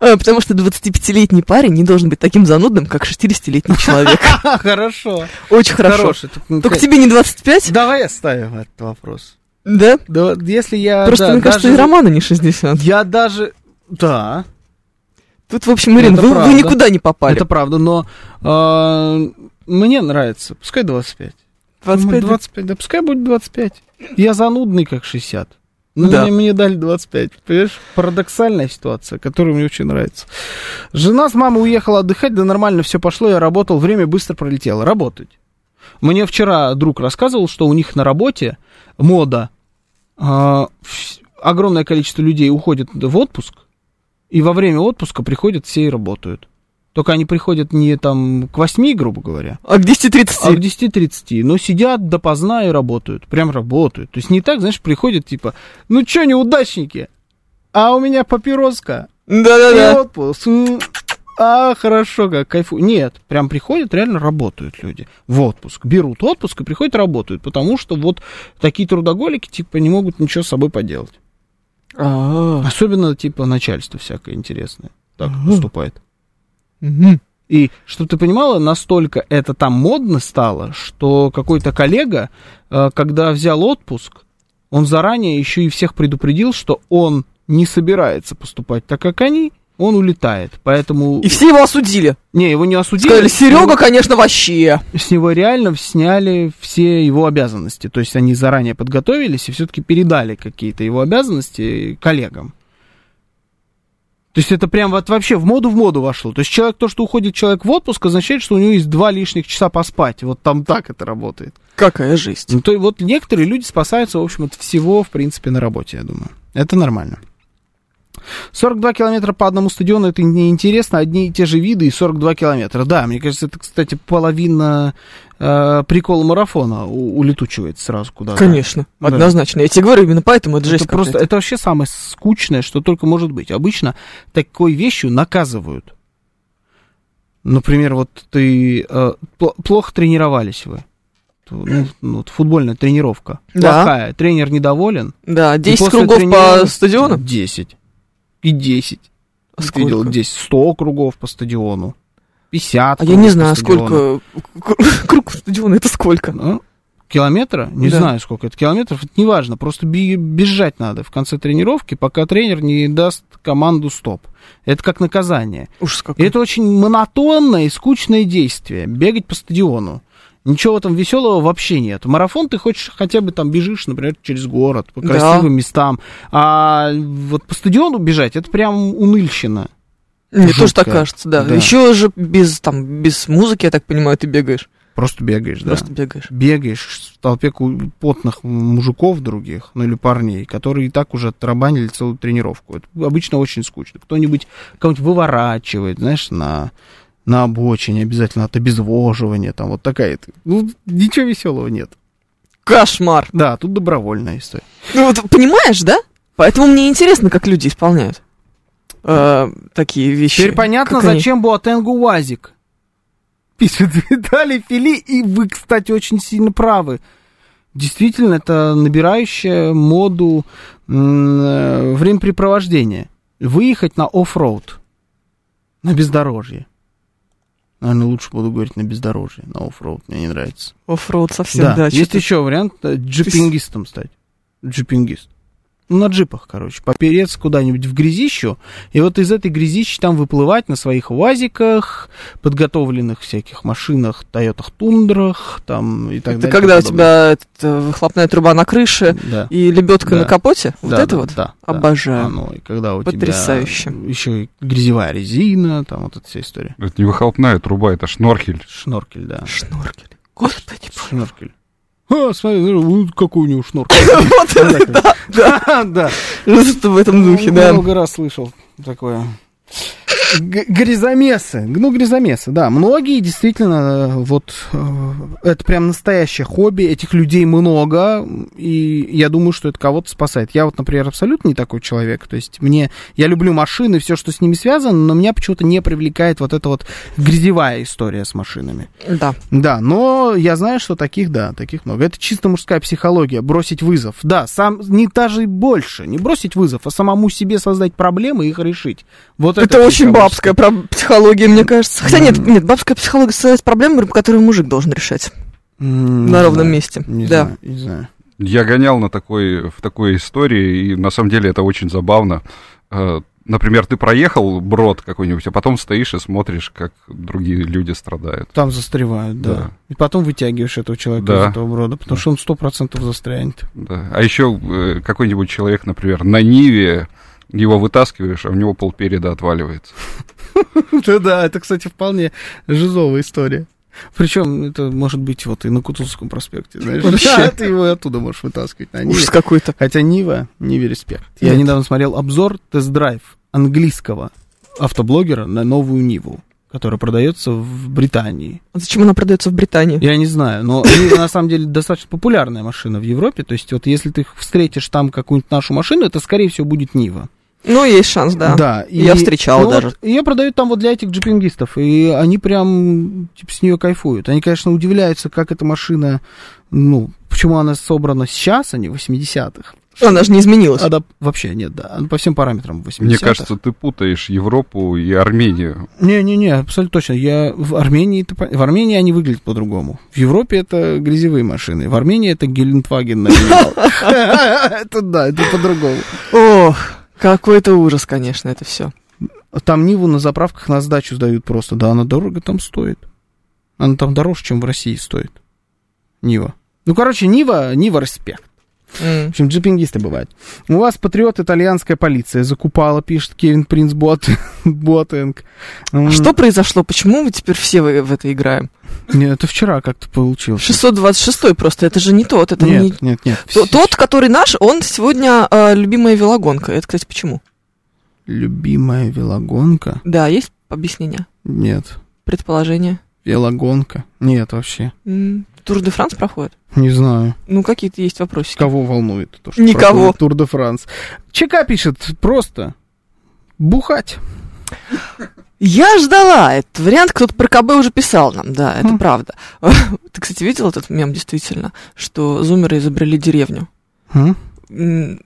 [SPEAKER 3] А, Потому что 25-летний парень не должен быть таким занудным, как 60-летний человек.
[SPEAKER 2] Ха, Хорошо.
[SPEAKER 3] Очень хорошо.
[SPEAKER 2] Хороший.
[SPEAKER 3] Только тебе не 25,
[SPEAKER 2] Давай оставим этот вопрос.
[SPEAKER 3] да?
[SPEAKER 2] Да, если я...
[SPEAKER 3] Просто,
[SPEAKER 2] да,
[SPEAKER 3] мне кажется, и
[SPEAKER 2] даже-
[SPEAKER 3] Романа не 60.
[SPEAKER 2] Я даже... Да,
[SPEAKER 3] Тут, в общем, Ирин,
[SPEAKER 2] Это
[SPEAKER 3] вы, вы
[SPEAKER 2] правда.
[SPEAKER 3] никуда не попали.
[SPEAKER 2] Это правда, но э, мне нравится. Пускай 25. Ну,
[SPEAKER 3] 25,
[SPEAKER 2] 25, да пускай будет 25. Я занудный, как 60. Ну,
[SPEAKER 3] Да.
[SPEAKER 2] мне, мне дали 25. Понимаешь, парадоксальная ситуация, которая мне очень нравится. Жена с мамой уехала отдыхать, да нормально все пошло, я работал, время быстро пролетело. Работать. Мне вчера друг рассказывал, что у них на работе мода. а, вс- огромное количество людей уходит в отпуск, и во время отпуска приходят все и работают. Только они приходят не там к 8, грубо говоря,
[SPEAKER 3] А к 10.30.
[SPEAKER 2] а к 10.30, но сидят допоздна и работают, прям работают. То есть не так, знаешь, приходят типа, ну чё, неудачники, а у меня папироска, и
[SPEAKER 3] Да-да-да.
[SPEAKER 2] отпуск, м, а хорошо, как кайфу. Нет, прям приходят, реально работают люди в отпуск, берут отпуск и приходят работают, потому что вот такие трудоголики типа не могут ничего с собой поделать.
[SPEAKER 3] А,
[SPEAKER 2] Особенно типа начальство всякое интересное так
[SPEAKER 3] Ага.
[SPEAKER 2] поступает. ну,
[SPEAKER 3] мгм.
[SPEAKER 2] И, чтобы ты понимала, настолько это там модно стало, что какой-то коллега, э, когда взял отпуск, он заранее еще и всех предупредил, что он не собирается поступать так, как они, он улетает. Поэтому...
[SPEAKER 3] И все его осудили.
[SPEAKER 2] Не, его не осудили.
[SPEAKER 3] Сказали,
[SPEAKER 2] с него-
[SPEAKER 3] Серега, конечно, вообще.
[SPEAKER 2] С него реально сняли все его обязанности. То есть они заранее подготовились и все-таки передали какие-то его обязанности коллегам. То есть это прям вот вообще в моду в моду вошло. То есть человек, то, что уходит человек в отпуск, означает, что у него есть два лишних часа поспать. Вот там так это работает.
[SPEAKER 3] Какая жесть.
[SPEAKER 2] Ну, то и вот некоторые люди спасаются, в общем, от всего, в принципе, на работе, я думаю. Это нормально. 42 километра по одному стадиону, это неинтересно, одни и те же виды и 42 километра. Да, мне кажется, это, кстати, половина э, прикола марафона у- улетучивается сразу куда-то.
[SPEAKER 3] Конечно,
[SPEAKER 2] Да.
[SPEAKER 3] однозначно. Я тебе говорю, именно поэтому это жесть
[SPEAKER 2] Это просто,
[SPEAKER 3] какая-то.
[SPEAKER 2] это вообще самое скучное, что только может быть. Обычно такой вещью наказывают. Например, вот ты... э, пл- плохо тренировались вы. Ну, ну, вот футбольная тренировка.
[SPEAKER 3] Да.
[SPEAKER 2] Плохая. Тренер недоволен.
[SPEAKER 3] Да,
[SPEAKER 2] И
[SPEAKER 3] 10
[SPEAKER 2] после
[SPEAKER 3] кругов
[SPEAKER 2] тренировки-
[SPEAKER 3] по стадиону?
[SPEAKER 2] 10. И 10.
[SPEAKER 3] А
[SPEAKER 2] Ты делал
[SPEAKER 3] сколько?
[SPEAKER 2] 10. 100 кругов по стадиону. 50
[SPEAKER 3] А я
[SPEAKER 2] кругов
[SPEAKER 3] не
[SPEAKER 2] по
[SPEAKER 3] знаю,
[SPEAKER 2] стадиону.
[SPEAKER 3] сколько... Круг стадиона это сколько?
[SPEAKER 2] Ну, километра? Не
[SPEAKER 3] Да.
[SPEAKER 2] знаю, сколько это километров. Это неважно. Просто би- бежать надо в конце тренировки, пока тренер не даст команду стоп. Это как наказание.
[SPEAKER 3] Уж
[SPEAKER 2] И
[SPEAKER 3] сколько.
[SPEAKER 2] это очень монотонное и скучное действие. Бегать по стадиону. Ничего в этом веселого вообще нет. Марафон ты хочешь хотя бы там бежишь, например, через город, по
[SPEAKER 3] Да.
[SPEAKER 2] красивым местам. А вот по стадиону бежать, это прям уныльщина.
[SPEAKER 3] Мне тоже
[SPEAKER 2] жутко.
[SPEAKER 3] так кажется, да.
[SPEAKER 2] Да.
[SPEAKER 3] Еще же без, там, без музыки, я так понимаю, ты бегаешь.
[SPEAKER 2] Просто бегаешь, да.
[SPEAKER 3] Просто бегаешь.
[SPEAKER 2] бегаешь в толпе ку- потных мужиков других, ну или парней, которые и так уже оттарабанили целую тренировку. Это обычно очень скучно. Кто-нибудь кого-нибудь выворачивает, знаешь, на, на обочине обязательно от обезвоживания, там вот такая. это. Ну, ничего веселого нет.
[SPEAKER 3] Кошмар.
[SPEAKER 2] Да, тут добровольная история.
[SPEAKER 3] Ну вот понимаешь, да? Поэтому мне интересно, как люди исполняют э, такие вещи.
[SPEAKER 2] Теперь понятно,
[SPEAKER 3] Как они-
[SPEAKER 2] зачем Буатенгу УАЗик. Пишет Виталий Фили, и вы, кстати, очень сильно правы. Действительно, это набирающее моду м, э, времяпрепровождение. Выехать на оффроуд, на бездорожье. Наверное, лучше буду говорить на бездорожье, на оффроуд, мне не нравится.
[SPEAKER 3] Оффроуд совсем, да.
[SPEAKER 2] да, есть
[SPEAKER 3] чё-то-
[SPEAKER 2] еще вариант э, джипингистом стать. Джипингист. Ну, на джипах, короче, попереться куда-нибудь в грязищу, и вот из этой грязищи там выплывать на своих УАЗиках, подготовленных всяких машинах, Тойотах Тундрах, там и так
[SPEAKER 3] Это
[SPEAKER 2] далее.
[SPEAKER 3] когда
[SPEAKER 2] и
[SPEAKER 3] у
[SPEAKER 2] тому
[SPEAKER 3] тебя этот, э, выхлопная труба на крыше
[SPEAKER 2] подобное. Да.
[SPEAKER 3] и лебедка
[SPEAKER 2] Да.
[SPEAKER 3] на капоте? Вот
[SPEAKER 2] Да,
[SPEAKER 3] это
[SPEAKER 2] да,
[SPEAKER 3] вот?
[SPEAKER 2] да, да.
[SPEAKER 3] Обожаю.
[SPEAKER 2] Оно, и когда у
[SPEAKER 3] Потрясающе.
[SPEAKER 2] тебя еще и грязевая резина, там вот эта вся история.
[SPEAKER 5] Это не выхлопная труба, это шнорхель.
[SPEAKER 2] Шноркель, да.
[SPEAKER 3] Шноркель. Господи.
[SPEAKER 2] Шноркель. А, смотри, ну, какой у него шноркель.
[SPEAKER 3] Вот это, да.
[SPEAKER 2] Да.
[SPEAKER 3] Что-то в этом духе, да.
[SPEAKER 2] Много раз слышал такое. Г- Гризомесы. Ну, гризомесы, да. Многие действительно, э, вот, э, это прям настоящее хобби. Этих людей много, и я думаю, что это кого-то спасает. Я вот, например, абсолютно не такой человек. То есть мне, я люблю машины, все, что с ними связано, но меня почему-то не привлекает вот эта вот грязевая история с машинами.
[SPEAKER 3] Да.
[SPEAKER 2] Да, но я знаю, что таких, да, таких много. Это чисто мужская психология, бросить вызов. Да, сам, не даже больше, не бросить вызов, а самому себе создать проблемы и их решить. Вот это,
[SPEAKER 3] Это очень
[SPEAKER 2] психология.
[SPEAKER 3] бабская прав- психология, мне кажется. Хотя нет, нет, бабская психология создает проблемы, которые мужик должен решать
[SPEAKER 2] М, не
[SPEAKER 3] на ровном
[SPEAKER 2] знаю,
[SPEAKER 3] месте.
[SPEAKER 2] Не
[SPEAKER 3] Да.
[SPEAKER 2] знаю, не знаю.
[SPEAKER 5] Я гонял на такой, в такой истории, и на самом деле это очень забавно. Э, Например, ты проехал брод какой-нибудь, а потом стоишь и смотришь, как другие люди страдают.
[SPEAKER 2] Там застревают, да.
[SPEAKER 5] Да.
[SPEAKER 2] И потом вытягиваешь этого человека
[SPEAKER 5] Да.
[SPEAKER 2] из этого брода, потому что он сто процентов застрянет.
[SPEAKER 5] Да. А еще э, какой-нибудь человек, например, на Ниве, его вытаскиваешь, а у него полпереда отваливается.
[SPEAKER 2] Ну Да, это, кстати, вполне жизовая история. Причем это может быть вот и на Кутузовском проспекте, знаешь.
[SPEAKER 3] Вообще.
[SPEAKER 2] Да, Ты его и оттуда можешь вытаскивать. на ней.
[SPEAKER 3] Ужас какой-то.
[SPEAKER 2] Хотя Нива, Ниве респект. Я
[SPEAKER 3] Нет.
[SPEAKER 2] недавно смотрел обзор тест-драйв английского автоблогера на новую Ниву, которая продается в Британии.
[SPEAKER 3] А Зачем она продается в Британии?
[SPEAKER 2] Я не знаю, но Нива на самом деле достаточно популярная машина в Европе. То есть вот если ты встретишь там какую-нибудь нашу машину, это скорее всего будет Нива.
[SPEAKER 3] Ну, есть шанс, да.
[SPEAKER 2] и-
[SPEAKER 3] Я встречал
[SPEAKER 2] ну,
[SPEAKER 3] даже.
[SPEAKER 2] вот ее продают там вот для этих джипингистов, и они прям типа, с нее кайфуют. Они, конечно, удивляются, как эта машина, ну, почему она собрана сейчас, а не в 80-х.
[SPEAKER 3] Она же не изменилась.
[SPEAKER 2] Она вообще нет, да. Она по всем параметрам 80
[SPEAKER 5] Мне кажется, ты путаешь Европу и Армению.
[SPEAKER 2] Не-не-не, абсолютно точно. Я в Армении... это пон- В Армении они выглядят по-другому. В Европе это грязевые машины. В Армении это Гелендваген на Реал. Это да, это по-другому.
[SPEAKER 3] Ох, какой-то ужас, конечно, это все.
[SPEAKER 2] Там Ниву на заправках на сдачу сдают просто. Да, она дорого там стоит. Она там дороже, чем в России стоит. Нива. Ну, короче, Нива, Нива респект. В общем, джипингисты бывают. У вас патриот итальянская полиция закупала, пишет Кевин Принц Бот, Ботинг. М,
[SPEAKER 3] А Что произошло? Почему мы теперь все в в это играем?
[SPEAKER 2] Не, это вчера как-то получилось.
[SPEAKER 3] 626 просто, это же не тот, это ну, не...
[SPEAKER 2] Нет, нет, нет.
[SPEAKER 3] То- Тот, который наш, он сегодня э, любимая велогонка. Это, кстати, почему?
[SPEAKER 2] Любимая велогонка?
[SPEAKER 3] Да, есть объяснение,
[SPEAKER 2] Нет.
[SPEAKER 3] предположение.
[SPEAKER 2] Велогонка? Нет, вообще.
[SPEAKER 3] М, Тур де Франс проходит?
[SPEAKER 2] Не знаю.
[SPEAKER 3] Ну, какие-то есть вопросики.
[SPEAKER 2] Кого волнует то, что
[SPEAKER 3] Никого.
[SPEAKER 2] проходит Тур де Франс. ЧК пишет просто бухать.
[SPEAKER 3] Я ждала этот вариант, кто-то про КБ уже писал нам, да, это правда. Ты, кстати, видел этот мем действительно, что зумеры изобрели деревню?
[SPEAKER 2] М?
[SPEAKER 3] М,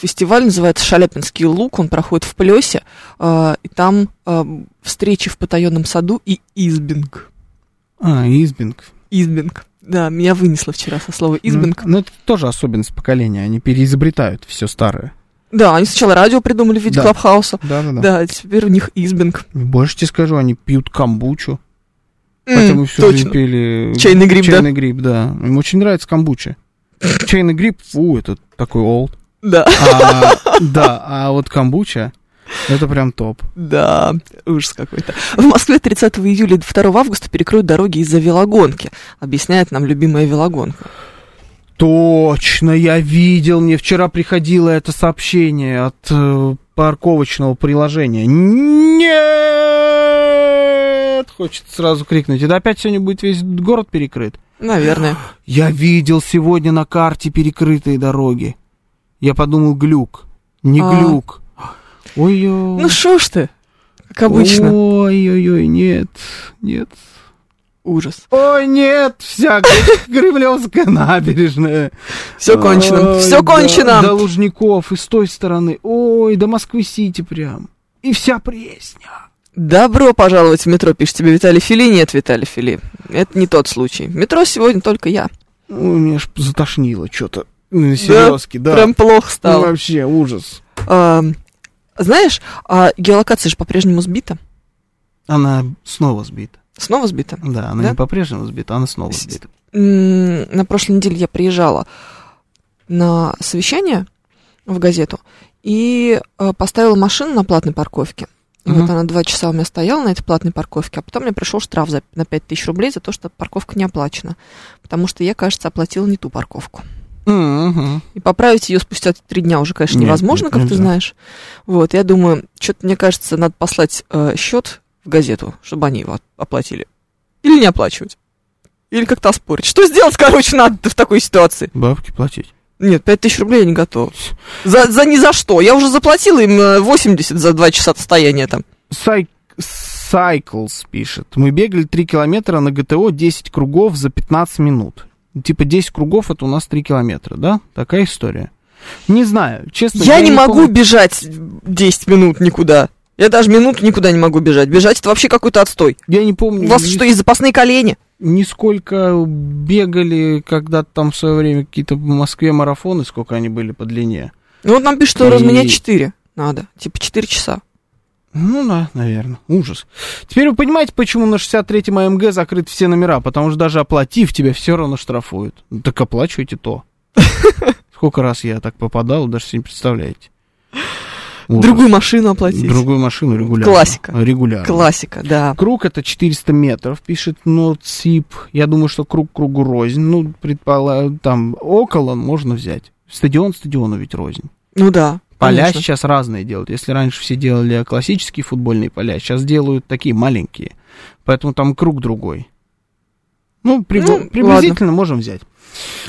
[SPEAKER 3] Фестиваль называется «Шаляпинский лук», он проходит в Плесе, э, и там э, встречи в потаенном саду и избинг.
[SPEAKER 2] А, избинг.
[SPEAKER 3] Избинг. Да, меня вынесло вчера со слова избинг.
[SPEAKER 2] Ну, ну, это тоже особенность поколения. Они переизобретают все старое.
[SPEAKER 3] Да, они сначала радио придумали в виде
[SPEAKER 2] Да.
[SPEAKER 3] клабхауса.
[SPEAKER 2] Да, да,
[SPEAKER 3] Да, теперь у них избинг.
[SPEAKER 2] Больше тебе скажу, они пьют камбучу.
[SPEAKER 3] М,
[SPEAKER 2] хотя мы всю жизнь
[SPEAKER 3] Точно.
[SPEAKER 2] пили...
[SPEAKER 3] Чайный гриб, да?
[SPEAKER 2] Чайный гриб, да. Им очень нравится камбуча. Чайный гриб, фу, это такой олд.
[SPEAKER 3] Да.
[SPEAKER 2] А, да, а вот камбуча, это прям топ.
[SPEAKER 3] Да, ужас какой-то. В Москве 30 июля и 2 августа перекроют дороги из-за велогонки, объясняет нам любимая велогонка.
[SPEAKER 2] Точно, я видел, мне вчера приходило это сообщение от э, парковочного приложения. Нет! Хочется сразу крикнуть. Это опять сегодня будет весь город перекрыт.
[SPEAKER 3] Наверное.
[SPEAKER 2] Я видел сегодня на карте перекрытые дороги. Я подумал, глюк. Не
[SPEAKER 3] А.
[SPEAKER 2] глюк. Ой-ой.
[SPEAKER 3] Ну шо ж ты, как обычно.
[SPEAKER 2] Ой-ой-ой, нет, нет.
[SPEAKER 3] Ужас.
[SPEAKER 2] Ой, нет, вся Гри- Кремлевская набережная.
[SPEAKER 3] Все кончено,
[SPEAKER 2] Ой,
[SPEAKER 3] все
[SPEAKER 2] да, До
[SPEAKER 3] кончено.
[SPEAKER 2] Лужников и с той стороны. Ой, до Москвы-Сити прям. И вся Пресня.
[SPEAKER 3] Добро пожаловать в метро, пишет тебе Виталий Фили. Нет, Виталий Фили, это не тот случай. В метро сегодня только я.
[SPEAKER 2] Ой, меня ж затошнило что-то. На серьезке, да.
[SPEAKER 3] Прям плохо
[SPEAKER 2] Ну,
[SPEAKER 3] стало.
[SPEAKER 2] вообще ужас.
[SPEAKER 3] А, Знаешь, а геолокация же по-прежнему сбита.
[SPEAKER 2] Она снова сбита.
[SPEAKER 3] Снова сбита.
[SPEAKER 2] Да, она
[SPEAKER 3] Да?
[SPEAKER 2] не по-прежнему сбита, она снова
[SPEAKER 3] С-
[SPEAKER 2] сбита.
[SPEAKER 3] М, на прошлой неделе я приезжала на совещание в газету и э, поставила машину на платной парковке. И
[SPEAKER 2] Мгм.
[SPEAKER 3] Вот она два часа у меня стояла на этой платной парковке, а потом мне пришел штраф за, на 5000 рублей за то, что парковка не оплачена. Потому что я, кажется, оплатила не ту парковку. И поправить ее спустя три дня уже, конечно,
[SPEAKER 2] Нет,
[SPEAKER 3] невозможно,
[SPEAKER 2] нет,
[SPEAKER 3] как ты
[SPEAKER 2] нельзя.
[SPEAKER 3] знаешь. Вот, я думаю, что-то, мне кажется, надо послать счет в газету, чтобы они его от- оплатили. Или не оплачивать. Или как-то оспорить. Что сделать, короче, надо в такой ситуации?
[SPEAKER 2] Бабки платить.
[SPEAKER 3] Нет, пять тысяч рублей я не готова. За, за ни за что. Я уже заплатила им э, 80 за два часа отстояния там.
[SPEAKER 2] Cycles пишет. Мы бегали 3 километра на ГТО 10 кругов за 15 минут. Типа 10 кругов это у нас 3 километра, да? Такая история. Не знаю, честно.
[SPEAKER 3] Я, не могу
[SPEAKER 2] Ну, помню.
[SPEAKER 3] бежать 10 минут никуда. Я даже минуту никуда не могу бежать. Бежать это вообще какой-то отстой.
[SPEAKER 2] Я не помню.
[SPEAKER 3] У вас
[SPEAKER 2] ни-
[SPEAKER 3] что, есть запасные колени?
[SPEAKER 2] ни сколько бегали когда-то там в свое время какие-то в Москве марафоны, сколько они были по длине.
[SPEAKER 3] Ну вот нам пишут, что
[SPEAKER 2] И-
[SPEAKER 3] разменять 4 надо. Типа 4 часа.
[SPEAKER 2] Ну да, наверное. Ужас. Теперь вы понимаете, почему на 63-м АМГ закрыты все номера, потому что даже оплатив, тебя все равно штрафуют. Ну, Так оплачивайте то. Сколько раз я так попадал, даже себе не представляете. Ужас.
[SPEAKER 3] Другую машину оплатить.
[SPEAKER 2] Другую машину регулярно.
[SPEAKER 3] Классика.
[SPEAKER 2] Регулярно.
[SPEAKER 3] Классика, да.
[SPEAKER 2] Круг это 400 метров, пишет Ноцip. Я думаю, что круг кругу рознь. Ну, предполагаю, там около можно взять. Стадион стадиону ведь рознь.
[SPEAKER 3] Ну да.
[SPEAKER 2] Поля
[SPEAKER 3] конечно.
[SPEAKER 2] сейчас разные делают. Если раньше все делали классические футбольные поля, сейчас делают такие маленькие. Поэтому там круг другой. Ну, приб-
[SPEAKER 3] Ну,
[SPEAKER 2] приблизительно можем взять.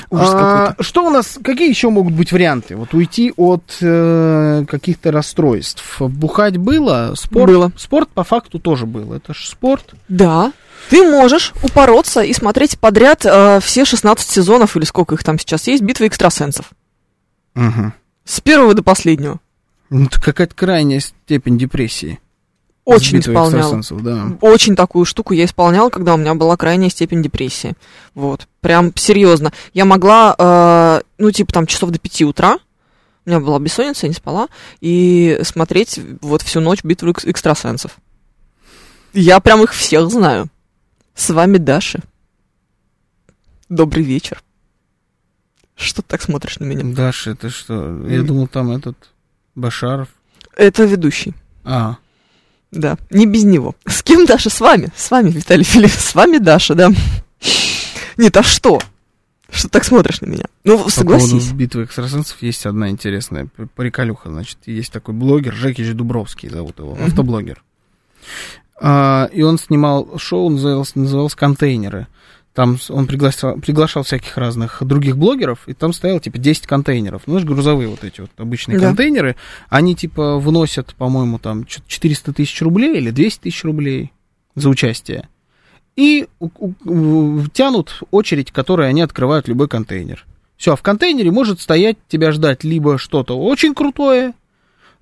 [SPEAKER 3] Ужас
[SPEAKER 2] А,
[SPEAKER 3] какой-то.
[SPEAKER 2] что у нас, какие еще могут быть варианты? Вот уйти от э, каких-то расстройств. Бухать было, спорт,
[SPEAKER 3] Было.
[SPEAKER 2] спорт по факту тоже был. Это же спорт.
[SPEAKER 3] Да. Ты можешь упороться и смотреть подряд э, все 16 сезонов, или сколько их там сейчас есть, битвы экстрасенсов. С первого до последнего.
[SPEAKER 2] Ну, это какая-то крайняя степень депрессии.
[SPEAKER 3] Очень
[SPEAKER 2] Сбитого
[SPEAKER 3] исполняла.
[SPEAKER 2] экстрасенсов, да.
[SPEAKER 3] Очень такую штуку я исполняла, когда у меня была крайняя степень депрессии. Вот. Прям серьезно. Я могла, э, ну, типа там часов до 5 утра, у меня была бессонница, я не спала, и смотреть вот всю ночь битву экс- экстрасенсов. Я прям их всех знаю. С вами Даша. Добрый вечер. Что ты так смотришь на меня?
[SPEAKER 2] Даша, это что? Я думал, там этот Башаров.
[SPEAKER 3] Это ведущий.
[SPEAKER 2] А,
[SPEAKER 3] Да, не без него. С кем Даша? С вами. С вами, Виталий Филипп. С вами Даша, да. Нет, а что? Что ты так смотришь на меня? Ну,
[SPEAKER 2] По
[SPEAKER 3] согласись.
[SPEAKER 2] поводу битвы экстрасенсов есть одна интересная п- приколюха. Значит, есть такой блогер, Жекич Дубровский зовут его,
[SPEAKER 3] Мгм.
[SPEAKER 2] автоблогер. А, и он снимал шоу, называлось, называлось «Контейнеры». Там с- он приглашал, приглашал всяких разных других блогеров, и там стояло, типа, 10 контейнеров. Ну, знаешь, грузовые вот эти вот обычные
[SPEAKER 3] Да.
[SPEAKER 2] контейнеры. Они, типа, выносят, по-моему, там чё- 400 тысяч рублей или 200 тысяч рублей за участие. И у- у- у- тянут очередь, которой они открывают любой контейнер. Все, а в контейнере может стоять, тебя ждать либо что-то очень крутое,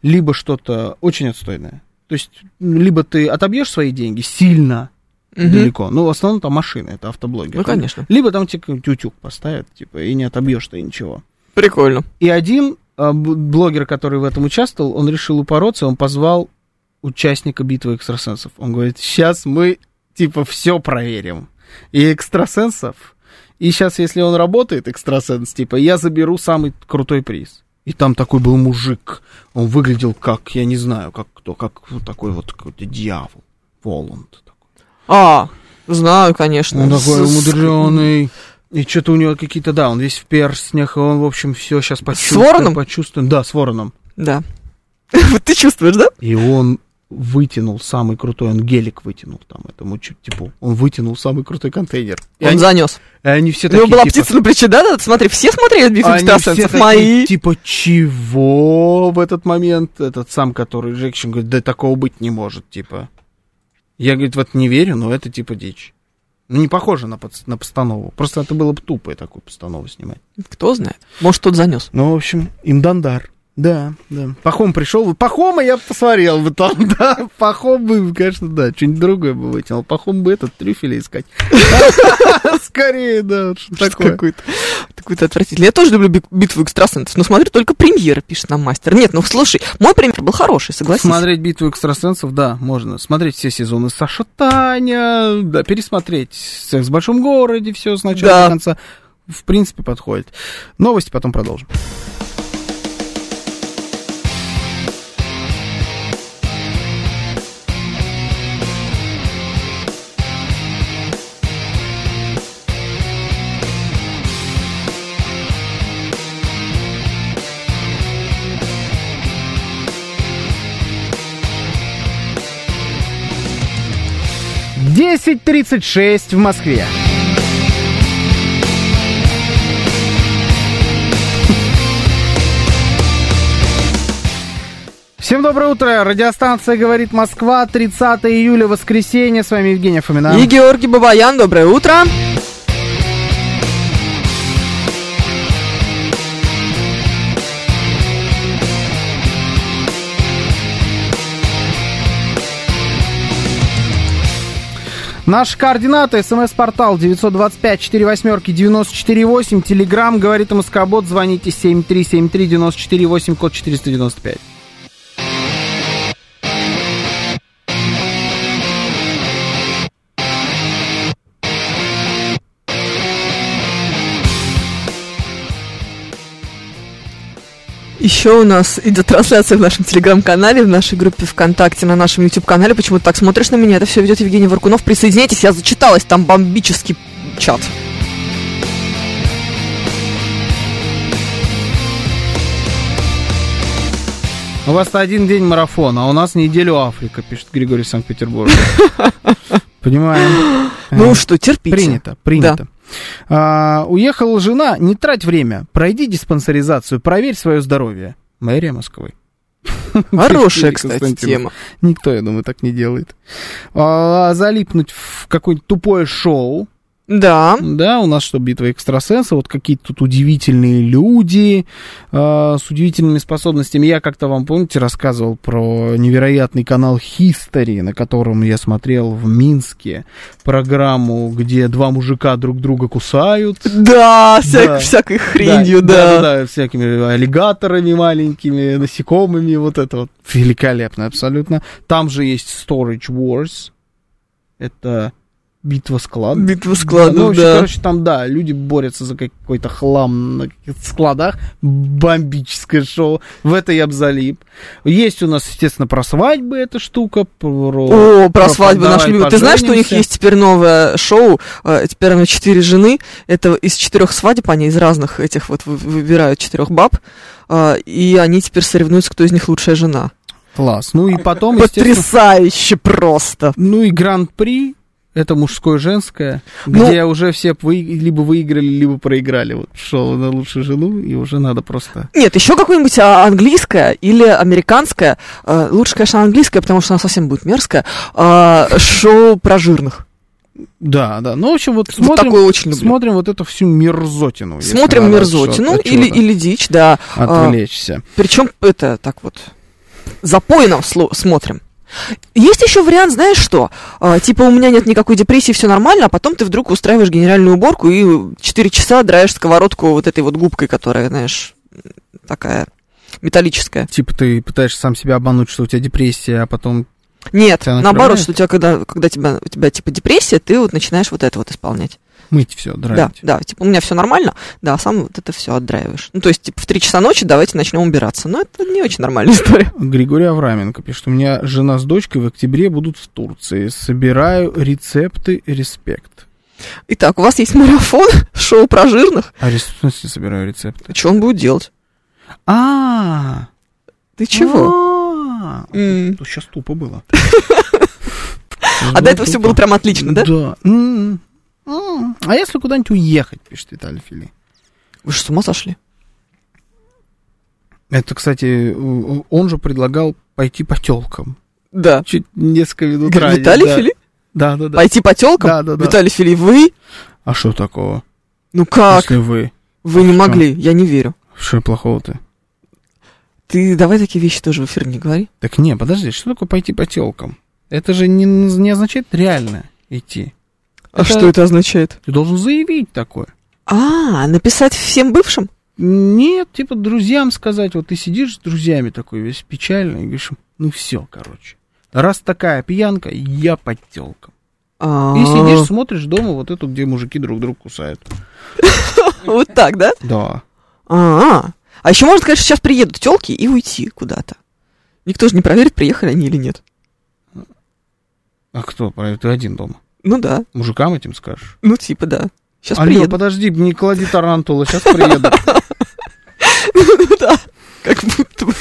[SPEAKER 2] либо что-то очень отстойное. То есть, м, либо ты отобьешь свои деньги сильно
[SPEAKER 3] Мгм.
[SPEAKER 2] далеко. Ну, в основном там машины, это автоблогер.
[SPEAKER 3] Ну, конечно.
[SPEAKER 2] Либо там тебе какой-нибудь утюг поставят, типа, и не отобьешь ты ничего.
[SPEAKER 3] Прикольно.
[SPEAKER 2] И один а, б- блогер, который в этом участвовал, он решил упороться, он позвал участника битвы экстрасенсов. Он говорит, сейчас мы, типа, все проверим. И экстрасенсов. И сейчас, если он работает, экстрасенс, типа, я заберу самый крутой приз. И там такой был мужик. Он выглядел как, я не знаю, как кто, как вот такой вот какой-то дьявол. Воланд.
[SPEAKER 3] А, знаю, конечно.
[SPEAKER 2] Он Ну,
[SPEAKER 3] С-
[SPEAKER 2] такой
[SPEAKER 3] с-
[SPEAKER 2] умудренный. И что-то у него какие-то, да, он весь в перстнях, и он, в общем, все сейчас почувствует.
[SPEAKER 3] вороном?
[SPEAKER 2] Почувствует, да, с вороном.
[SPEAKER 3] Да. Вот ты чувствуешь, да?
[SPEAKER 2] И он вытянул самый крутой, он гелик вытянул там этому чу- типу. Он вытянул самый крутой контейнер. И
[SPEAKER 3] Он
[SPEAKER 2] они,
[SPEAKER 3] занес.
[SPEAKER 2] и они все
[SPEAKER 3] У него
[SPEAKER 2] такие,
[SPEAKER 3] была
[SPEAKER 2] типа,
[SPEAKER 3] птица на плече, да? да? Смотри, все смотрели битву
[SPEAKER 2] они все
[SPEAKER 3] экстрасенсов?
[SPEAKER 2] такие,
[SPEAKER 3] Мои.
[SPEAKER 2] типа, чего в этот момент? Этот сам, который Джексон, говорит, да такого быть не может, типа. Я, говорит, в это не верю, но это, типа, дичь. Ну, не похоже на, подс- на постанову. Просто это было бы тупо такую постанову снимать.
[SPEAKER 3] Кто знает? Может, тот занес.
[SPEAKER 2] Ну, в общем, им Дандар. Да, да. Пахом пришел. Пахома я посмотрел бы там, да. Пахом бы, конечно, да, что-нибудь другое бы вытянул. Пахом бы этот трюфеля искать. Скорее, да, вот что такое.
[SPEAKER 3] Какой-то какой-то отвратительный. Я тоже люблю бит- битву экстрасенсов, но смотрю только премьеры, пишет нам мастер. Нет, ну слушай, мой премьер был хороший, согласись.
[SPEAKER 2] Смотреть битву экстрасенсов, да, можно. Смотреть все сезоны Саша Таня, да, пересмотреть секс в большом городе, все с начала
[SPEAKER 3] Да.
[SPEAKER 2] до конца. В принципе, подходит. Новости потом продолжим. Десять тридцать шесть в Москве. Всем доброе утро. Радиостанция «Говорит Москва», 30 июля, воскресенье. С вами Евгения Фомина.
[SPEAKER 3] И Георгий Бабаян, доброе утро.
[SPEAKER 2] Наши координаты. СМС-портал 925-48-94-8. Телеграмм «Говорит Москобот». Звоните 7373-94-8, код 495.
[SPEAKER 3] Еще у нас идет трансляция в нашем телеграм-канале, в нашей группе ВКонтакте, на нашем YouTube-канале. Почему ты так смотришь на меня? Это все ведет Евгений Варкунов. Присоединяйтесь, я зачиталась, там бомбический чат.
[SPEAKER 2] У вас один день марафона, а у нас неделю Африка, пишет Григорий из Санкт-Петербурга. Понимаем. Эм,
[SPEAKER 3] Ну что, терпите.
[SPEAKER 2] Принято, принято. А, уехала жена, не трать время, пройди диспансеризацию, проверь свое здоровье. Мэрия Москвы.
[SPEAKER 3] Хорошая,
[SPEAKER 2] Евгений
[SPEAKER 3] кстати,
[SPEAKER 2] Константинов.
[SPEAKER 3] тема.
[SPEAKER 2] Никто, я думаю, так не делает. А, залипнуть в какое-нибудь тупое шоу.
[SPEAKER 3] Да.
[SPEAKER 2] Да, у нас что, битва экстрасенсов, вот какие-то тут удивительные люди э, с удивительными способностями. Я как-то вам, помните, рассказывал про невероятный канал History, на котором я смотрел в Минске программу, где два мужика друг друга кусают.
[SPEAKER 3] Да, вся-
[SPEAKER 2] Да.
[SPEAKER 3] всякой хренью,
[SPEAKER 2] Да,
[SPEAKER 3] да.
[SPEAKER 2] да, всякими аллигаторами маленькими, насекомыми, вот это вот. Великолепно абсолютно. Там же есть Storage Wars. Это битва складов.
[SPEAKER 3] Битва
[SPEAKER 2] Ну,
[SPEAKER 3] складов,
[SPEAKER 2] вообще,
[SPEAKER 3] да.
[SPEAKER 2] короче, там, да, люди борются за какой-то хлам на каких-то складах. Бомбическое шоу. В это я б залип. Есть у нас, естественно, про свадьбы эта штука. Про...
[SPEAKER 3] О, про
[SPEAKER 2] Просто
[SPEAKER 3] свадьбу
[SPEAKER 2] давай
[SPEAKER 3] нашу любимую. Ты знаешь, что у них
[SPEAKER 2] поженимся.
[SPEAKER 3] есть теперь новое шоу, э, теперь оно «Четыре жены». Это из четырех свадеб, они из разных этих вот вы- выбирают четырех баб, э, и они теперь соревнуются, кто из них лучшая жена.
[SPEAKER 2] Класс. Ну и потом, естественно...
[SPEAKER 3] Потрясающе просто!
[SPEAKER 2] Ну и гран-при это мужское женское,
[SPEAKER 3] Ну-
[SPEAKER 2] где уже все вы- либо выиграли, либо проиграли. Вот шел на лучшую жену, и уже надо просто.
[SPEAKER 3] Нет, еще какое-нибудь а, английское или американское. э, Лучше, конечно, английское, потому что оно совсем будет мерзкое. а, Шоу про жирных.
[SPEAKER 2] Да, да. Ну, в общем, вот
[SPEAKER 3] Вот
[SPEAKER 2] смотрим,
[SPEAKER 3] такое очень люблю.
[SPEAKER 2] смотрим вот эту всю мерзотину. если
[SPEAKER 3] Смотрим
[SPEAKER 2] надо
[SPEAKER 3] мерзотину
[SPEAKER 2] от
[SPEAKER 3] или,
[SPEAKER 2] чего-то
[SPEAKER 3] или а, дичь, да.
[SPEAKER 2] отвлечься.
[SPEAKER 3] Причем это так вот запойно сло- смотрим. Есть еще вариант, знаешь что? А, типа у меня нет никакой депрессии, все нормально, а потом ты вдруг устраиваешь генеральную уборку и 4 часа драешь сковородку вот этой вот губкой, которая, знаешь, такая металлическая.
[SPEAKER 2] Типа ты пытаешься сам себя обмануть, что у тебя депрессия, а потом
[SPEAKER 3] Нет,
[SPEAKER 2] Тебя
[SPEAKER 3] наоборот,
[SPEAKER 2] накрывает?
[SPEAKER 3] что у тебя, когда, когда тебя, у тебя типа депрессия, ты вот начинаешь вот это вот исполнять.
[SPEAKER 2] мыть все, драить.
[SPEAKER 3] Да, да, типа у меня все нормально, да, а сам вот это все отдраиваешь. Ну, то есть, типа в 3 часа ночи давайте начнем убираться. Но это не очень нормальная история.
[SPEAKER 2] Григорий Авраменко пишет, у меня жена с дочкой в октябре будут в Турции. Собираю рецепты, респект.
[SPEAKER 3] Итак, у вас есть марафон, шоу про жирных.
[SPEAKER 2] А рес- в смысле собираю рецепт?
[SPEAKER 3] Что он будет делать?
[SPEAKER 2] А,
[SPEAKER 3] Ты чего? А. М.
[SPEAKER 2] Сейчас Ну, тупо было.
[SPEAKER 3] А до этого все было прям отлично, да?
[SPEAKER 2] Да. М. М. А если куда-нибудь уехать, пишет Виталий Фили.
[SPEAKER 3] Вы же с ума сошли?
[SPEAKER 2] Это, кстати, у- у- он же предлагал пойти по телкам.
[SPEAKER 3] Да.
[SPEAKER 2] Чуть несколько
[SPEAKER 3] Ну,
[SPEAKER 2] минут ранее,
[SPEAKER 3] Виталий
[SPEAKER 2] да.
[SPEAKER 3] Фили?
[SPEAKER 2] Да, да, да.
[SPEAKER 3] Пойти по телкам?
[SPEAKER 2] Да, да, да.
[SPEAKER 3] Виталий Фили, вы?
[SPEAKER 2] А что такого?
[SPEAKER 3] Ну как?
[SPEAKER 2] Если вы.
[SPEAKER 3] Вы не
[SPEAKER 2] что?
[SPEAKER 3] могли, я не верю.
[SPEAKER 2] Что плохого-то?
[SPEAKER 3] Ты давай такие вещи тоже в эфир не говори.
[SPEAKER 2] Так не, подожди, что такое пойти по телкам? Это же не, не означает реально идти.
[SPEAKER 3] А
[SPEAKER 2] Это-
[SPEAKER 3] что это означает?
[SPEAKER 2] Ты должен заявить такое.
[SPEAKER 3] А, написать всем бывшим?
[SPEAKER 2] Нет, типа друзьям сказать, вот ты сидишь с друзьями такой весь печальный, и говоришь, ну все, короче. Раз такая пьянка, я под телком.
[SPEAKER 3] А,
[SPEAKER 2] И сидишь, смотришь дома вот эту, где мужики друг друга кусают.
[SPEAKER 3] Вот так, да?
[SPEAKER 2] Да.
[SPEAKER 3] А, а еще можно, конечно, сейчас приедут телки и уйти куда-то. Никто же не проверит, приехали они или нет.
[SPEAKER 2] А кто? про- Ты один дома.
[SPEAKER 3] Ну да,
[SPEAKER 2] Мужикам этим скажешь?
[SPEAKER 3] ну типа да. Сейчас
[SPEAKER 2] Алло,
[SPEAKER 3] приедут.
[SPEAKER 2] подожди, не клади тарантула, сейчас приеду.
[SPEAKER 3] Да, как будто бы.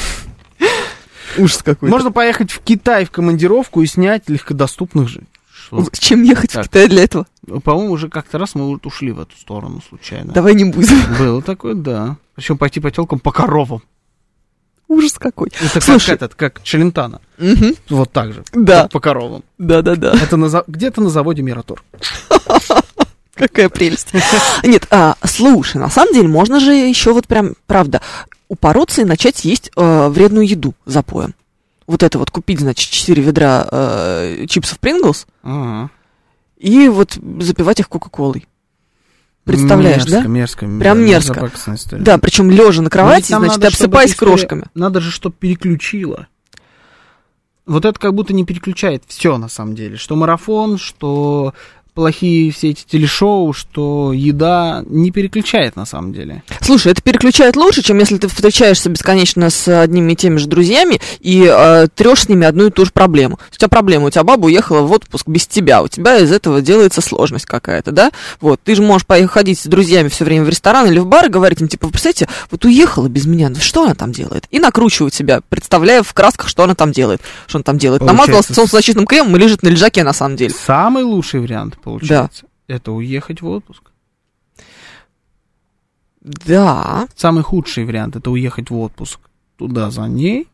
[SPEAKER 3] Ужас какой-то.
[SPEAKER 2] Можно поехать в Китай в командировку и снять легкодоступных же. Что?
[SPEAKER 3] С Чем ехать
[SPEAKER 2] Так.
[SPEAKER 3] в Китай для этого?
[SPEAKER 2] По-моему, уже как-то раз мы вот ушли в эту сторону случайно.
[SPEAKER 3] Давай не будем.
[SPEAKER 2] Было такое, да. Причем пойти по телкам по коровам.
[SPEAKER 3] Ужас какой.
[SPEAKER 2] Это
[SPEAKER 3] Слушай.
[SPEAKER 2] как этот, как Челентано.
[SPEAKER 3] Мгм.
[SPEAKER 2] Вот так же.
[SPEAKER 3] Да.
[SPEAKER 2] как по коровам.
[SPEAKER 3] Да, да, да.
[SPEAKER 2] Это на за- где-то на заводе Мираторг.
[SPEAKER 3] Какая прелесть. Нет, а, слушай, на самом деле можно же еще вот прям, правда, упороться и начать есть э, вредную еду запоем. Вот это вот купить, значит, 4 ведра э, чипсов Принглс и вот запивать их Кока-Колой. Представляешь,
[SPEAKER 2] мерзко,
[SPEAKER 3] да?
[SPEAKER 2] Мерзко,
[SPEAKER 3] Прям
[SPEAKER 2] да,
[SPEAKER 3] мерзко.
[SPEAKER 2] мерзопакостная история.
[SPEAKER 3] Да, причем лежа на
[SPEAKER 2] Но Ну, ведь
[SPEAKER 3] кровати,
[SPEAKER 2] нам
[SPEAKER 3] значит,
[SPEAKER 2] надо, чтобы
[SPEAKER 3] обсыпаясь
[SPEAKER 2] эта история-
[SPEAKER 3] крошками.
[SPEAKER 2] Надо же, чтобы переключило. Вот это как будто не переключает все на самом деле. Что марафон, что плохие все эти телешоу, что еда не переключает на самом деле.
[SPEAKER 3] Слушай, это переключает лучше, чем если ты встречаешься бесконечно с одними и теми же друзьями и э, трешь с ними одну и ту же проблему. У тебя проблема, у тебя баба уехала в отпуск без тебя, у тебя из этого делается сложность какая-то, да? Вот, ты же можешь походить с друзьями все время в ресторан или в бар и говорить им, типа, «Вы представляете, вот уехала без меня, ну что она там делает? И накручивать себя, представляя в красках, что она там делает. Что она там делает?
[SPEAKER 2] Получается,
[SPEAKER 3] Намазалась солнцезащитным кремом и лежит на лежаке на самом деле.
[SPEAKER 2] Самый лучший вариант, получается, это уехать в отпуск.
[SPEAKER 3] Да.
[SPEAKER 2] Самый худший вариант это уехать в отпуск туда за ней.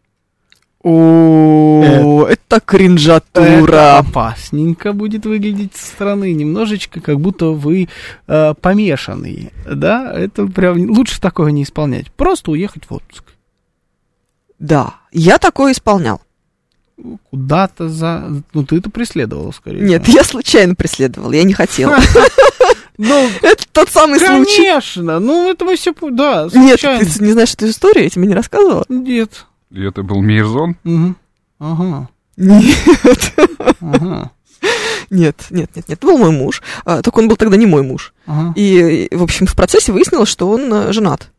[SPEAKER 3] О, это
[SPEAKER 2] Это
[SPEAKER 3] кринжатура.
[SPEAKER 2] опасненько будет выглядеть со стороны, немножечко как будто вы э, помешанные, да? Это прям лучше такое не исполнять. Просто уехать в отпуск
[SPEAKER 3] Да, я такое исполнял.
[SPEAKER 2] куда-то за, ну ты это преследовала скорее.
[SPEAKER 3] Нет, я случайно преследовала, я не хотела.
[SPEAKER 2] ну
[SPEAKER 3] Это тот самый случай.
[SPEAKER 2] конечно, ну это мы все, да,
[SPEAKER 3] Нет,
[SPEAKER 2] случайно.
[SPEAKER 3] ты не знаешь эту историю, я тебе не рассказывала?
[SPEAKER 2] Нет.
[SPEAKER 5] И это был Мирзон.
[SPEAKER 2] Мгм. Ага,
[SPEAKER 3] Нет,
[SPEAKER 2] ага,
[SPEAKER 3] нет, нет, нет, нет. Был мой муж, а, только он был тогда не мой муж.
[SPEAKER 2] ага.
[SPEAKER 3] И, э, в общем, в процессе выяснилось, что он э, женат.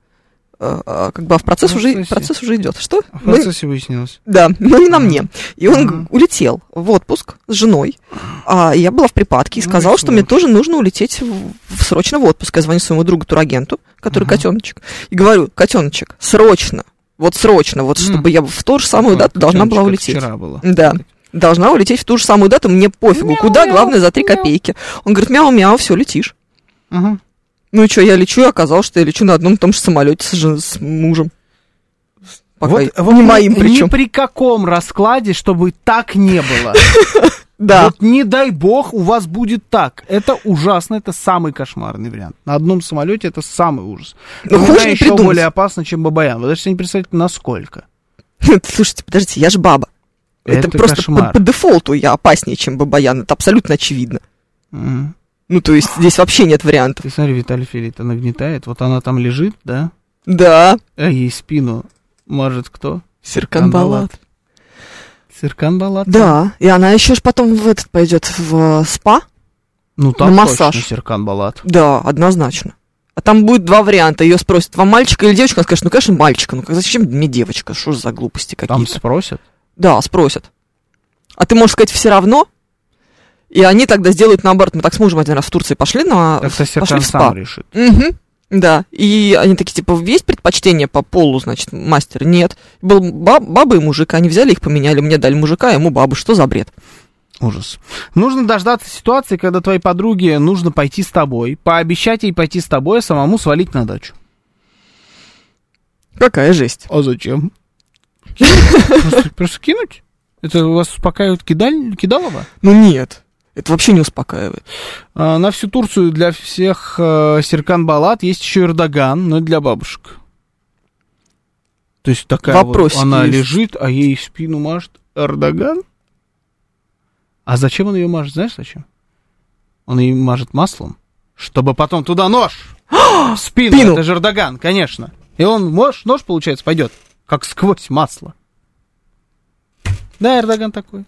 [SPEAKER 3] Э, а, Как бы а в процесс
[SPEAKER 2] В
[SPEAKER 3] уже
[SPEAKER 2] процессе.
[SPEAKER 3] процесс уже идет. Что?
[SPEAKER 2] Ну, А В
[SPEAKER 3] Ну,
[SPEAKER 2] процессе выяснилось.
[SPEAKER 3] Да, но не на мне. И он
[SPEAKER 2] Ага.
[SPEAKER 3] улетел в отпуск с женой. А я была в припадке и
[SPEAKER 2] Ну и
[SPEAKER 3] сказала, что мне
[SPEAKER 2] сволочь.
[SPEAKER 3] тоже нужно улететь в- в- срочно в отпуск. Я звоню своему другу турагенту, который
[SPEAKER 2] Ага.
[SPEAKER 3] котеночек, и говорю, котеночек, срочно, вот срочно, вот
[SPEAKER 2] М.
[SPEAKER 3] чтобы я в ту же самую
[SPEAKER 2] Вот,
[SPEAKER 3] дату должна была
[SPEAKER 2] девчоночка,
[SPEAKER 3] улететь.
[SPEAKER 2] Вчера было.
[SPEAKER 3] Да. должна улететь в ту же самую дату, мне пофигу, куда, главное, за 3 копейки. Он говорит, мяу-мяу, все, летишь.
[SPEAKER 2] Мгм.
[SPEAKER 3] Ну и что, я лечу, и оказалось, что я лечу на одном и том же самолете с, жен- с мужем. Пока
[SPEAKER 2] Вот-
[SPEAKER 3] и-
[SPEAKER 2] вот
[SPEAKER 3] не
[SPEAKER 2] Ну, ни-
[SPEAKER 3] моим причем.
[SPEAKER 2] Ни при каком раскладе, чтобы так не было.
[SPEAKER 3] Да.
[SPEAKER 2] Вот не дай бог у вас будет так. Это ужасно, это самый кошмарный вариант. На одном самолете это самый ужас.
[SPEAKER 3] Ну,
[SPEAKER 2] Куда
[SPEAKER 3] хуже не
[SPEAKER 2] еще
[SPEAKER 3] придумать.
[SPEAKER 2] более опасно, чем Бабаян. Вы даже себе не представляете, насколько.
[SPEAKER 3] Слушайте, подождите, я же баба. Это,
[SPEAKER 2] Это
[SPEAKER 3] просто по,
[SPEAKER 2] кошмар.
[SPEAKER 3] по дефолту я опаснее, чем Бабаян. Это абсолютно очевидно.
[SPEAKER 2] М.
[SPEAKER 3] Ну, то есть здесь вообще нет вариантов.
[SPEAKER 2] Ты смотри, Виталий Филит, она нагнетает. Вот она там лежит, да?
[SPEAKER 3] Да.
[SPEAKER 2] А ей спину может кто?
[SPEAKER 3] Серкан Балат.
[SPEAKER 2] Серкан Балат.
[SPEAKER 3] Да, и она еще ж потом в этот пойдет в э, спа.
[SPEAKER 2] Ну там
[SPEAKER 3] На
[SPEAKER 2] точно
[SPEAKER 3] массаж.
[SPEAKER 2] Серкан Балат.
[SPEAKER 3] Да, однозначно. А там будет два варианта. Ее спросят, вам мальчика или девочка? Она скажет, ну, конечно, мальчика. Ну, как- зачем мне девочка? Что ж за глупости какие-то?
[SPEAKER 2] Там спросят.
[SPEAKER 3] Да, спросят. А ты можешь сказать все равно, и они тогда сделают наоборот. Мы так с мужем один раз в Турции пошли на...
[SPEAKER 2] Так что
[SPEAKER 3] пошли
[SPEAKER 2] Серкан
[SPEAKER 3] в спа.
[SPEAKER 2] сам решит.
[SPEAKER 3] Мгм, Да, и они такие, типа, есть предпочтение по полу, значит, мастер? Нет. Был ба- баба и мужик, они взяли их, поменяли, мне дали мужика, ему бабу, что за бред?
[SPEAKER 2] Ужас. Нужно дождаться ситуации, когда твоей подруге нужно пойти с тобой, пообещать ей пойти с тобой, а самому свалить на дачу.
[SPEAKER 3] Какая жесть.
[SPEAKER 2] А зачем? Просто, просто кинуть? Это вас успокаивает кидаль, кидалово?
[SPEAKER 3] Ну нет, это вообще не успокаивает.
[SPEAKER 2] А, на всю Турцию для всех э, Серкан Балат есть еще Эрдоган, но это для бабушек. То есть такая вот
[SPEAKER 3] Вопросики
[SPEAKER 2] она
[SPEAKER 3] есть.
[SPEAKER 2] лежит, а ей спину мажет Эрдоган? А зачем он ее мажет? Знаешь зачем? Он ее мажет маслом, чтобы потом туда нож! в спину!
[SPEAKER 3] Спину!
[SPEAKER 2] Это же Эрдоган, конечно. И он, мож, нож, получается, пойдет, как сквозь масло. Да, Эрдоган такой.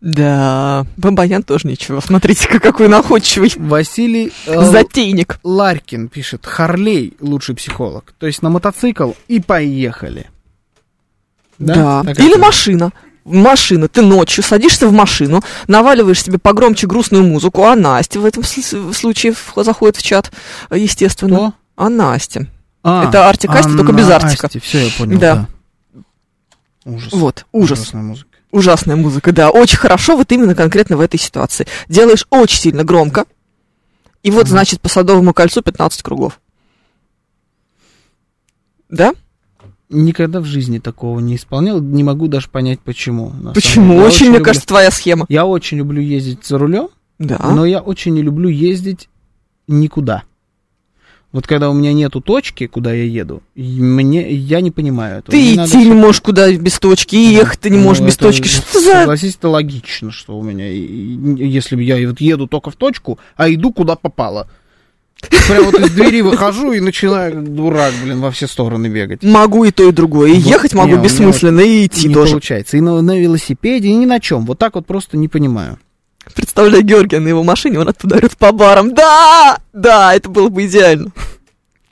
[SPEAKER 3] Да, Бабаян тоже ничего. Смотрите-ка, какой находчивый
[SPEAKER 2] Василий э,
[SPEAKER 3] затейник.
[SPEAKER 2] Ларкин пишет, Харлей лучший психолог. То есть на мотоцикл и поехали.
[SPEAKER 3] Или
[SPEAKER 2] Так А это.
[SPEAKER 3] машина. Машина. Ты ночью садишься в машину, наваливаешь себе погромче грустную музыку, а Настя в этом сл- случае в- заходит в чат, э, естественно.
[SPEAKER 2] Кто?
[SPEAKER 3] А Настя.
[SPEAKER 2] А,
[SPEAKER 3] Это Артик Асти, только без
[SPEAKER 2] Анна
[SPEAKER 3] Артика.
[SPEAKER 2] Асти, все, я понял,
[SPEAKER 3] Да.
[SPEAKER 2] да. Ужас.
[SPEAKER 3] Вот, ужас.
[SPEAKER 2] Ужасная музыка.
[SPEAKER 3] Ужасная музыка, да. Очень хорошо, вот именно конкретно в этой ситуации. Делаешь очень сильно громко. И вот,
[SPEAKER 2] Ага.
[SPEAKER 3] значит, по садовому кольцу 15 кругов. Да?
[SPEAKER 2] Никогда в жизни такого не исполнял, не могу даже понять, почему. на самом
[SPEAKER 3] Почему?
[SPEAKER 2] деле. Я
[SPEAKER 3] очень, мне
[SPEAKER 2] люблю-
[SPEAKER 3] кажется, А? твоя схема.
[SPEAKER 2] Я очень люблю ездить за рулем,
[SPEAKER 3] Да.
[SPEAKER 2] но я очень не люблю ездить никуда. Вот когда у меня нету точки, куда я еду, и мне я не понимаю этого.
[SPEAKER 3] ты
[SPEAKER 2] Мне
[SPEAKER 3] идти
[SPEAKER 2] надо
[SPEAKER 3] не можешь куда без точки, и
[SPEAKER 2] Да.
[SPEAKER 3] ехать ты не можешь
[SPEAKER 2] Ну,
[SPEAKER 3] без
[SPEAKER 2] это,
[SPEAKER 3] точки.
[SPEAKER 2] ну,
[SPEAKER 3] Что за...
[SPEAKER 2] Согласись, это логично, что у меня, и- и- если бы я и вот еду только в точку, а иду куда попало. Прям вот из двери выхожу и начинаю, как дурак, блин, во все стороны бегать.
[SPEAKER 3] Могу и то, и другое. И
[SPEAKER 2] Вот
[SPEAKER 3] ехать
[SPEAKER 2] не, у
[SPEAKER 3] могу
[SPEAKER 2] меня
[SPEAKER 3] бессмысленно, и идти
[SPEAKER 2] не
[SPEAKER 3] тоже.
[SPEAKER 2] получается. И на, на велосипеде, и ни на чем. Вот так вот просто не понимаю.
[SPEAKER 3] Представляю Георгия на его машине, он оттуда орёт по барам. Да! Да, это было бы идеально.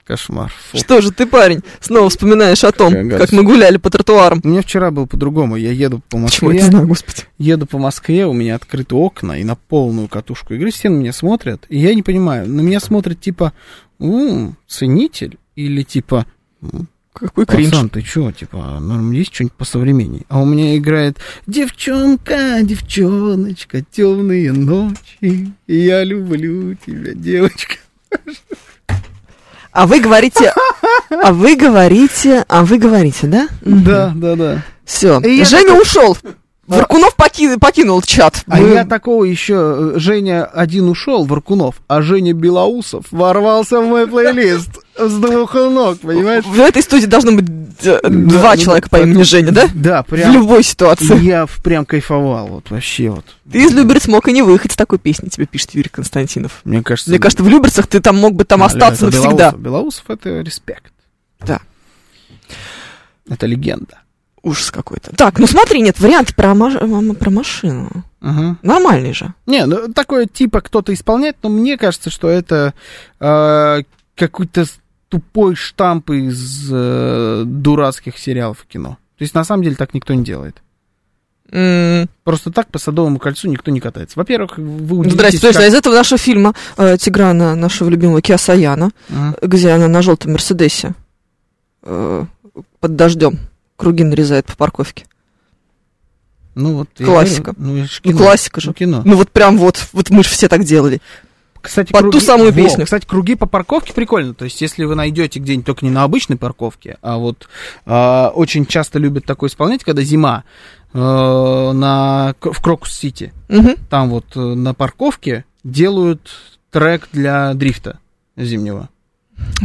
[SPEAKER 2] Кошмар. Фу.
[SPEAKER 3] Что же ты, парень, снова вспоминаешь о том,
[SPEAKER 2] Какая
[SPEAKER 3] как
[SPEAKER 2] гадость.
[SPEAKER 3] мы гуляли по тротуарам.
[SPEAKER 2] У меня вчера было по-другому. Я еду по
[SPEAKER 3] Почему я
[SPEAKER 2] Москве.
[SPEAKER 3] не знаю, господи.
[SPEAKER 2] еду по Москве, у меня открыты окна и на полную катушку игры, все на меня смотрят, и я не понимаю, на меня смотрят типа, «М, ценитель, или типа, «М,
[SPEAKER 3] Какой кринж.
[SPEAKER 2] пацан, ты чё, типа, норм, есть что-нибудь посовременней? А у меня играет «Девчонка, девчоночка, темные ночи, я люблю тебя, девочка».
[SPEAKER 3] А вы говорите... А вы говорите... А вы говорите, да?
[SPEAKER 2] Да, да, да.
[SPEAKER 3] Все.
[SPEAKER 2] И я
[SPEAKER 3] Женя ушел. Варкунов поки- покинул чат.
[SPEAKER 2] А
[SPEAKER 3] Мы-
[SPEAKER 2] я такого еще, э, Женя один ушел, Варкунов, а Женя Белоусов ворвался в мой плейлист с двух ног, понимаешь?
[SPEAKER 3] В этой студии должно быть э, два
[SPEAKER 2] ну,
[SPEAKER 3] человека по
[SPEAKER 2] так-
[SPEAKER 3] имени Женя, да?
[SPEAKER 2] Да,
[SPEAKER 3] В
[SPEAKER 2] прям.
[SPEAKER 3] любой ситуации.
[SPEAKER 2] Я в- прям кайфовал, вот вообще вот.
[SPEAKER 3] Ты из Люберц мог и не выехать с такой песни, тебе пишет Юрий Константинов.
[SPEAKER 2] Мне кажется,
[SPEAKER 3] Мне кажется, в Люберцах ты там мог бы там
[SPEAKER 2] Бля,
[SPEAKER 3] остаться
[SPEAKER 2] это
[SPEAKER 3] навсегда.
[SPEAKER 2] Белоусов, Белоусов это респект.
[SPEAKER 3] Да.
[SPEAKER 2] Это легенда.
[SPEAKER 3] Ужас какой-то. Так, ну смотри, нет, вариант про, маш- м- про машину.
[SPEAKER 2] Ага.
[SPEAKER 3] Нормальный же.
[SPEAKER 2] Не, ну такое типа кто-то исполняет, но мне кажется, что это э, какой-то с- тупой штамп из э, дурацких сериалов и кино. То есть на самом деле так никто не делает.
[SPEAKER 3] М,
[SPEAKER 2] Просто так по Садовому кольцу никто не катается. Во-первых, вы удивитесь,
[SPEAKER 3] Здрасте, точно,
[SPEAKER 2] как-
[SPEAKER 3] из этого нашего фильма э, Тиграна, нашего любимого Киасаяна,
[SPEAKER 2] Ага.
[SPEAKER 3] где она на желтом Мерседесе э, под дождем круги нарезает по парковке.
[SPEAKER 2] Ну, вот, я
[SPEAKER 3] Классика.
[SPEAKER 2] говорю, ну, это ж
[SPEAKER 3] Ну,
[SPEAKER 2] кино.
[SPEAKER 3] классика же.
[SPEAKER 2] Ну, кино.
[SPEAKER 3] Ну вот прям вот, вот мы же все так делали.
[SPEAKER 2] Кстати,
[SPEAKER 3] Под ту самую песню.
[SPEAKER 2] Кстати, круги по парковке прикольно. То есть, если вы найдете где-нибудь только не на обычной парковке, а вот а, очень часто любят такое исполнять, когда зима э, на, К- в Крокус-Сити.
[SPEAKER 3] Мгм.
[SPEAKER 2] Там вот э, на парковке делают трек для дрифта зимнего.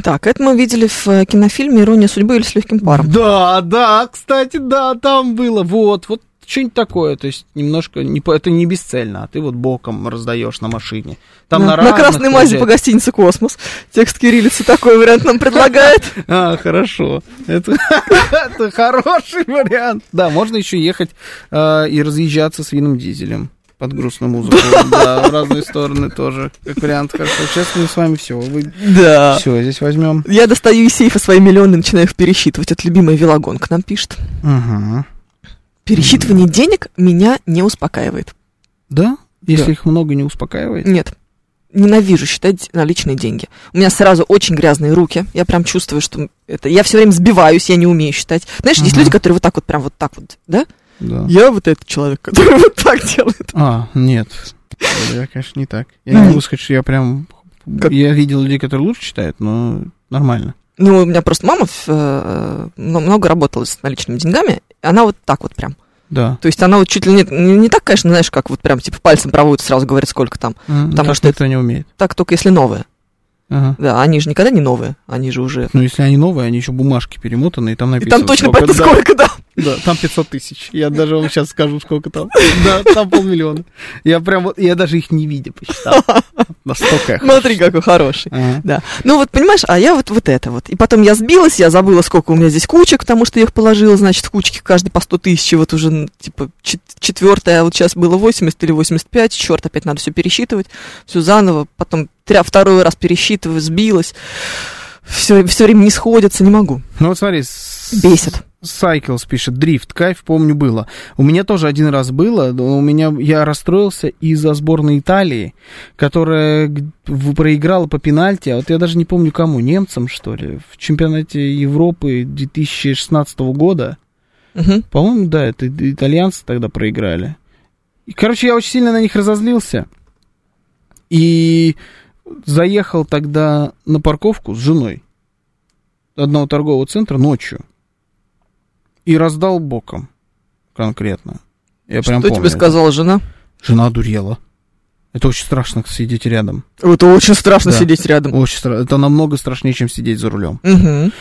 [SPEAKER 3] Так, это мы видели в э, кинофильме «Ирония судьбы» или «С легким паром».
[SPEAKER 2] Да, да, кстати, да, там было. Вот, вот что-нибудь такое. То есть, немножко, не, по- это не бесцельно, а ты вот боком раздаешь на машине. Там
[SPEAKER 3] Да.
[SPEAKER 2] на, разных
[SPEAKER 3] красной мазе
[SPEAKER 2] хозяев-
[SPEAKER 3] по гостинице «Космос». Текст кириллицы такой вариант нам предлагает.
[SPEAKER 2] А, хорошо. Это, это хороший вариант. Да, можно еще ехать э, и разъезжаться с винным дизелем под грустную музыку. Да, в разные стороны тоже. Как вариант, хорошо. Сейчас мы с вами все. Вы...
[SPEAKER 3] Да.
[SPEAKER 2] Все, здесь возьмем.
[SPEAKER 3] Я достаю из сейфа свои миллионы и начинаю их пересчитывать. Это любимая Велогон к нам пишет.
[SPEAKER 2] Ага.
[SPEAKER 3] Пересчитывание денег меня не успокаивает.
[SPEAKER 2] Да? Если
[SPEAKER 3] Да.
[SPEAKER 2] их много не успокаивает.
[SPEAKER 3] Нет. Ненавижу считать наличные деньги. У меня сразу очень грязные руки. Я прям чувствую, что это. Я все время сбиваюсь, я не умею считать. Знаешь, есть
[SPEAKER 2] Ага.
[SPEAKER 3] люди, которые вот так вот, прям вот так вот, да?
[SPEAKER 2] Да.
[SPEAKER 3] Я вот этот человек, который вот так делает.
[SPEAKER 2] А, нет. Я, конечно, не так. Я не могу сказать, что я прям...
[SPEAKER 3] Как?
[SPEAKER 2] Я видел людей, которые лучше читают, но нормально.
[SPEAKER 3] Ну, у меня просто мама э, мно- много работала с наличными деньгами. и Она вот так вот прям.
[SPEAKER 2] Да.
[SPEAKER 3] То есть она вот чуть ли не, не, не так, конечно, знаешь, как вот прям типа пальцем проводит, сразу говорит, сколько там.
[SPEAKER 2] М,
[SPEAKER 3] Потому
[SPEAKER 2] так
[SPEAKER 3] что
[SPEAKER 2] никто не умеет.
[SPEAKER 3] Так только если новые.
[SPEAKER 2] Ага.
[SPEAKER 3] Да, они же никогда не новые, они же уже.
[SPEAKER 2] Ну, если они новые, они еще бумажки перемотаны, и там
[SPEAKER 3] И
[SPEAKER 2] написано.
[SPEAKER 3] там точно понятно,
[SPEAKER 2] да.
[SPEAKER 3] сколько, да.
[SPEAKER 2] Да, там 500 тысяч. Я даже вам сейчас скажу, сколько там. Да, там полмиллиона. Я прям вот, я даже их не видя посчитал. Настолько я хорош.
[SPEAKER 3] Смотри, какой хороший.
[SPEAKER 2] Ага.
[SPEAKER 3] Да. Ну вот, понимаешь, а я вот, вот это вот. И потом я сбилась, я забыла, сколько у меня здесь кучек, потому что я их положила, значит, в кучке каждый по 100 тысяч, и вот уже, ну, типа, чет- четвертая, а вот сейчас было 80 или 85, черт, опять надо все пересчитывать, все заново, потом тря- второй раз пересчитываю, сбилась, все, все время не сходится, не могу.
[SPEAKER 2] Ну вот смотри, с-
[SPEAKER 3] Бесит.
[SPEAKER 2] Cycles пишет, дрифт, кайф, помню, было. У меня тоже один раз было, но у меня, я расстроился из-за сборной Италии, которая г- в- проиграла по пенальти, а вот я даже не помню кому, немцам, что ли, в чемпионате Европы 2016 года.
[SPEAKER 3] Мгм.
[SPEAKER 2] По-моему, да, это и- итальянцы тогда проиграли. И, короче, я очень сильно на них разозлился. И заехал тогда на парковку с женой одного торгового центра ночью. И раздал боком конкретно. Я прям
[SPEAKER 3] Что
[SPEAKER 2] помню
[SPEAKER 3] тебе
[SPEAKER 2] это.
[SPEAKER 3] сказала жена?
[SPEAKER 2] Жена дурела. Это очень страшно сидеть рядом.
[SPEAKER 3] Это очень страшно
[SPEAKER 2] Да.
[SPEAKER 3] сидеть рядом.
[SPEAKER 2] Очень стра- Это намного страшнее, чем сидеть за рулем.
[SPEAKER 3] Мгм.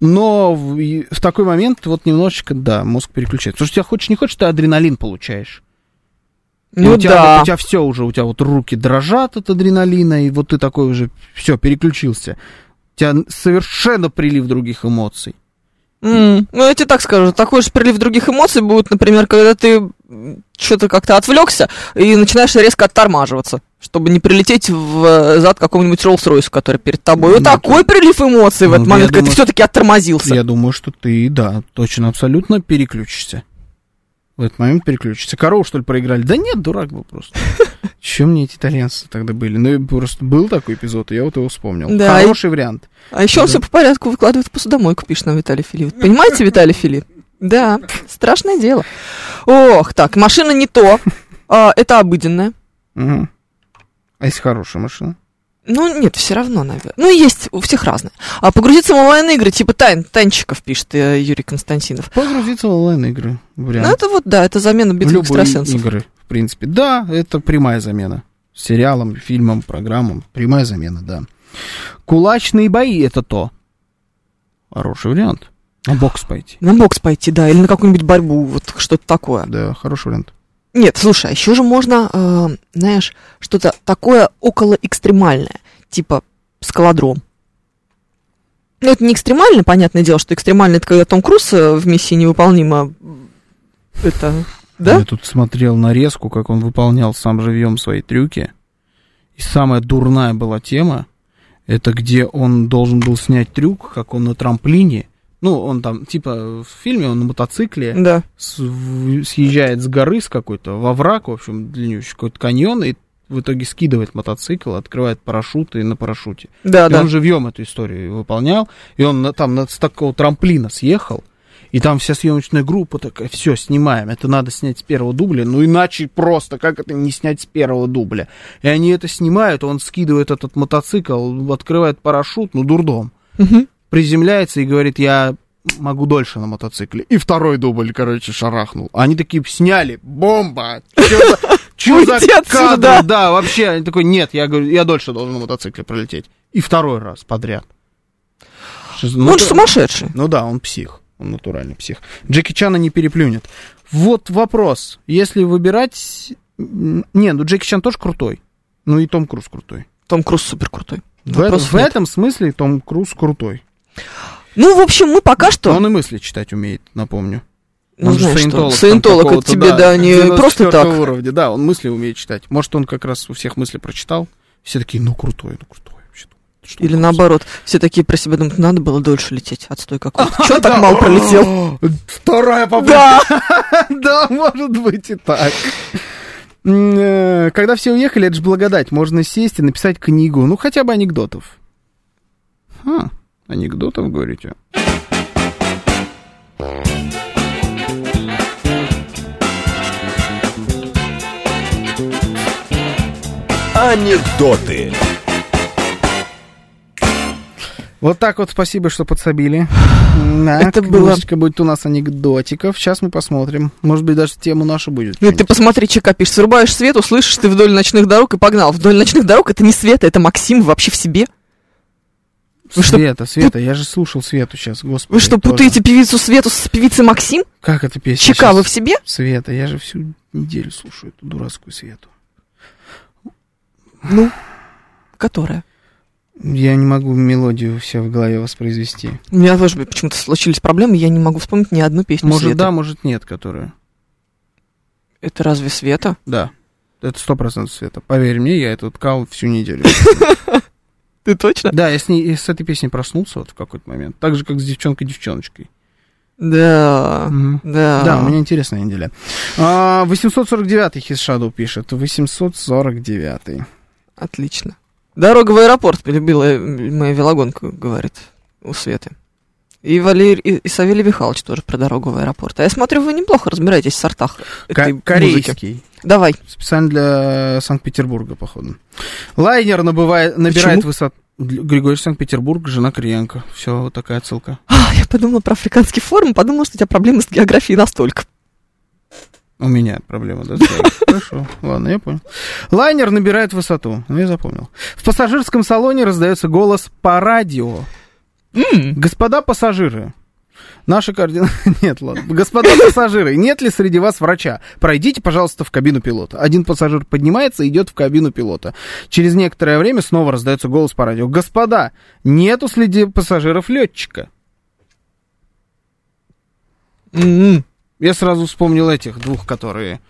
[SPEAKER 2] Но в, и в такой момент вот немножечко, да, мозг переключается. Потому что тебя хочешь, не хочешь, ты адреналин получаешь. И
[SPEAKER 3] Ну
[SPEAKER 2] у тебя,
[SPEAKER 3] да.
[SPEAKER 2] У тебя все уже, у тебя вот руки дрожат от адреналина, и вот ты такой уже, все, переключился. У тебя совершенно прилив других эмоций.
[SPEAKER 3] М, Ну, я тебе так скажу, такой же прилив других эмоций будет, например, когда ты что-то как-то отвлекся и начинаешь резко оттормаживаться, чтобы не прилететь в э, зад какому-нибудь Роллс-Ройсу, который перед тобой. Вот
[SPEAKER 2] Ну,
[SPEAKER 3] такой прилив эмоций в
[SPEAKER 2] ну,
[SPEAKER 3] этот
[SPEAKER 2] да,
[SPEAKER 3] момент,
[SPEAKER 2] я
[SPEAKER 3] когда ты
[SPEAKER 2] думаю,
[SPEAKER 3] все-таки оттормозился.
[SPEAKER 2] Я думаю, что ты, да, точно, абсолютно переключишься. В этот момент переключишься. Корову, что ли, проиграли? Да нет, дурак был просто. Чем мне эти итальянцы тогда были? Ну, и просто был такой эпизод, и я вот его вспомнил.
[SPEAKER 3] Да, и-
[SPEAKER 2] Хороший вариант.
[SPEAKER 3] А еще он все по порядку выкладывает в посудомойку, пишет нам Виталий Филипп. Понимаете, Виталий Филипп? Да, страшное дело. Ох, так, машина не то, а, это обыденное.
[SPEAKER 2] Мгм. А если хорошая машина?
[SPEAKER 3] Ну, нет, все равно, наверное. Ну, есть у всех разные. А погрузиться в онлайн-игры, типа тайн, танчиков, пишет э, Юрий Константинов.
[SPEAKER 2] Погрузиться в онлайн-игры.
[SPEAKER 3] Ну,
[SPEAKER 2] Вариант.
[SPEAKER 3] это вот, да, это замена
[SPEAKER 2] В
[SPEAKER 3] битвы
[SPEAKER 2] любые
[SPEAKER 3] экстрасенсов.
[SPEAKER 2] игры, в принципе. Да, это прямая замена. Сериалом, фильмом, программам. Прямая замена, да. Кулачные бои — это то. Хороший вариант. На бокс пойти.
[SPEAKER 3] На бокс пойти, да, или на какую-нибудь борьбу, вот что-то такое.
[SPEAKER 2] Да, хороший вариант.
[SPEAKER 3] Нет, слушай, а еще же можно, э, знаешь, что-то такое около экстремальное, типа скалодром. Ну, это не экстремально, понятное дело, что экстремально это когда Том Круз э, в миссии невыполнима. Это, да?
[SPEAKER 2] Я тут смотрел нарезку, как он выполнял сам живьем свои трюки. И самая дурная была тема, это где он должен был снять трюк, как он на трамплине. Ну, он там, типа, в фильме он на мотоцикле.
[SPEAKER 3] Да.
[SPEAKER 2] с- в- съезжает с горы с какой-то во враг, в общем, длиннющий какой-то каньон, и в итоге скидывает мотоцикл, открывает парашют и на парашюте.
[SPEAKER 3] Да,
[SPEAKER 2] и
[SPEAKER 3] да.
[SPEAKER 2] он живьем эту историю выполнял, и он на- там на- с такого трамплина съехал, И там вся съемочная группа такая, все, снимаем. Это надо снять с первого дубля. Ну, иначе просто, как это не снять с первого дубля? И они это снимают, он скидывает этот мотоцикл, открывает парашют, ну, дурдом.
[SPEAKER 3] Мгм.
[SPEAKER 2] Приземляется и говорит, я могу дольше на мотоцикле. И второй дубль, короче, шарахнул. Они такие, сняли, бомба! Чё за- чё за
[SPEAKER 3] Уйди отсюда!
[SPEAKER 2] кадры? Да, вообще, они такой, нет, я говорю, я дольше должен на мотоцикле пролететь. И второй раз подряд. Что за- ну,
[SPEAKER 3] Он
[SPEAKER 2] да.
[SPEAKER 3] сумасшедший.
[SPEAKER 2] Ну да, он псих. Он натуральный псих. Джеки Чана не переплюнет. Вот вопрос. Если выбирать... м, Не, ну Джеки Чан тоже крутой. Ну и Том Круз крутой.
[SPEAKER 3] Том Круз супер крутой.
[SPEAKER 2] В, этом,
[SPEAKER 3] Вопросов
[SPEAKER 2] в
[SPEAKER 3] нет.
[SPEAKER 2] этом смысле Том Круз крутой.
[SPEAKER 3] Ну, в общем, мы пока что...
[SPEAKER 2] Но он и мысли читать умеет, напомню.
[SPEAKER 3] ну,
[SPEAKER 2] он же
[SPEAKER 3] знаешь,
[SPEAKER 2] саентолог
[SPEAKER 3] что,
[SPEAKER 2] там
[SPEAKER 3] саентолог это
[SPEAKER 2] какого-то,
[SPEAKER 3] тебе, да, не
[SPEAKER 2] 94-го
[SPEAKER 3] просто так.
[SPEAKER 2] уровня. Да, он мысли умеет читать. Может, он как раз у всех мысли прочитал. Все такие, ну крутой, ну крутой. вообще. Что
[SPEAKER 3] Или
[SPEAKER 2] он крутой?
[SPEAKER 3] наоборот, все такие про себя думают, надо было дольше лететь, отстой какой-то. Чего
[SPEAKER 2] Да.
[SPEAKER 3] так мало пролетел?
[SPEAKER 2] Вторая попытка. Да, может быть и так. М, э, Когда все уехали, это же благодать. Можно сесть и написать книгу. Ну, хотя бы анекдотов. Хм, анекдотов, говорите?
[SPEAKER 1] Анекдоты.
[SPEAKER 2] Вот так вот спасибо, что подсобили. На,
[SPEAKER 3] Это было-
[SPEAKER 2] книжечка будет у нас анекдотиков. Сейчас мы посмотрим. Может быть, даже тему нашу будет.
[SPEAKER 3] Ну, ты посмотри, че копишь. Срубаешь свет, услышишь ты вдоль ночных дорог и погнал. Вдоль ночных дорог это не света, это Максим вообще в себе. Вы что,
[SPEAKER 2] Света, Света, я же слушал Свету сейчас, господи.
[SPEAKER 3] Вы что,
[SPEAKER 2] тоже.
[SPEAKER 3] путаете певицу Свету с певицей Максим?
[SPEAKER 2] Как эта песня?
[SPEAKER 3] Чека, вы
[SPEAKER 2] щас?
[SPEAKER 3] в себе?
[SPEAKER 2] Света, я же всю неделю слушаю эту дурацкую Свету.
[SPEAKER 3] Ну, которая?
[SPEAKER 2] Я не могу мелодию все в голове воспроизвести.
[SPEAKER 3] У меня тоже почему-то случились проблемы, я не могу вспомнить ни одну песню
[SPEAKER 2] Может,
[SPEAKER 3] Светы.
[SPEAKER 2] да, может, нет, которую.
[SPEAKER 3] Это разве Света?
[SPEAKER 2] Да. Это сто процентов Света. Поверь мне, я этот кал всю неделю.
[SPEAKER 3] Ты точно?
[SPEAKER 2] Да, я с, ней, я с этой песней проснулся вот в какой-то момент. Так же, как с девчонкой-девчоночкой.
[SPEAKER 3] Да.
[SPEAKER 2] Мгм.
[SPEAKER 3] Да.
[SPEAKER 2] Да, у меня интересная неделя. А, 849-й His Shadow пишет. 849-й.
[SPEAKER 3] Отлично. Дорога в аэропорт полюбила э, моя велогонка, говорит у Светы. И Валерий и, и Савелий Михайлович тоже про дорогу в аэропорт. А я смотрю, вы неплохо разбираетесь в сортах этой
[SPEAKER 2] Ко-
[SPEAKER 3] музыки.
[SPEAKER 2] корейский.
[SPEAKER 3] Давай.
[SPEAKER 2] Специально для Санкт-Петербурга, походу. Лайнер набывает, набирает
[SPEAKER 3] Почему?
[SPEAKER 2] высоту. Григорий Санкт-Петербург, жена Криенко. Все, вот такая отсылка.
[SPEAKER 3] А, я подумала про африканский форум, подумала, что у тебя проблемы с географией настолько.
[SPEAKER 2] У меня проблема, да? Хорошо, ладно, я понял. Лайнер набирает высоту, ну я запомнил. В пассажирском салоне раздается голос по радио. Господа пассажиры, наши координаты... Нет, ладно. Господа пассажиры, нет ли среди вас врача? Пройдите, пожалуйста, в кабину пилота. Один пассажир поднимается и идет в кабину пилота. Через некоторое время снова раздается голос по радио. Господа, нету среди пассажиров летчика.
[SPEAKER 3] М-м.
[SPEAKER 2] Я сразу вспомнил этих двух, которые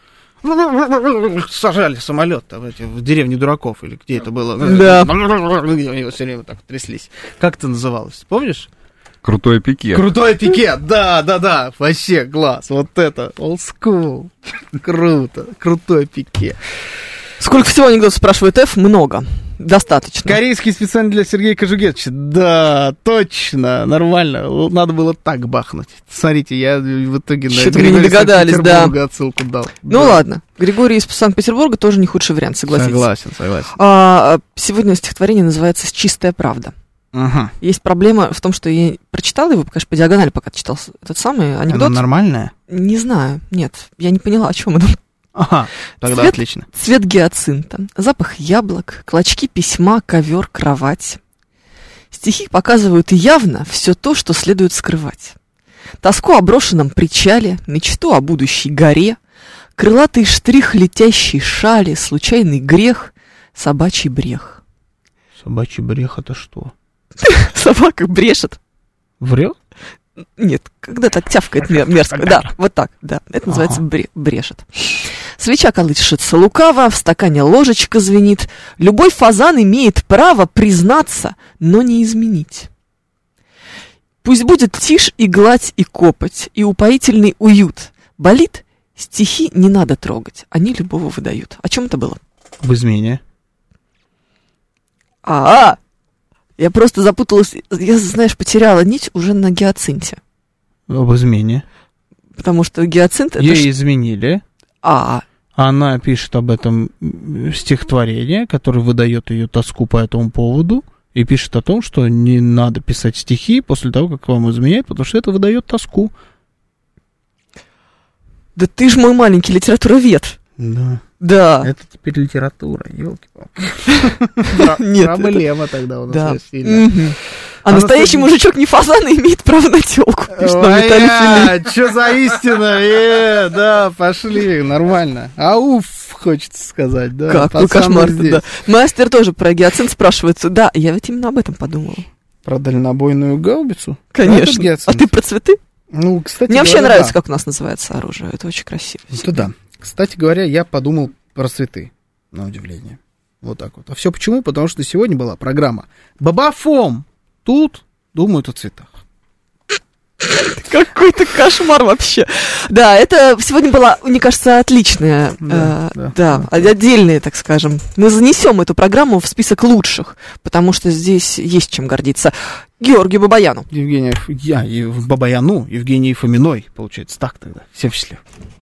[SPEAKER 2] сажали самолет в, эти- в деревне дураков или где это было.
[SPEAKER 3] Да.
[SPEAKER 2] Где они его все время так тряслись. Как это называлось? Помнишь?
[SPEAKER 5] Крутое пике.
[SPEAKER 2] Крутой пикет. Да, да, да. Вообще класс. Вот это. Old school. Круто. Крутой пике.
[SPEAKER 3] Сколько всего анекдотов спрашивает F? Много. Достаточно.
[SPEAKER 2] Корейский специально для Сергея Кожугетовича. Да, точно. Нормально. Л- Надо было так бахнуть. Смотрите, я в итоге на
[SPEAKER 3] Чё-то мы не
[SPEAKER 2] Григория
[SPEAKER 3] догадались, да.
[SPEAKER 2] Санкт-Петербурга отсылку дал.
[SPEAKER 3] Ну
[SPEAKER 2] Да.
[SPEAKER 3] ладно. Григорий из Санкт-Петербурга тоже не худший вариант, согласитесь.
[SPEAKER 2] Согласен, согласен.
[SPEAKER 3] А, сегодня стихотворение называется «Чистая правда».
[SPEAKER 2] Ага.
[SPEAKER 3] Есть проблема в том, что я прочитала его, конечно, по диагонали, пока ты читал с- этот самый анекдот.
[SPEAKER 2] Она нормальная?
[SPEAKER 3] Не знаю, нет, я не поняла, о чем он.
[SPEAKER 2] Ага, тогда
[SPEAKER 3] Цвет?
[SPEAKER 2] отлично.
[SPEAKER 3] Цвет гиацинта, запах яблок, клочки письма, ковер, кровать. Стихи показывают явно все то, что следует скрывать. Тоску о брошенном причале, мечту о будущей горе, крылатый штрих летящей шали, случайный грех, собачий брех.
[SPEAKER 2] Собачий брех это что?
[SPEAKER 3] Собака брешет,
[SPEAKER 2] Врет?
[SPEAKER 3] Нет, когда так тявкает мер- мерзко. Да, вот так, да. Это называется бре- брешет. Свеча колышется лукаво, в стакане ложечка звенит. Любой фазан имеет право признаться, но не изменить. Пусть будет тишь и гладь и копоть, и упоительный уют. Болит, стихи не надо трогать, они любого выдают. О чем это было?
[SPEAKER 2] В измене.
[SPEAKER 3] А, я просто запуталась, я, знаешь, потеряла нить уже на гиацинте.
[SPEAKER 2] Об измене.
[SPEAKER 3] Потому что гиацинт это...
[SPEAKER 2] Ей
[SPEAKER 3] ш-
[SPEAKER 2] изменили.
[SPEAKER 3] А,
[SPEAKER 2] Она пишет об этом м, стихотворение, которое выдает ее тоску по этому поводу, и пишет о том, что не надо писать стихи после того, как вам изменяет, потому что это выдает тоску.
[SPEAKER 3] да ты же мой маленький литературовед.
[SPEAKER 2] Да.
[SPEAKER 3] Да.
[SPEAKER 2] Это теперь литература, елки-палки.
[SPEAKER 3] Нет, это-
[SPEAKER 2] Проблема тогда у
[SPEAKER 3] Да.
[SPEAKER 2] нас сильная.
[SPEAKER 3] Мгм. А
[SPEAKER 2] А
[SPEAKER 3] настоящий
[SPEAKER 2] настоящий-
[SPEAKER 3] мужичок не фазана имеет право на телку. пишет нам Виталий
[SPEAKER 2] а,
[SPEAKER 3] Филипп.
[SPEAKER 2] что за истина? Э, да, пошли, нормально. Ауф, хочется сказать, да.
[SPEAKER 3] Какой
[SPEAKER 2] пацаны
[SPEAKER 3] Ну, кошмар
[SPEAKER 2] здесь.
[SPEAKER 3] да. Мастер тоже про гиацинт спрашивает. Да, я ведь именно об этом подумала.
[SPEAKER 2] Про дальнобойную гаубицу? Ну, Это
[SPEAKER 3] Конечно. А
[SPEAKER 2] гиацинт.
[SPEAKER 3] ты про цветы?
[SPEAKER 2] Ну, кстати
[SPEAKER 3] Мне вообще
[SPEAKER 2] говоря,
[SPEAKER 3] нравится,
[SPEAKER 2] да.
[SPEAKER 3] как у нас называется оружие. Это очень красиво.
[SPEAKER 2] Это да. Кстати говоря, я подумал про цветы, на удивление. Вот так вот. А все почему? Потому что сегодня была программа «Бабафом». Тут думают о цветах.
[SPEAKER 3] Какой-то кошмар вообще. Да, это сегодня была, мне кажется, отличная.
[SPEAKER 2] Да,
[SPEAKER 3] э,
[SPEAKER 2] да,
[SPEAKER 3] да, отдельная, так скажем. Мы занесем эту программу в список лучших, потому что здесь есть чем гордиться. Георгию Бабаяну.
[SPEAKER 2] Евгения, Ф- я, и в Бабаяну, Евгений Фоминой, получается, так тогда. Всем счастливо.